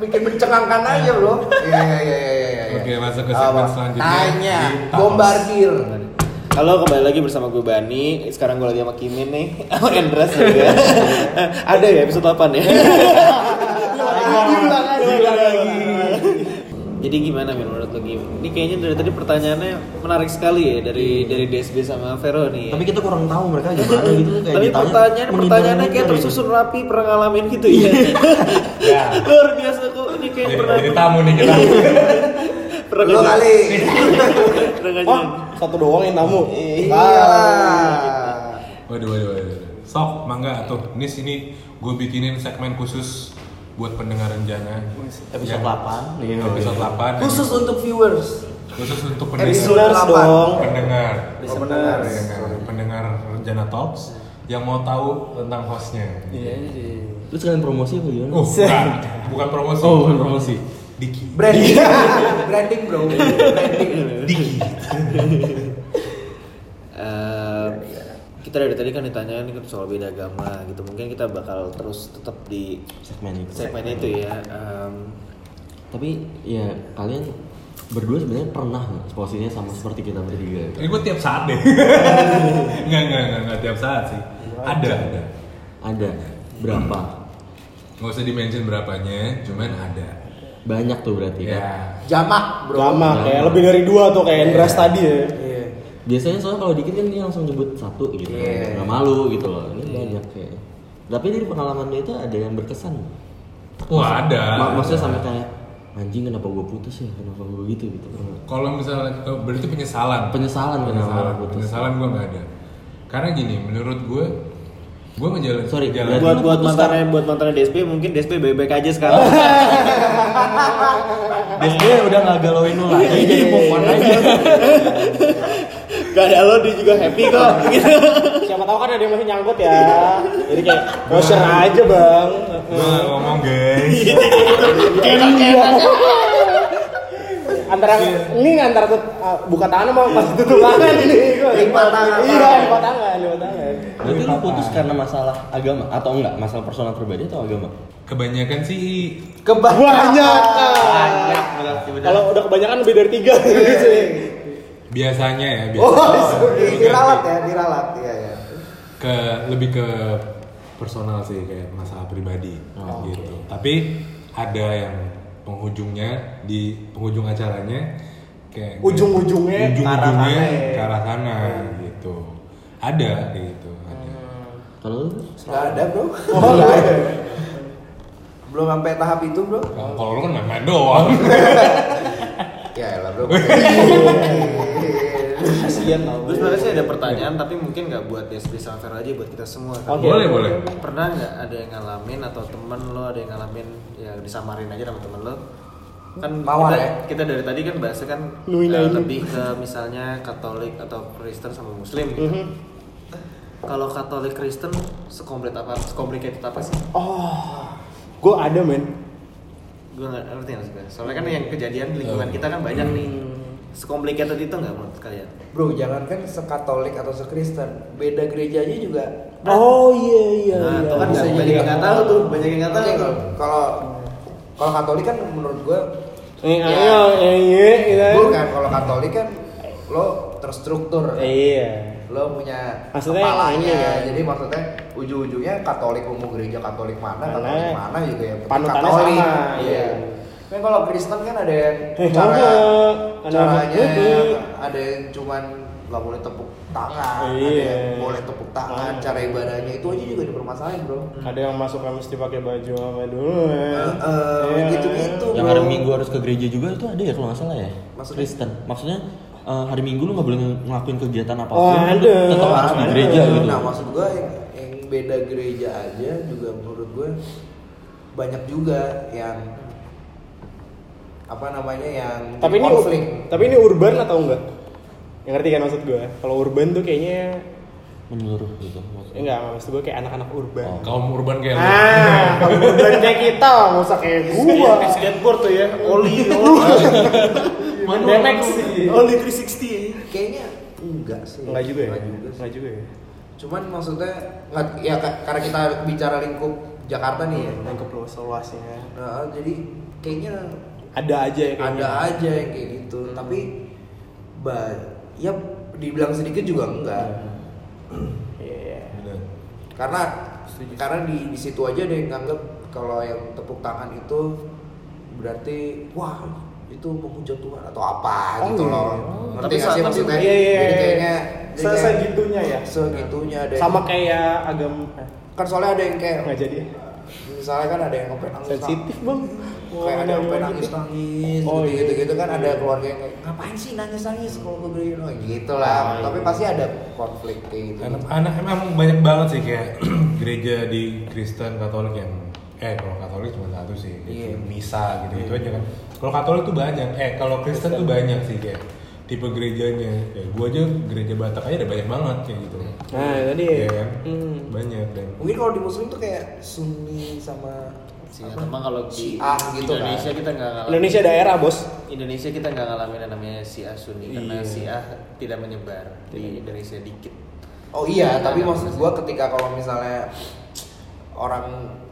Speaker 1: bikin mencengangkan aja, Bro. Iya iya iya iya iya.
Speaker 2: Oke,
Speaker 1: iya.
Speaker 2: masuk ke segmen
Speaker 1: Apa?
Speaker 2: selanjutnya.
Speaker 1: Tanya,
Speaker 2: Di Tahos.
Speaker 1: bombardir.
Speaker 4: Halo, kembali lagi bersama gue Bani. Sekarang gue lagi sama Kimin nih. Sama Endres juga. Ada ya episode 8 ya.
Speaker 7: Diulang lagi. Diulang lagi.
Speaker 4: Jadi gimana Min, menurut lo Gim? Ini kayaknya dari tadi pertanyaannya menarik sekali ya dari dari DSB sama Vero nih. ya.
Speaker 7: Iya. Tapi kita kurang tahu mereka gimana gitu kayak
Speaker 4: Tapi
Speaker 7: ditanya.
Speaker 4: pertanyaan
Speaker 7: menghindar
Speaker 4: pertanyaannya
Speaker 7: gitu Iya.
Speaker 4: kayak
Speaker 7: gitu.
Speaker 4: tersusun rapi pernah ngalamin gitu ya. Luar biasa kok ini kayak
Speaker 7: Iya,
Speaker 2: Jadi,
Speaker 4: pernah
Speaker 2: jadi tamu nih kita.
Speaker 4: pernah
Speaker 1: Lu
Speaker 4: ngajarin-
Speaker 1: kali.
Speaker 4: pernah
Speaker 3: Oh,
Speaker 4: ngajarin.
Speaker 3: satu doang yang tamu
Speaker 1: Iya.
Speaker 2: Waduh, waduh, waduh. waduh. Sok, mangga tuh. Ini sini gue bikinin segmen khusus buat pendengar rencana.
Speaker 7: Episode
Speaker 2: Yang-
Speaker 7: 8. Iya.
Speaker 2: Episode 8.
Speaker 1: Khusus untuk viewers.
Speaker 2: khusus untuk pendengar.
Speaker 3: Listeners
Speaker 1: Delapan.
Speaker 3: dong
Speaker 2: Pendengar.
Speaker 1: Oh, benar.
Speaker 2: Pendengar, pendengar rencana Talks yang mau tahu tentang hostnya.
Speaker 7: Iya. Terus kalian promosi apa gimana?
Speaker 2: Oh, bukan, bukan promosi.
Speaker 7: Oh, bukan promosi.
Speaker 2: Diki.
Speaker 1: Branding.
Speaker 4: Iya.
Speaker 1: Branding, Bro. Branding.
Speaker 2: Diki.
Speaker 4: Eh, kita dari tadi kan ditanyain kan soal beda agama gitu. Mungkin kita bakal terus tetap di
Speaker 7: segmen itu.
Speaker 4: segmen itu ya. Em,
Speaker 7: Tapi ya kalian berdua sebenarnya pernah nggak posisinya sama seperti kita bertiga?
Speaker 2: Ini gue tiap saat deh. Enggak, enggak, enggak, enggak tiap saat sih. Ada, ada.
Speaker 7: Ada berapa?
Speaker 2: Gak usah di-mention berapanya, cuman ada.
Speaker 7: Banyak tuh berarti. kan?
Speaker 2: Ya.
Speaker 1: Jamak, Bro.
Speaker 3: Jamak ya, Iya. lebih dari dua tuh kayak Endras tadi ya
Speaker 7: Iya. Biasanya soalnya kalau dikit kan dia langsung nyebut satu gitu,
Speaker 1: Iya.
Speaker 7: nggak malu gitu loh. Ini banyak kayaknya. Tapi dari pengalaman dia itu ada yang berkesan.
Speaker 2: Wah,
Speaker 3: Iya.
Speaker 2: ada.
Speaker 7: Ma- maksudnya sampai kayak anjing kenapa gue putus ya, kenapa gue gitu gitu.
Speaker 3: Iya.
Speaker 2: Kalau misalnya eh, berarti penyesalan.
Speaker 7: Penyesalan kenapa
Speaker 2: penyesalan,
Speaker 7: gue putus.
Speaker 2: penyesalan gue nggak ada. Karena gini, menurut gue, gue ngejalan.
Speaker 7: Sorry,
Speaker 2: jalan.
Speaker 7: berarti-
Speaker 4: buat buat
Speaker 7: Terus
Speaker 4: mantannya buat mantannya DSP mungkin DSP baik-baik aja sekarang.
Speaker 7: Biasanya udah nggak galauin lo lagi, jadi move on aja.
Speaker 4: Gak ada lo dia juga happy kok. Gitu.
Speaker 3: Siapa tahu kan ada yang masih nyangkut ya Jadi kayak, kosher aja bang
Speaker 2: Gue nggak ngomong guys.
Speaker 4: Enak, enak.
Speaker 3: antara ini antara tuh ah, buka tangan sama pas itu tangan ini. Gua-
Speaker 4: Lipat tangan.
Speaker 3: Iya, lipat tangan, lipat tangan.
Speaker 7: Berarti lu putus
Speaker 3: Iya.
Speaker 7: karena masalah agama atau enggak? Masalah personal pribadi atau agama?
Speaker 2: Kebanyakan sih
Speaker 3: Kebanyakan.
Speaker 4: berarti udah.
Speaker 3: Kalau udah kebanyakan lebih dari tiga gitu.
Speaker 2: biasanya ya biasa.
Speaker 1: Oh,
Speaker 2: Bukan
Speaker 1: diralat ya, diralat. Iya, iya.
Speaker 2: ke lebih ke personal sih kayak masalah pribadi gitu. Tapi ada yang penghujungnya di penghujung acaranya kayak
Speaker 3: Ujung-ujungnya
Speaker 2: ujung
Speaker 3: ke arah sana
Speaker 2: ujungnya
Speaker 3: ya.
Speaker 2: ke arah sana gitu. Ada gitu, ada.
Speaker 7: Kalau lu?
Speaker 1: Gak ada
Speaker 3: Oh,
Speaker 1: bro Belum sampai tahap itu bro
Speaker 3: Hmm.
Speaker 2: Kalau lu kan main-main doang.
Speaker 1: Ya elah bro
Speaker 3: Kasihan tau.
Speaker 4: Terus sebenarnya sih ada pertanyaan tapi mungkin nggak buat dia space Unfair aja buat kita semua.
Speaker 3: Oke.
Speaker 2: boleh, boleh.
Speaker 4: Pernah nggak ada yang ngalamin atau temen lo ada yang ngalamin ya disamarin aja sama temen lo? Kan
Speaker 1: Mawar
Speaker 4: kita,
Speaker 1: ya?
Speaker 4: kita dari tadi kan bahasnya kan
Speaker 3: Nuina
Speaker 4: eh,
Speaker 3: ini.
Speaker 4: lebih ke misalnya Katolik atau Kristen sama Muslim gitu.
Speaker 3: Mhm.
Speaker 4: Kalau Katolik Kristen sekomplit apa? Sekomplikated apa sih?
Speaker 3: Oh. Gue ada men.
Speaker 4: Gue nggak ngerti maksudnya. Soalnya kan yang kejadian di
Speaker 2: Oh.
Speaker 4: lingkungan kita kan banyak nih. Sekomplikated itu nggak menurut kalian?
Speaker 1: Bro jangankan sekatolik atau sekristen Beda gerejanya juga
Speaker 3: Oh iya iya.
Speaker 4: Nah,
Speaker 3: iya.
Speaker 4: itu kan
Speaker 3: Bisa
Speaker 4: banyak
Speaker 3: jadi.
Speaker 4: yang nggak tahu tuh, banyak yang nggak tahu.
Speaker 1: Maksudnya
Speaker 4: tuh.
Speaker 1: kalau- Kalau kalau katolik kan menurut gue
Speaker 3: Eh, ayo, eh, iya, gitu.
Speaker 1: Bukan, kalau katolik kan Lo terstruktur
Speaker 3: Iya.
Speaker 1: Lo punya
Speaker 3: Maksudnya
Speaker 1: kepalanya
Speaker 3: ini kan?
Speaker 1: Jadi maksudnya ujung-ujungnya katolik umum gereja Katolik mana,
Speaker 3: Mana?
Speaker 1: katolik mana gitu ya Penting
Speaker 3: Panutannya
Speaker 1: katolik
Speaker 3: Nah, eh, sama,
Speaker 1: Iya
Speaker 3: iya.
Speaker 1: Kan kalau Kristen kan ada yang
Speaker 3: Eh,
Speaker 1: cara
Speaker 3: ada, gitu. ada
Speaker 1: caranya
Speaker 3: putih.
Speaker 1: ada yang cuman nggak boleh tepuk tangan, ada
Speaker 3: Iya.
Speaker 1: yang boleh tepuk tangan,
Speaker 3: Mana?
Speaker 1: cara ibadahnya itu aja juga dipermasalahin bro.
Speaker 3: Ada yang masuk kan mesti pakai baju apa dulu. ya.
Speaker 1: Eh, eh,
Speaker 3: Iya.
Speaker 1: gitu-gitu
Speaker 7: Yang
Speaker 1: bro.
Speaker 7: hari Minggu harus ke gereja juga itu ada ya kalau nggak salah ya?
Speaker 1: Maksudnya?
Speaker 7: Kristen. Maksudnya eh, hari Minggu lu nggak boleh ngelakuin kegiatan
Speaker 3: Oh,
Speaker 7: apapun, lu
Speaker 3: ada.
Speaker 7: tetap harus di
Speaker 3: Ada.
Speaker 7: gereja gitu.
Speaker 1: Nah maksud gue yang, yang beda gereja aja juga menurut gue banyak juga yang apa namanya yang
Speaker 3: Tapi ini
Speaker 1: konflik.
Speaker 3: tapi ini urban atau enggak? Yang ngerti kan maksud gue? Kalau urban tuh kayaknya ya
Speaker 7: Menurut gitu. maksudnya.
Speaker 3: enggak maksud gue kayak anak-anak urban.
Speaker 7: Oh.
Speaker 2: Kaum urban kayak lu.
Speaker 3: Ah, kalau urban kayak kita, mau usah kayak
Speaker 1: Iya.
Speaker 3: gua.
Speaker 5: Iya, skateboard tuh ya oli
Speaker 3: Demek sih.
Speaker 5: oli 360
Speaker 1: kayaknya enggak sih.
Speaker 3: Enggak juga ya?
Speaker 1: Enggak juga sih.
Speaker 3: Enggak juga ya.
Speaker 1: Cuman maksudnya enggak ya ka- karena kita bicara lingkup Jakarta nih ya.
Speaker 3: Yang kepeluas luasnya.
Speaker 1: Nah, jadi kayaknya
Speaker 3: Ada aja ya kayaknya.
Speaker 1: ada aja yang kayak gitu, tapi ba ya dibilang sedikit juga enggak.
Speaker 3: Iya. iya.
Speaker 2: Bener.
Speaker 1: Karena karena di di situ aja deh nganggep kalau yang tepuk tangan itu berarti wah itu memuja Tuhan atau apa
Speaker 3: Oh,
Speaker 1: gitu
Speaker 3: iya.
Speaker 1: loh. Ngerti
Speaker 4: Tapi
Speaker 1: nggak sih
Speaker 4: saat-
Speaker 1: maksudnya?
Speaker 3: Iya, iya,
Speaker 1: Jadi
Speaker 3: iya.
Speaker 1: kayaknya jadi kayak
Speaker 3: Sesegitunya ya.
Speaker 1: segitunya ada.
Speaker 3: Sama kayak agama eh,
Speaker 1: kan soalnya ada yang kayak
Speaker 3: nggak jadi.
Speaker 1: misalnya kan ada yang sampai nangis
Speaker 3: Sensitif, Bang.
Speaker 1: kayak ada yang sampai
Speaker 3: Ngomong-ngomong
Speaker 1: nangis
Speaker 3: gitu.
Speaker 1: nangis
Speaker 3: Oh,
Speaker 1: gitu gitu
Speaker 3: iya.
Speaker 1: gitu kan ada keluarga yang kayak ngapain sih nangis nangis kalau gue beli oh, gitu lah
Speaker 3: Oh, iya.
Speaker 1: tapi pasti ada konflik kayak gitu
Speaker 2: Anak, anak emang banyak banget sih kayak gereja di Kristen Katolik yang eh kalau Katolik cuma satu sih
Speaker 1: Iya.
Speaker 2: misa gitu itu aja kan kalau Katolik tuh banyak eh kalau Kristen, tuh banyak sih kayak tipe gerejanya ya gua aja gereja Batak aja ada banyak banget kayak gitu
Speaker 3: Nah, tadi.
Speaker 2: Iya kan
Speaker 3: Hmm.
Speaker 2: banyak dan
Speaker 1: mungkin kalau di muslim tuh kayak sunni sama
Speaker 4: Sih,
Speaker 1: apa?
Speaker 4: emang kalau di
Speaker 1: Syiah gitu kan.
Speaker 4: Indonesia kita nggak ngalamin.
Speaker 3: Indonesia daerah, Bos.
Speaker 4: Indonesia kita nggak ngalamin yang namanya Syiah Sunni karena
Speaker 3: Iya.
Speaker 4: Syiah tidak menyebar di Indonesia dikit.
Speaker 1: oh iya tapi maksud gua ketika kalau misalnya orang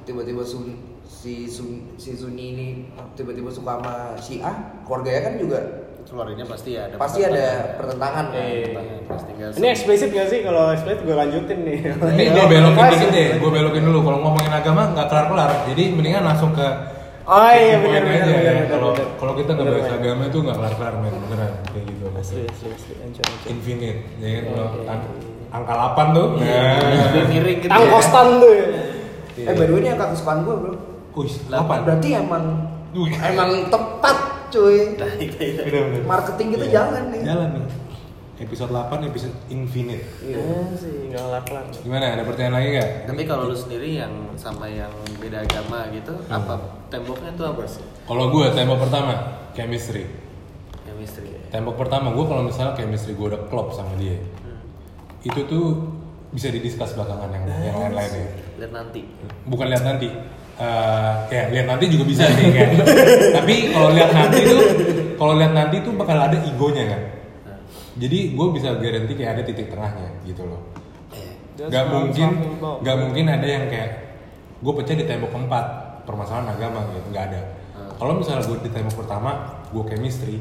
Speaker 1: tiba-tiba sun si sun si sunni ini tiba-tiba suka sama syiah keluarganya kan juga
Speaker 4: Keluarganya pasti ada.
Speaker 1: pasti ada pertentangan
Speaker 5: Eh.
Speaker 1: kan
Speaker 3: Iya.
Speaker 4: Pasti nggak
Speaker 3: Ini eksplisit gak sih? Kalau eksplisit gue lanjutin nih.
Speaker 2: ini
Speaker 3: Iya.
Speaker 2: gua belokin dikit deh gua belokin dulu kalau ngomongin agama nggak kelar kelar jadi mendingan langsung ke
Speaker 3: Oh iya
Speaker 2: poin
Speaker 3: benar
Speaker 2: aja ya.
Speaker 3: benar benar.
Speaker 2: kalau kalau kita
Speaker 3: Benar,
Speaker 2: ngebahas
Speaker 3: benar.
Speaker 2: agama itu nggak kelar kelar men beneran kayak gitu
Speaker 3: asli asli asli ancur ancur.
Speaker 2: infinite ya kan kalau
Speaker 3: Oke. Iya.
Speaker 2: ang- angka 8 tuh
Speaker 4: Lebih
Speaker 2: nah
Speaker 4: miring gitu. ya.
Speaker 3: Tangkostan tuh. ya.
Speaker 1: eh by the way ini angka kesukaan gua bro
Speaker 2: Uish,
Speaker 1: Apa?
Speaker 2: 8
Speaker 1: Berarti emang
Speaker 2: Duh.
Speaker 1: emang tepat, cuy.
Speaker 2: Bener-bener.
Speaker 1: Marketing kita
Speaker 2: Iya.
Speaker 1: jalan nih.
Speaker 2: jalan nih episode 8 episode infinite
Speaker 3: Iya sih nggak kelar kelar.
Speaker 2: gimana ada pertanyaan lagi gak?
Speaker 4: Tapi kalau lu sendiri yang sama yang beda agama gitu, apa
Speaker 5: Hmm.
Speaker 4: temboknya tuh apa sih?
Speaker 2: kalau gue tembok pertama chemistry
Speaker 4: Chemistry. Ya.
Speaker 2: tembok pertama gue kalau misalnya chemistry gue udah klop sama dia itu tuh bisa didiskus belakangan yang yang lain lain ya
Speaker 4: Dan nanti.
Speaker 2: bukan lihat nanti Eh, ya lihat nanti juga bisa sih kayak tapi kalau lihat nanti tuh kalau lihat nanti tuh bakal ada egonya kan jadi gue bisa garanti kayak ada titik tengahnya gitu loh
Speaker 3: That's
Speaker 2: nggak
Speaker 3: what I'm
Speaker 2: mungkin
Speaker 3: talking about.
Speaker 2: nggak mungkin ada yang kayak gue pecah di tembok keempat permasalahan agama gitu nggak ada kalau misalnya gue di tembok pertama gue chemistry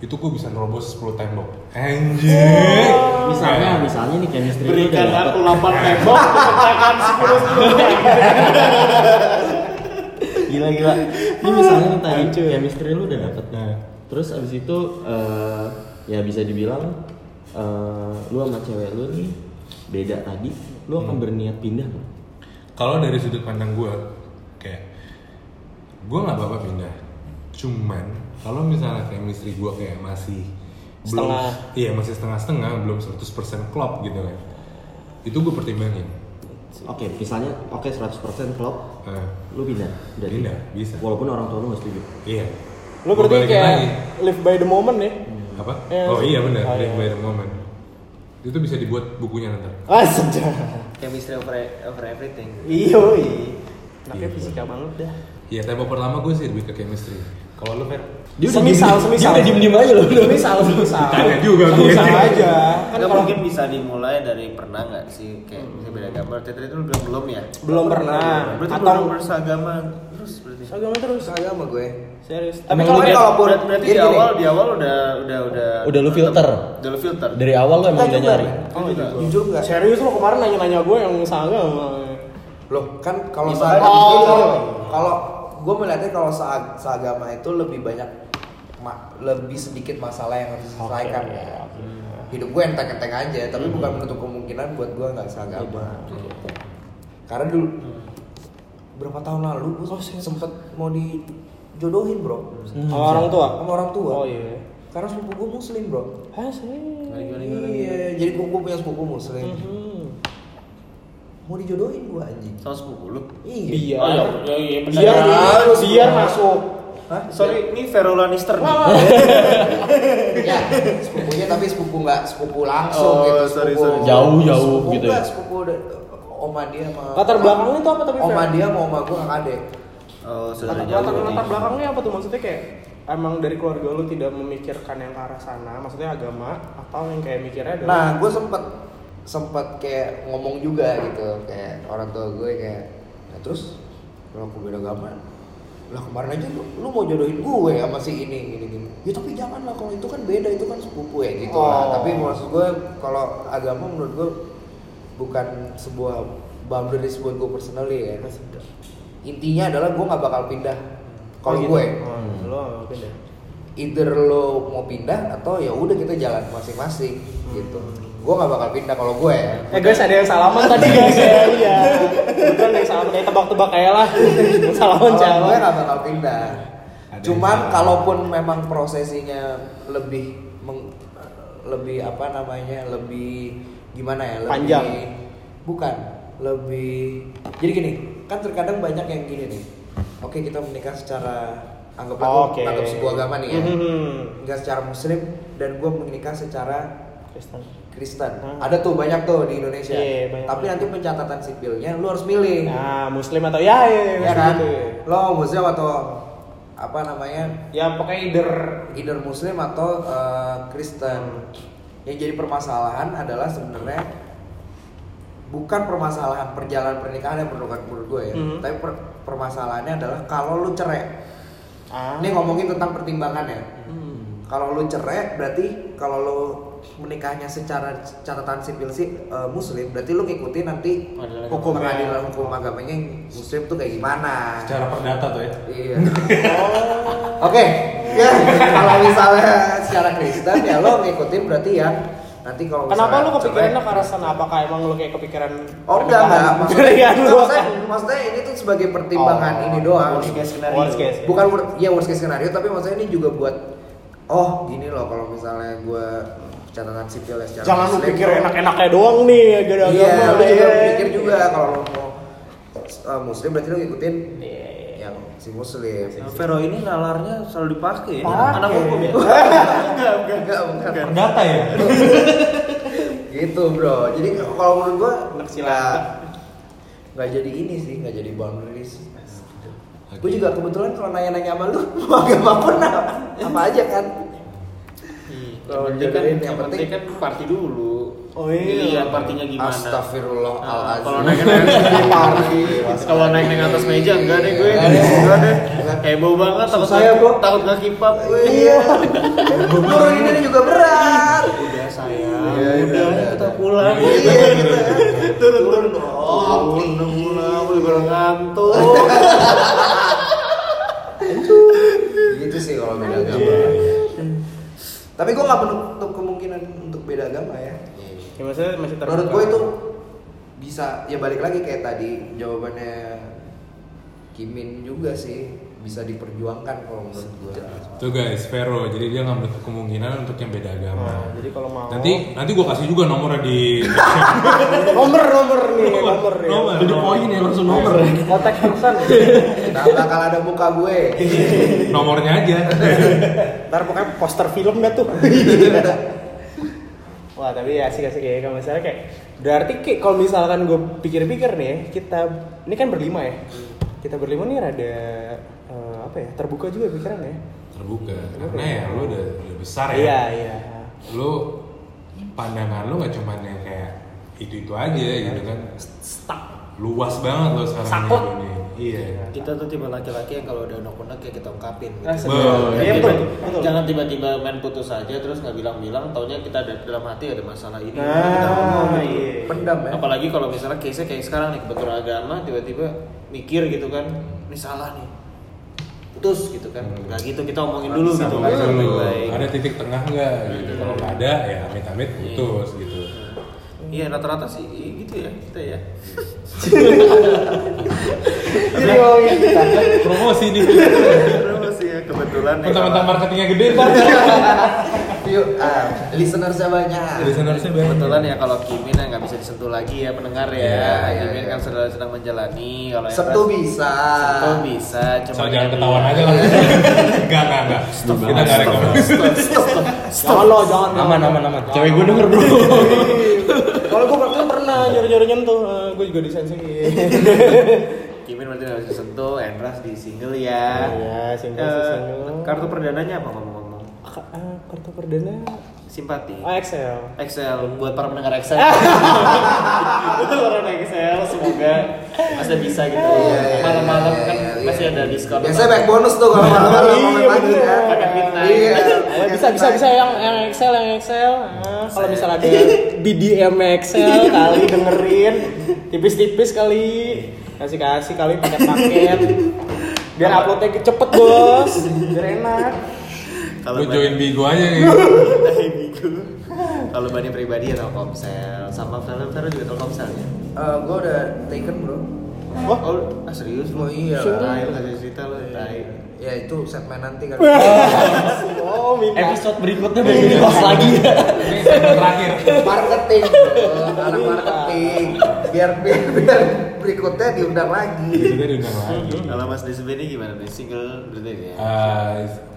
Speaker 2: itu gue bisa nerobos 10 tembok anjir
Speaker 7: misalnya misalnya nih chemistry lu udah
Speaker 3: Berikan
Speaker 7: dapet
Speaker 3: aku 8 tembok, pecahkan 10
Speaker 7: gila gila ini misalnya nih tadi
Speaker 3: Hancur.
Speaker 7: chemistry lu udah dapet
Speaker 2: Nah.
Speaker 7: terus abis itu eh, ya bisa dibilang eh, lu sama cewek lu nih beda tadi lu akan berniat pindah nggak?
Speaker 2: kalau dari sudut pandang gue kayak gue nggak apa-apa pindah cuman kalau misalnya chemistry gue kayak masih belum
Speaker 3: Setengah.
Speaker 2: iya masih setengah-setengah belum 100% klop gitu kan itu gue pertimbangin
Speaker 7: oke misalnya oke 100% klop
Speaker 2: Eh,
Speaker 7: lu pindah dari
Speaker 2: Pindah, bisa.
Speaker 7: walaupun orang tua lu nggak setuju
Speaker 2: iya
Speaker 3: Lu
Speaker 2: Gua
Speaker 3: berarti
Speaker 2: balikin
Speaker 3: kayak
Speaker 2: lagi.
Speaker 3: live by the moment ya?
Speaker 2: apa
Speaker 3: Eh,
Speaker 2: oh iya benar
Speaker 3: oh,
Speaker 2: oh,
Speaker 3: iya.
Speaker 2: by the moment itu bisa dibuat bukunya nanti
Speaker 3: Ah, sudah. Iya,
Speaker 4: Chemistry over, e- over everything.
Speaker 3: Iyo,
Speaker 2: Anaknya fisika
Speaker 3: banget dah.
Speaker 2: ya tempo pertama gue sih lebih ke chemistry kalau lu Fer
Speaker 3: Dia udah semisal, semisal. Dia udah diem-diem aja loh. Semisal, semisal.
Speaker 2: Tanya juga gue.
Speaker 3: Semisal aja.
Speaker 4: Kan
Speaker 3: Kan kalau
Speaker 4: mungkin bisa dimulai dari pernah nggak sih kayak misalnya beda gambar. Tadi itu lu bilang belum ya?
Speaker 3: Belum pernah.
Speaker 4: Berarti
Speaker 3: Atau-
Speaker 4: belum beragama terus berarti.
Speaker 3: agama terus.
Speaker 1: Kagak sama gue.
Speaker 3: Serius. Tapi
Speaker 4: Tapi
Speaker 3: kalau
Speaker 1: Emang-
Speaker 4: kalau
Speaker 1: kalaupun-
Speaker 4: berarti, berarti
Speaker 1: jadi
Speaker 4: di
Speaker 1: gini.
Speaker 4: awal di awal udah udah udah
Speaker 7: Udah lu filter?
Speaker 4: Udah lu filter.
Speaker 7: dari awal lu emang udah nyari
Speaker 3: Oh,
Speaker 1: Jujur,
Speaker 3: gitu.
Speaker 1: jujur nggak?
Speaker 3: serius lo kemarin nanya-nanya gue yang seagama.
Speaker 1: Loh, kan kalau
Speaker 4: Iya,
Speaker 1: seagama
Speaker 3: makanya
Speaker 1: itu,
Speaker 3: gitu.
Speaker 1: kalau gue melihatnya kalau seag- seagama itu lebih banyak ma- lebih sedikit masalah yang harus diselesaikan
Speaker 3: Oke,
Speaker 1: ya.
Speaker 3: oke. Hmm.
Speaker 1: Hidup gue enteng-enteng aja, tapi bukan menutup kemungkinan buat gue nggak
Speaker 3: Iya,
Speaker 1: seagama. Gitu. Karena dulu
Speaker 3: Hmm.
Speaker 1: berapa tahun lalu gue
Speaker 3: Oh,
Speaker 1: sempet mau dijodohin bro
Speaker 3: Sama orang tua.
Speaker 1: sama orang tua.
Speaker 3: Hmm. Oh iya.
Speaker 1: Karena sepupu gue muslim bro.
Speaker 3: Ah, serius.
Speaker 1: Iya, jadi gue punya sepupu muslim. Hmm.
Speaker 3: Mhm.
Speaker 1: Mau dijodohin gue anjing.
Speaker 4: Sama sepupu lu.
Speaker 1: Iya.
Speaker 3: Biar,
Speaker 4: Oh, iya.
Speaker 3: ya, iya, benar.
Speaker 1: Biar-
Speaker 3: biar,
Speaker 1: harus.
Speaker 3: biar masuk.
Speaker 1: Hah?
Speaker 4: Sorry, ini Vero Lannister nih.
Speaker 1: ya sepupunya tapi sepupu nggak sepupu langsung
Speaker 4: Oh,
Speaker 1: gitu
Speaker 4: sorry,
Speaker 1: sepupu-
Speaker 7: sorry. Jauh, jauh
Speaker 1: sepupu
Speaker 7: gitu
Speaker 1: nggak,
Speaker 7: ya.
Speaker 1: sepupu da- oma dia sama
Speaker 3: Latar belakangnya itu apa tapi? Fer?
Speaker 1: oma dia sama oma gue kakak adek
Speaker 4: Oh, saudara
Speaker 3: Latar,
Speaker 4: jauh.
Speaker 3: latar, latar
Speaker 4: berarti.
Speaker 3: belakangnya apa tuh maksudnya kayak emang dari keluarga lu tidak memikirkan yang ke arah sana, maksudnya agama atau yang kayak mikirnya adalah
Speaker 1: nah gue sempet sempet kayak ngomong juga gitu kayak orang tua gue kayak "Nah, terus kalau aku beda agama lah kemarin aja lu, lu mau jodohin gue sama si ini gini gini ya tapi jangan lah kalau itu kan beda itu kan sepupu ya gitu lah
Speaker 3: Oh.
Speaker 1: tapi maksud gue kalau agama menurut gue bukan sebuah boundaries buat gue personally ya intinya adalah gue nggak bakal pindah kalau
Speaker 3: Oh, gitu.
Speaker 1: gue
Speaker 3: Hmm. Lu nggak pindah.
Speaker 1: either lo mau pindah atau ya udah kita jalan masing-masing gitu gue nggak bakal pindah kalau gue ya
Speaker 3: Eh guys ada yang salaman tadi guys ya. Iya. Bukan ada yang salaman kayak tebak-tebak kayak lah. salaman
Speaker 1: kalau gue
Speaker 3: jalan.
Speaker 1: nggak bakal pindah
Speaker 2: Ada
Speaker 1: cuman
Speaker 2: yang salah.
Speaker 1: kalaupun memang prosesinya lebih meng- lebih apa namanya lebih gimana ya lebih
Speaker 3: Panjang.
Speaker 1: bukan lebih jadi gini kan terkadang banyak yang gini nih oke kita menikah secara anggaplah gua
Speaker 3: Oke.
Speaker 1: anggap sebuah agama nih ya
Speaker 3: Mhm.
Speaker 1: Enggak secara muslim dan gue menikah secara
Speaker 3: Kristen.
Speaker 1: Kristen.
Speaker 3: Hmm.
Speaker 1: Ada tuh banyak tuh di Indonesia.
Speaker 3: Iya, banyak
Speaker 1: Tapi
Speaker 3: banget.
Speaker 1: nanti pencatatan sipilnya lu harus milih.
Speaker 3: Nah, muslim atau ya ya, ya,
Speaker 1: ya kan?
Speaker 3: gitu
Speaker 1: Lo muslim atau apa namanya?
Speaker 3: Ya pokoknya either
Speaker 1: Either muslim atau eh, Kristen. Yang jadi permasalahan adalah sebenarnya bukan permasalahan perjalanan pernikahan yang perlu menurut gue ya.
Speaker 3: Mhm.
Speaker 1: Tapi per- permasalahannya adalah kalau lu cerai.
Speaker 3: ah.
Speaker 1: Ini ngomongin tentang pertimbangan ya. Kalau lu cerai berarti kalau lu menikahnya secara catatan sipil sih eh, muslim berarti lu ngikutin nanti
Speaker 4: Pengadilan agama.
Speaker 1: hukum pengadilan hukum agamanya yang muslim tuh kayak gimana
Speaker 2: secara perdata tuh ya
Speaker 1: iya oke ya kalau misalnya secara Kristen ya lo ngikutin berarti ya nanti kalau
Speaker 3: Kenapa
Speaker 1: misalnya
Speaker 3: lu
Speaker 1: cerai-
Speaker 3: kepikirannya ke arah sana? Apakah emang lu kayak kepikiran
Speaker 1: Oh enggak enggak maksudnya,
Speaker 3: Pernikahan Iya, lu.
Speaker 1: maksudnya, maksudnya ini tuh sebagai pertimbangan
Speaker 3: Oh,
Speaker 1: ini doang
Speaker 4: worst case scenario.
Speaker 3: Worst case.
Speaker 1: bukan wor- ya worst case scenario tapi maksudnya ini juga buat oh gini loh kalau misalnya gue catatan sipil ya secara
Speaker 3: Jangan lu
Speaker 1: Muslim
Speaker 3: pikir
Speaker 1: tuh-
Speaker 3: enak-enaknya doang nih gara
Speaker 1: iya lu juga pikir juga kalau lo mau uh, muslim berarti lo ngikutin yang si muslim
Speaker 4: Vero ini nalarnya selalu dipakai. ya?
Speaker 3: Pakai.
Speaker 4: Anak hukum ya.
Speaker 1: enggak enggak bukan
Speaker 2: perdata ya
Speaker 1: gitu bro jadi kalau menurut gue
Speaker 3: Anak silat.
Speaker 1: nggak nggak jadi ini sih nggak jadi boundaries
Speaker 2: Oke.
Speaker 1: Gue juga kebetulan kalau nanya-nanya sama lu, mau agama pun apa, nah. apa aja kan. Kalau
Speaker 4: yang penting kan,
Speaker 1: dengerin, yang
Speaker 4: yang penting kan party dulu.
Speaker 3: Oh iya.
Speaker 4: Dilihat partinya gimana. Ah,
Speaker 1: Astagfirullahaladzim.
Speaker 4: kalau naik naik party, kalau naik naik atas meja enggak deh gue, enggak deh. Heboh banget
Speaker 1: Iya.
Speaker 4: takut
Speaker 1: Susah ya, Bro.
Speaker 4: takut nggak keep up gue.
Speaker 1: Iya. Turun ini juga berat.
Speaker 3: udah sayang
Speaker 1: Iya, iya,
Speaker 3: udah
Speaker 1: iya,
Speaker 3: kita
Speaker 1: iya.
Speaker 3: pulang
Speaker 1: Iya gitu.
Speaker 3: turun turun oh udah pulang aku juga udah ngantuk
Speaker 1: Gitu sih kalau beda agama. Tapi gue nggak menutup kemungkinan untuk beda agama
Speaker 4: Iya,
Speaker 1: ya.
Speaker 3: ya maksudnya masih terbuka
Speaker 1: Menurut gue itu bisa ya balik lagi kayak tadi jawabannya Kimin juga sih bisa diperjuangkan kalau menurut gue.
Speaker 2: Tuh guys, Vero. Jadi dia nggak menutup kemungkinan untuk yang beda agama.
Speaker 3: Nah, jadi kalau mau
Speaker 2: Nanti nanti gue kasih juga nomornya di
Speaker 3: nomor nomor nih nomor ya
Speaker 2: nomor.
Speaker 7: Jadi poin ya langsung nomor ya.
Speaker 3: kontak pesan
Speaker 1: Nggak bakal ada muka gue.
Speaker 2: Nomornya aja.
Speaker 3: ntar pokoknya poster film dah tuh wah tapi ya asik asik ya kalau misalnya kayak berarti kayak kalau misalkan gue pikir-pikir nih ya, kita ini kan berlima ya kita berlima nih rada eh, apa ya terbuka juga pikiran ya
Speaker 2: Terbuka. Karena ya lu udah, udah besar ya.
Speaker 3: iya iya
Speaker 2: Lu pandangan lu nggak cuman yang kayak itu itu aja gitu kan. Luas banget lo sekarang
Speaker 3: Saklek.
Speaker 2: di dunia. Iya.
Speaker 4: Kita tuh tipe laki-laki yang kalau udah unek-unek ya kita ungkapin.
Speaker 3: Nah,
Speaker 4: Gitu.
Speaker 2: Betul.
Speaker 3: iya,
Speaker 4: Jangan
Speaker 3: betul,
Speaker 4: tiba-
Speaker 3: betul.
Speaker 4: Jangan tiba-tiba main putus aja terus nggak bilang-bilang, taunya kita ada dalam hati ada masalah ini. kita ngomong
Speaker 3: nah
Speaker 4: gitu.
Speaker 3: iya
Speaker 1: Pendam ya.
Speaker 4: Apalagi kalau misalnya case kayak sekarang nih kebetulan agama tiba-tiba mikir gitu kan, ini salah nih. Putus gitu kan. Enggak gitu kita omongin dulu gitu.
Speaker 2: Sama aja lu.
Speaker 4: Baik-baik.
Speaker 2: Ada titik tengah nggak gitu. Kalau nggak ada ya amit-amit putus gitu.
Speaker 4: Iya rata-rata sih gitu ya kita ya.
Speaker 3: jadi ngomongin kita
Speaker 2: Promosi nih.
Speaker 4: Terus ya kebetulan ya,
Speaker 2: Pertama-tama marketingnya gede kan.
Speaker 1: Yuk, ah, listenersnya banyak.
Speaker 2: Listenersnya banyak.
Speaker 4: Kebetulan ya kalau Kimin ya nggak bisa disentuh lagi ya pendengar ya.
Speaker 2: Iya,
Speaker 1: iya,
Speaker 4: Kimin
Speaker 1: iya.
Speaker 4: kan sedang sedang menjalani kalau yang
Speaker 1: Sentuh
Speaker 4: ras-
Speaker 1: bisa.
Speaker 4: Sentuh bisa. Cuma
Speaker 2: So, jangan ketahuan aja lah. Enggak, enggak, enggak. Kita enggak rekomendasi.
Speaker 3: jangan lo jangan lo.
Speaker 2: Aman, aman, aman. Cewek gue denger, Bro.
Speaker 3: kalau gue waktu itu pernah nyuruh-nyuruh nyentuh gue juga disensingin
Speaker 4: Kimin berarti nggak bisa disentuh. Endras di single ya.
Speaker 3: Iya, single
Speaker 4: Eh,
Speaker 3: sih, single.
Speaker 4: Kartu perdananya apa ngomong-ngomong?
Speaker 3: K- ah, kartu perdana
Speaker 4: Simpati.
Speaker 3: Ah, AXL
Speaker 4: Excel buat para pendengar Excel. Buat para pendengar Excel semoga masih bisa gitu.
Speaker 1: Iya,
Speaker 4: Malam-malam kan masih ada diskon.
Speaker 1: Biasanya banyak bonus tuh kalau malam-malam
Speaker 3: Iya,
Speaker 1: main pagi
Speaker 3: bener.
Speaker 1: kan.
Speaker 4: Makan midnight.
Speaker 1: Iya.
Speaker 3: Ya, bisa bisa bisa yang yang Excel yang Excel. Ah, kalau misalnya ada BDM Excel kali dengerin tipis-tipis kali kasih kasih kali paket-paket biar uploadnya ke- cepet bos biar enak
Speaker 2: Lu
Speaker 4: Kalau Bani-
Speaker 2: join Bigo aja ya. nih.
Speaker 4: kalau Bani pribadi ya Telkomsel sama film Vero juga Telkomsel ya.
Speaker 1: Eh, gue udah taken bro.
Speaker 4: Wah, oh, ah, serius
Speaker 1: Oh
Speaker 4: lu?
Speaker 1: iya. lah.
Speaker 4: Tai, lu kasih cerita lu. Tai.
Speaker 1: Ya itu segmen nanti kan.
Speaker 3: oh minta Iya,
Speaker 12: Episode berikutnya baru dibahas lagi.
Speaker 2: Ini segmen terakhir.
Speaker 1: marketing, bro. anak marketing. Biar biar, biar berikutnya diundang lagi.
Speaker 2: Itu dia diundang lagi.
Speaker 4: Kalau Mas Desbe ini gimana nih? Single berarti ya.
Speaker 2: Eh,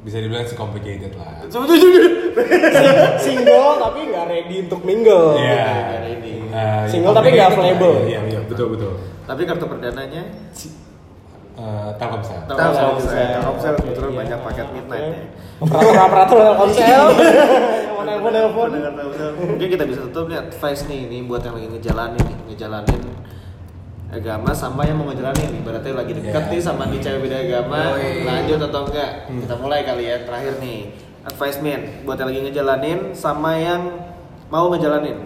Speaker 2: bisa dibilang sih complicated lah.
Speaker 3: single tapi nggak ready untuk mingle
Speaker 2: Iya.
Speaker 4: ini.
Speaker 2: Eh,
Speaker 3: Single tapi nggak
Speaker 2: complicated
Speaker 3: available.
Speaker 2: lah. Iya, iya, betul, betul.
Speaker 4: Tapi kartu perdananya
Speaker 2: Eh, Telkomsel.
Speaker 4: Telkomsel.
Speaker 3: Telkomsel.
Speaker 4: Telkomsel kebetulan
Speaker 3: Iya.
Speaker 4: banyak paket midnight ya.
Speaker 3: operator-operator Telkomsel mau telepon telepon
Speaker 4: Pendengar Telkomsel. Mungkin kita bisa tutup nih advice nih ini buat yang lagi ngejalanin nih, ngejalanin agama sama yang mau ngejalanin nih. Berarti lagi deket
Speaker 2: Iya.
Speaker 4: nih sama nih cewek beda agama,
Speaker 1: Yoi.
Speaker 4: lanjut atau enggak? Kita mulai kali ya terakhir nih. Advice men buat yang lagi ngejalanin sama yang mau ngejalanin.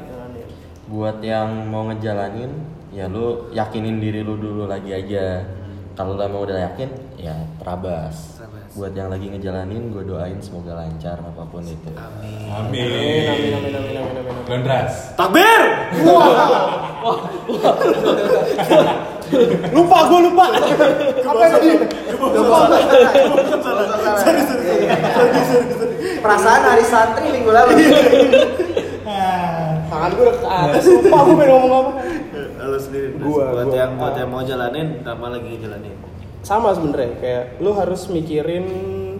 Speaker 7: buat yang mau ngejalanin ya lu yakinin diri lu dulu lagi aja kalau udah mau udah yakin ya terabas
Speaker 4: Terabas.
Speaker 7: buat yang lagi ngejalanin gue doain semoga lancar apapun itu
Speaker 12: Iya.
Speaker 4: Amin.
Speaker 3: amin amin
Speaker 2: Amin.
Speaker 3: amin amin amin amin
Speaker 2: Lendras.
Speaker 4: Takbir!
Speaker 3: lupa gue lupa
Speaker 1: Apa yang tadi? Sorry, sorry, sorry. Perasaan hari santri minggu lalu.
Speaker 3: tangan gue udah ke atas lupa gue pengen ngomong apa
Speaker 4: Lo sendiri Pres.
Speaker 3: Gua,
Speaker 4: buat
Speaker 3: gua.
Speaker 4: yang buat yang mau jalanin sama lagi ngejalanin.
Speaker 3: sama sebenarnya kayak lu harus mikirin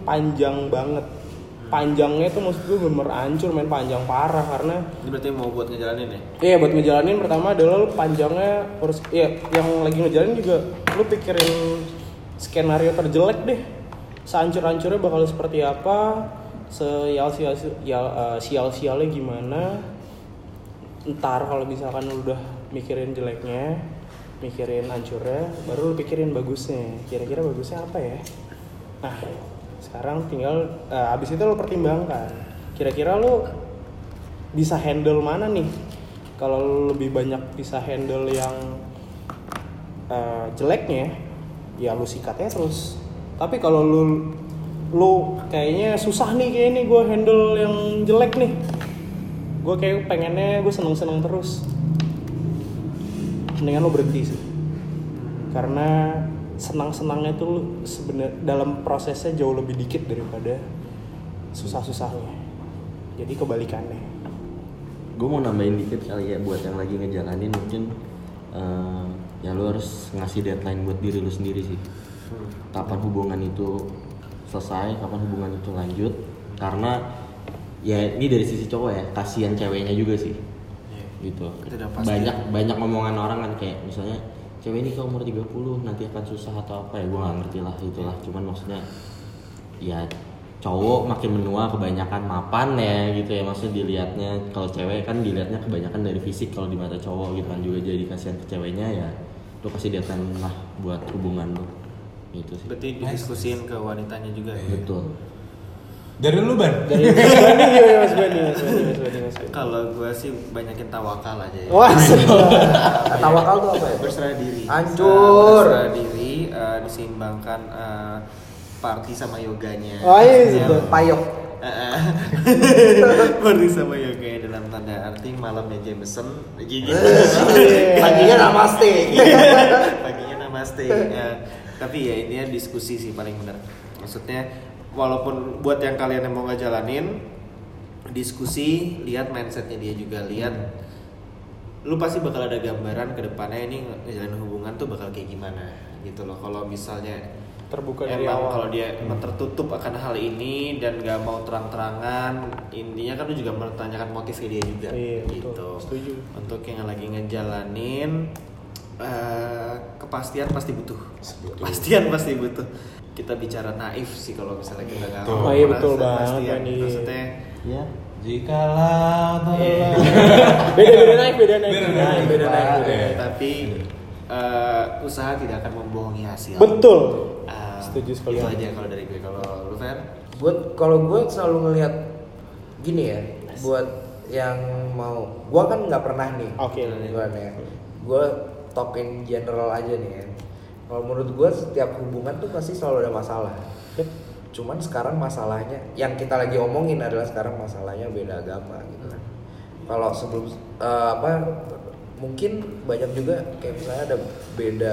Speaker 3: panjang banget panjangnya itu maksud gue bener hancur main panjang parah karena
Speaker 4: Ini berarti mau buat ngejalanin ya?
Speaker 3: Iya buat ngejalanin pertama adalah lu panjangnya harus iya yang lagi ngejalanin juga lu pikirin skenario terjelek deh sehancur-hancurnya bakal seperti apa seyal sial sial sialnya gimana ntar kalau misalkan lu udah mikirin jeleknya mikirin hancurnya baru lu pikirin bagusnya kira-kira bagusnya apa ya nah sekarang tinggal eh, abis itu lu pertimbangkan kira-kira lu bisa handle mana nih kalau lu lebih banyak bisa handle yang eh, jeleknya ya lu sikatnya terus tapi kalau lu lu kayaknya susah nih kayak ini gue handle yang jelek nih gue kayak pengennya gue seneng seneng terus mendingan lu berhenti sih karena senang senangnya tuh lu sebenar dalam prosesnya jauh lebih dikit daripada susah susahnya jadi kebalikannya
Speaker 7: gue mau nambahin dikit kali ya buat yang lagi ngejalanin mungkin eh, ya lo harus ngasih deadline buat diri lo sendiri sih kapan hubungan itu selesai kapan hubungan itu lanjut karena ya ini dari sisi cowok ya kasihan ceweknya juga sih gitu
Speaker 4: Itu udah pasti.
Speaker 7: banyak banyak omongan orang kan kayak misalnya cewek ini ke umur 30 nanti akan susah atau apa ya gue gak ngerti lah itulah cuman maksudnya ya cowok makin menua kebanyakan mapan ya gitu ya maksudnya dilihatnya kalau cewek kan dilihatnya kebanyakan dari fisik kalau di mata cowok gitu kan juga jadi kasihan ke ceweknya ya lu kasih deadline lah buat hubungan lu gitu sih
Speaker 4: Berarti didiskusin ke wanitanya juga.
Speaker 3: Iya.
Speaker 7: betul
Speaker 2: Dari lu ban?
Speaker 3: dari Mas Bani gimana Mas Bani Mas Bani Mas Bani Mas Bani
Speaker 4: Kalau gue sih banyakin tawakal aja ya.
Speaker 3: wah sudah.
Speaker 1: Tawakal tuh apa ya?
Speaker 4: berserah diri.
Speaker 1: Hancur.
Speaker 4: Berserah diri eh, diseimbangkan eh, party sama yoganya.
Speaker 3: Oh, iya,
Speaker 4: Ya,
Speaker 3: betul.
Speaker 1: Payok.
Speaker 4: Eh, party sama yoga dalam tanda arti malamnya Jameson
Speaker 1: Iya.
Speaker 4: gigi
Speaker 3: Iya.
Speaker 1: Paginya namaste.
Speaker 4: paginya namaste Ya, tapi ya ini diskusi sih paling benar maksudnya walaupun buat yang kalian yang mau ngejalanin diskusi lihat mindsetnya dia juga lihat lu pasti bakal ada gambaran ke depannya ini ngejalanin hubungan tuh bakal kayak gimana gitu loh kalau misalnya
Speaker 3: terbuka dari
Speaker 4: emang
Speaker 3: awal
Speaker 4: kalau dia emang tertutup akan hal ini dan gak mau terang-terangan intinya kan lu juga mempertanyakan motifnya dia juga
Speaker 3: Iya,
Speaker 4: gitu
Speaker 3: betul. Setuju.
Speaker 4: untuk yang lagi ngejalanin eh, kepastian pasti butuh kepastian pasti butuh kita bicara naif sih kalau misalnya kita nggak
Speaker 2: Betul.
Speaker 4: mau
Speaker 3: Oh, iya, betul
Speaker 4: merasa
Speaker 3: banget,
Speaker 4: kepastian.
Speaker 3: Bani.
Speaker 4: maksudnya
Speaker 7: ya
Speaker 2: Jikalau telah
Speaker 3: beda beda naik Iya. beda naik
Speaker 2: Beda naik, beda naik, Iya. beda naik.
Speaker 4: tapi eh, usaha tidak akan membohongi hasil
Speaker 3: betul
Speaker 4: Eh,
Speaker 3: Setuju sekali.
Speaker 4: itu aja kalau dari gue kalau lu Fer
Speaker 1: buat kalau gue selalu ngelihat gini ya buat yang mau gue kan nggak pernah nih
Speaker 3: Oke.
Speaker 1: duluan ya gue talk in general aja nih ya kalau menurut gue setiap hubungan tuh pasti selalu ada masalah
Speaker 3: Iya.
Speaker 1: cuman sekarang masalahnya yang kita lagi omongin adalah sekarang masalahnya beda agama gitu kan kalau sebelum eh, apa mungkin banyak juga kayak misalnya ada beda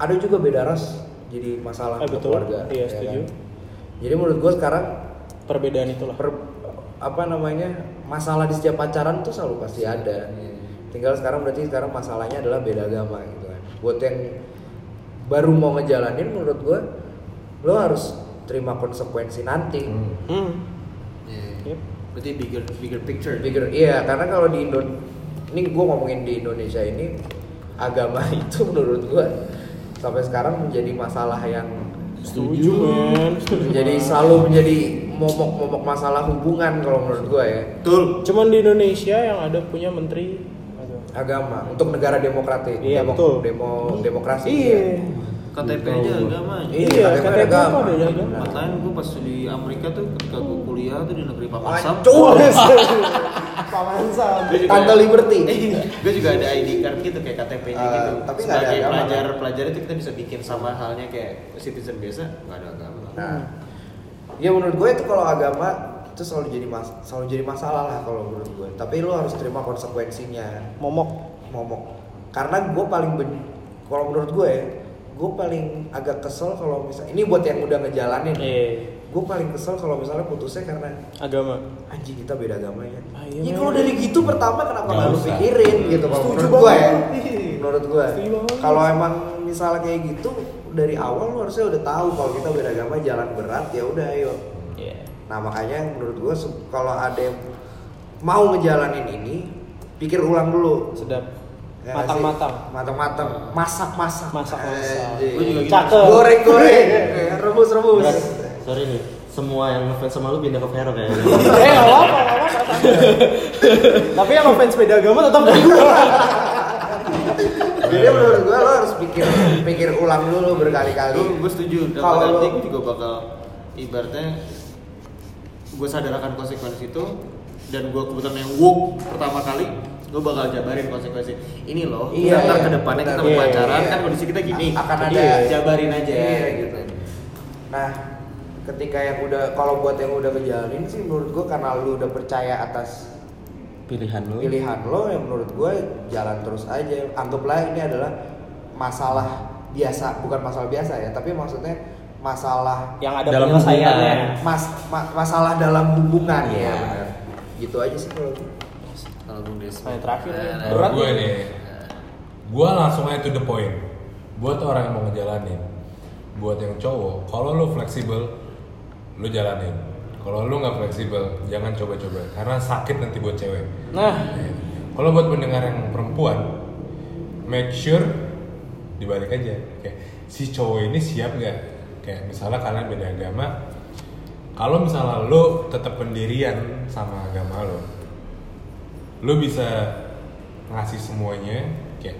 Speaker 1: ada juga beda ras jadi masalah
Speaker 3: Eh,
Speaker 1: untuk
Speaker 3: betul.
Speaker 1: keluarga
Speaker 3: Iya,
Speaker 1: ya kan?
Speaker 3: setuju.
Speaker 1: Jadi menurut gue sekarang
Speaker 3: perbedaan itulah
Speaker 1: per- apa namanya masalah di setiap pacaran tuh selalu pasti ada. Tinggal sekarang berarti sekarang masalahnya adalah beda agama gitu kan. Buat yang baru mau ngejalanin menurut gue lo harus terima konsekuensi nanti.
Speaker 3: hmm.
Speaker 4: Iya.
Speaker 3: Yep.
Speaker 4: berarti bigger bigger picture
Speaker 1: Bigger- iya karena kalau di Indo ini gue ngomongin di Indonesia ini agama itu menurut gue sampai sekarang menjadi masalah yang
Speaker 3: setuju Nah. man setuju
Speaker 1: jadi
Speaker 3: banget.
Speaker 1: selalu menjadi momok-momok masalah hubungan kalau menurut gua ya
Speaker 4: betul
Speaker 3: cuman di Indonesia yang ada punya menteri agama.
Speaker 1: agama untuk negara demokratik
Speaker 3: Iya,
Speaker 1: demo,
Speaker 3: betul.
Speaker 1: demo demokrasi
Speaker 3: iya
Speaker 4: KTP aja agama aja.
Speaker 1: Iya,
Speaker 3: iya
Speaker 1: KTP
Speaker 3: kata
Speaker 1: agama. Nah.
Speaker 3: gue ada agama
Speaker 4: Tempat lain gue pas di Amerika tuh ketika gue kuliah tuh di negeri Paman Sam
Speaker 1: Ancur.
Speaker 3: paman sam
Speaker 4: Gua juga-
Speaker 1: Tante Liberty.
Speaker 3: Iya.
Speaker 4: Gue juga ada ID card gitu kayak KTP-nya
Speaker 1: Eh,
Speaker 4: gitu.
Speaker 1: tapi nggak ada
Speaker 4: Sebagai
Speaker 1: agama.
Speaker 4: pelajar pelajar itu kita bisa bikin sama halnya kayak citizen biasa nggak ada agama.
Speaker 1: nah ya menurut gue itu kalau agama itu selalu jadi mas selalu jadi masalah lah kalau menurut gue tapi lo harus terima konsekuensinya
Speaker 3: momok
Speaker 1: momok karena gue paling ben- kalau menurut gue ya gue paling agak kesel kalau misalnya ini buat yang udah ngejalanin
Speaker 3: iya
Speaker 1: gue paling kesel kalau misalnya putusnya karena
Speaker 3: agama
Speaker 1: anjing kita beda agama ya.
Speaker 3: Ah, iya,
Speaker 1: ya
Speaker 3: memang.
Speaker 1: kalau dari gitu pertama kenapa
Speaker 2: Nggak
Speaker 1: nggak lu
Speaker 2: usah.
Speaker 1: pikirin gitu kalau
Speaker 3: Setuju
Speaker 1: menurut gua ya.
Speaker 3: banget.
Speaker 1: Menurut gua. ya.
Speaker 3: Setuju banget.
Speaker 1: Kalau emang misalnya kayak gitu dari awal lu harusnya udah tahu kalau kita beda agama jalan berat ya udah ayo.
Speaker 3: iya
Speaker 1: Nah makanya menurut gua se- kalau ada yang mau ngejalanin ini pikir ulang dulu
Speaker 3: sedap
Speaker 1: Ya,
Speaker 3: Matang-matang.
Speaker 1: sih? matang-matang masak-masak
Speaker 3: Masak-masak.
Speaker 1: Anjing.
Speaker 7: Gua juga gitu.
Speaker 3: Cakep. Iya.
Speaker 1: goreng-goreng rebus-rebus
Speaker 7: Berat. Sorry nih, semua yang ngefans sama lu pindah ke Vero kayaknya.
Speaker 3: Eh, nggak apa-apa, nggak apa-apa. Tapi yang fans beda agama tetap dari gua.
Speaker 1: jadi menurut gua lo harus pikir pikir ulang dulu berkali-kali
Speaker 4: gue setuju dalam
Speaker 1: Iya. Kalau
Speaker 4: arti
Speaker 1: lu-
Speaker 4: gue juga bakal ibaratnya gue sadar akan konsekuensi itu dan gue kebetulan yang woke pertama kali gue bakal jabarin konsekuensi ini loh
Speaker 1: Iya,
Speaker 4: ntar
Speaker 1: iya.
Speaker 4: ke depannya kita
Speaker 1: Benar,
Speaker 4: mau
Speaker 1: iya,
Speaker 4: pacaran
Speaker 1: iya.
Speaker 4: kan kondisi kita gini
Speaker 1: A- akan
Speaker 4: Jadi
Speaker 1: ada-
Speaker 4: jabarin aja
Speaker 1: Iya, gitu. Nah, ketika yang udah kalau buat yang udah ngejalanin sih menurut gua karena lu udah percaya atas
Speaker 7: Pilihan lu.
Speaker 1: pilihan lo yang menurut gue jalan terus aja anggaplah ini adalah masalah biasa bukan masalah biasa ya tapi maksudnya masalah
Speaker 3: Yang ada
Speaker 7: Dalam
Speaker 3: penyelesaiannya.
Speaker 7: ya.
Speaker 1: mas ma- masalah dalam hubungan
Speaker 4: Iya.
Speaker 1: ya benar. gitu aja sih menurut gue.
Speaker 4: kalau Bung Des
Speaker 3: Nah, yang terakhir nih.
Speaker 4: Nah,
Speaker 2: Kalau gue nih, gue langsung aja to the point. Buat orang yang mau ngejalanin, buat yang cowok, kalau lo fleksibel, lo jalanin. Kalau lo nggak fleksibel, jangan coba-coba karena sakit nanti buat cewek.
Speaker 3: Nah,
Speaker 2: Iya. Kalau buat pendengar yang perempuan, make sure dibalik aja. Kayak si cowok ini siap nggak? Kayak misalnya kalian beda agama, kalau misalnya lo tetap pendirian sama agama lo, lo bisa ngasih semuanya kayak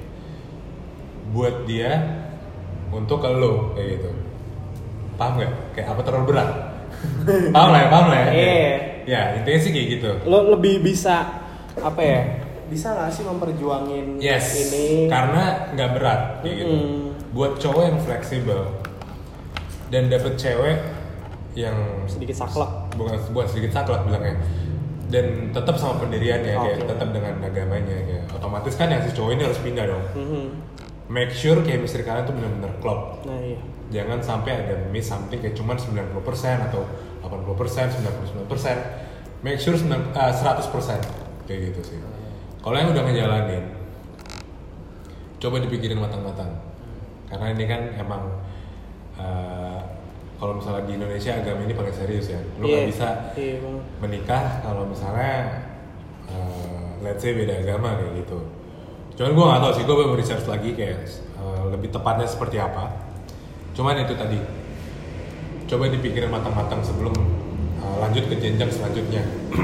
Speaker 2: buat dia untuk ke lo kayak gitu. Paham nggak? Kayak apa terlalu berat? paham lah ya, paham lah ya.
Speaker 3: Iya.
Speaker 2: Ya intinya sih kayak gitu.
Speaker 3: lo lebih bisa apa ya? Bisa nggak sih memperjuangin
Speaker 2: Yes.
Speaker 3: ini?
Speaker 2: Karena nggak berat kayak gitu.
Speaker 3: Mm-mm.
Speaker 2: Buat cowok yang fleksibel dan dapet cewek yang
Speaker 3: sedikit saklek.
Speaker 2: bukan buat sedikit saklek bilangnya dan tetap sama pendiriannya kayak
Speaker 3: Oke.
Speaker 2: tetap dengan agamanya kayak otomatis kan yang si cowok ini harus pindah dong
Speaker 3: Mhm.
Speaker 2: make sure chemistry kalian tuh benar-benar klop
Speaker 3: Nah, iya.
Speaker 2: jangan sampai ada miss something kayak cuman 90% atau 80% 99% make sure 9, eh, 100% kayak gitu sih kalau yang udah ngejalanin coba dipikirin matang-matang karena ini kan emang eh, kalau misalnya di Indonesia agama ini paling serius ya lu nggak
Speaker 3: Iya,
Speaker 2: bisa
Speaker 3: Iya, banget.
Speaker 2: menikah kalau misalnya eh, let's say beda agama kayak gitu cuman gue nggak tahu sih gue belum research lagi kayak eh, lebih tepatnya seperti apa cuman itu tadi coba dipikirin matang-matang sebelum eh, lanjut ke jenjang selanjutnya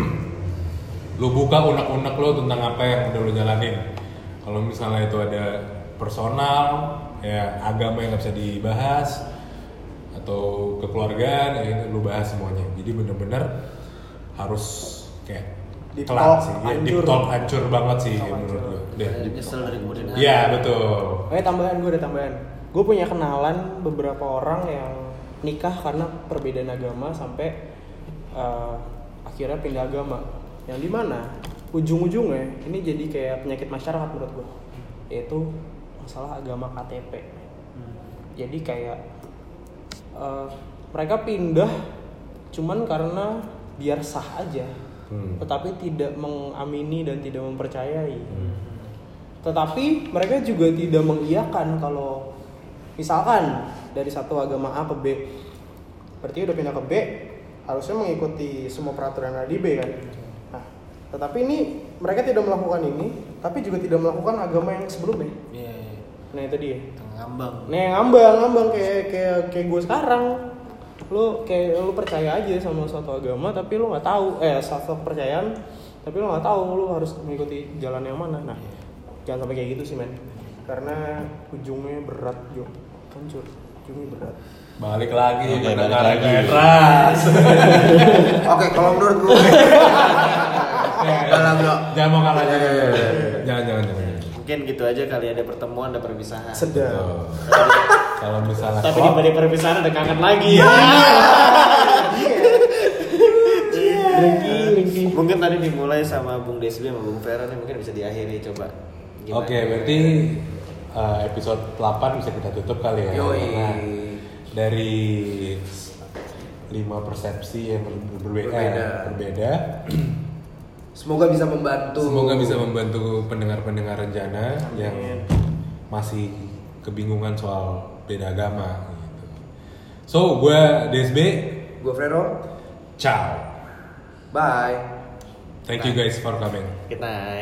Speaker 2: lu buka unek-unek lo tentang apa yang udah lo jalanin kalau misalnya itu ada personal ya agama yang nggak bisa dibahas atau kekeluargaan ya itu lu bahas semuanya jadi bener-bener harus kayak
Speaker 3: Deep
Speaker 2: kelar
Speaker 3: talk,
Speaker 2: sih ya, deep
Speaker 3: hancur.
Speaker 2: talk hancur banget sih kayak menurut gue deh
Speaker 4: nyesel dari kemudian hari
Speaker 2: Iya betul.
Speaker 3: Eh tambahan gue ada tambahan. Gue punya kenalan beberapa orang yang nikah karena perbedaan agama sampai eh, akhirnya pindah agama. Yang dimana ujung-ujungnya ini jadi kayak penyakit masyarakat menurut gue, yaitu masalah agama KTP. Jadi kayak eh, mereka pindah cuman karena biar sah aja,
Speaker 2: Hmm.
Speaker 3: tetapi tidak mengamini dan tidak mempercayai. Tetapi mereka juga tidak mengiyakan kalau misalkan dari satu agama A ke B, berarti udah pindah ke B, harusnya mengikuti semua peraturan yang ada di B kan. Nah, tetapi ini mereka tidak melakukan ini, tapi juga tidak melakukan agama yang sebelumnya.
Speaker 4: Iya, iya.
Speaker 3: Nah itu dia.
Speaker 4: ngambang
Speaker 3: Nah yang ngambang ngambang kayak kayak kayak gue sekarang, lu kayak lu percaya aja sama suatu agama tapi lu nggak tahu eh suatu kepercayaan tapi lu nggak tahu lu harus mengikuti jalan yang mana. Nah jangan sampai kayak gitu sih men, karena ujungnya berat jo, hancur, ujungnya berat.
Speaker 2: Balik lagi
Speaker 7: Oke,
Speaker 2: dengan
Speaker 7: balik
Speaker 2: arah
Speaker 7: lagi.
Speaker 2: keras.
Speaker 1: oke kalau menurut gue dalam lo
Speaker 2: Jangan mau kalah jangan. Jangan jangan jangan.
Speaker 4: mungkin gitu aja kali ada pertemuan ada perpisahan
Speaker 3: Sedang.
Speaker 2: Tuh. Kalau misalnya
Speaker 13: Tapi di
Speaker 2: klop,
Speaker 13: balik perpisahan ada kangen lagi.
Speaker 4: Iya.
Speaker 13: Iya.
Speaker 4: mungkin tadi dimulai sama Bung Desbi sama Bung Vera nih mungkin bisa diakhiri coba Gimana?
Speaker 2: Oke, berarti uh, episode 8 bisa kita tutup kali ya.
Speaker 1: Yoi.
Speaker 2: Karena dari s- lima persepsi yang ber- berbeda,
Speaker 1: Berbeda.
Speaker 2: berbeda.
Speaker 1: semoga bisa membantu
Speaker 2: Semoga bisa membantu pendengar-pendengar rencana yang masih kebingungan soal beda agama. Gitu. So, gue DSB,
Speaker 1: gue Frero
Speaker 2: ciao.
Speaker 1: bye
Speaker 2: Thank you guys for coming.
Speaker 4: Good night.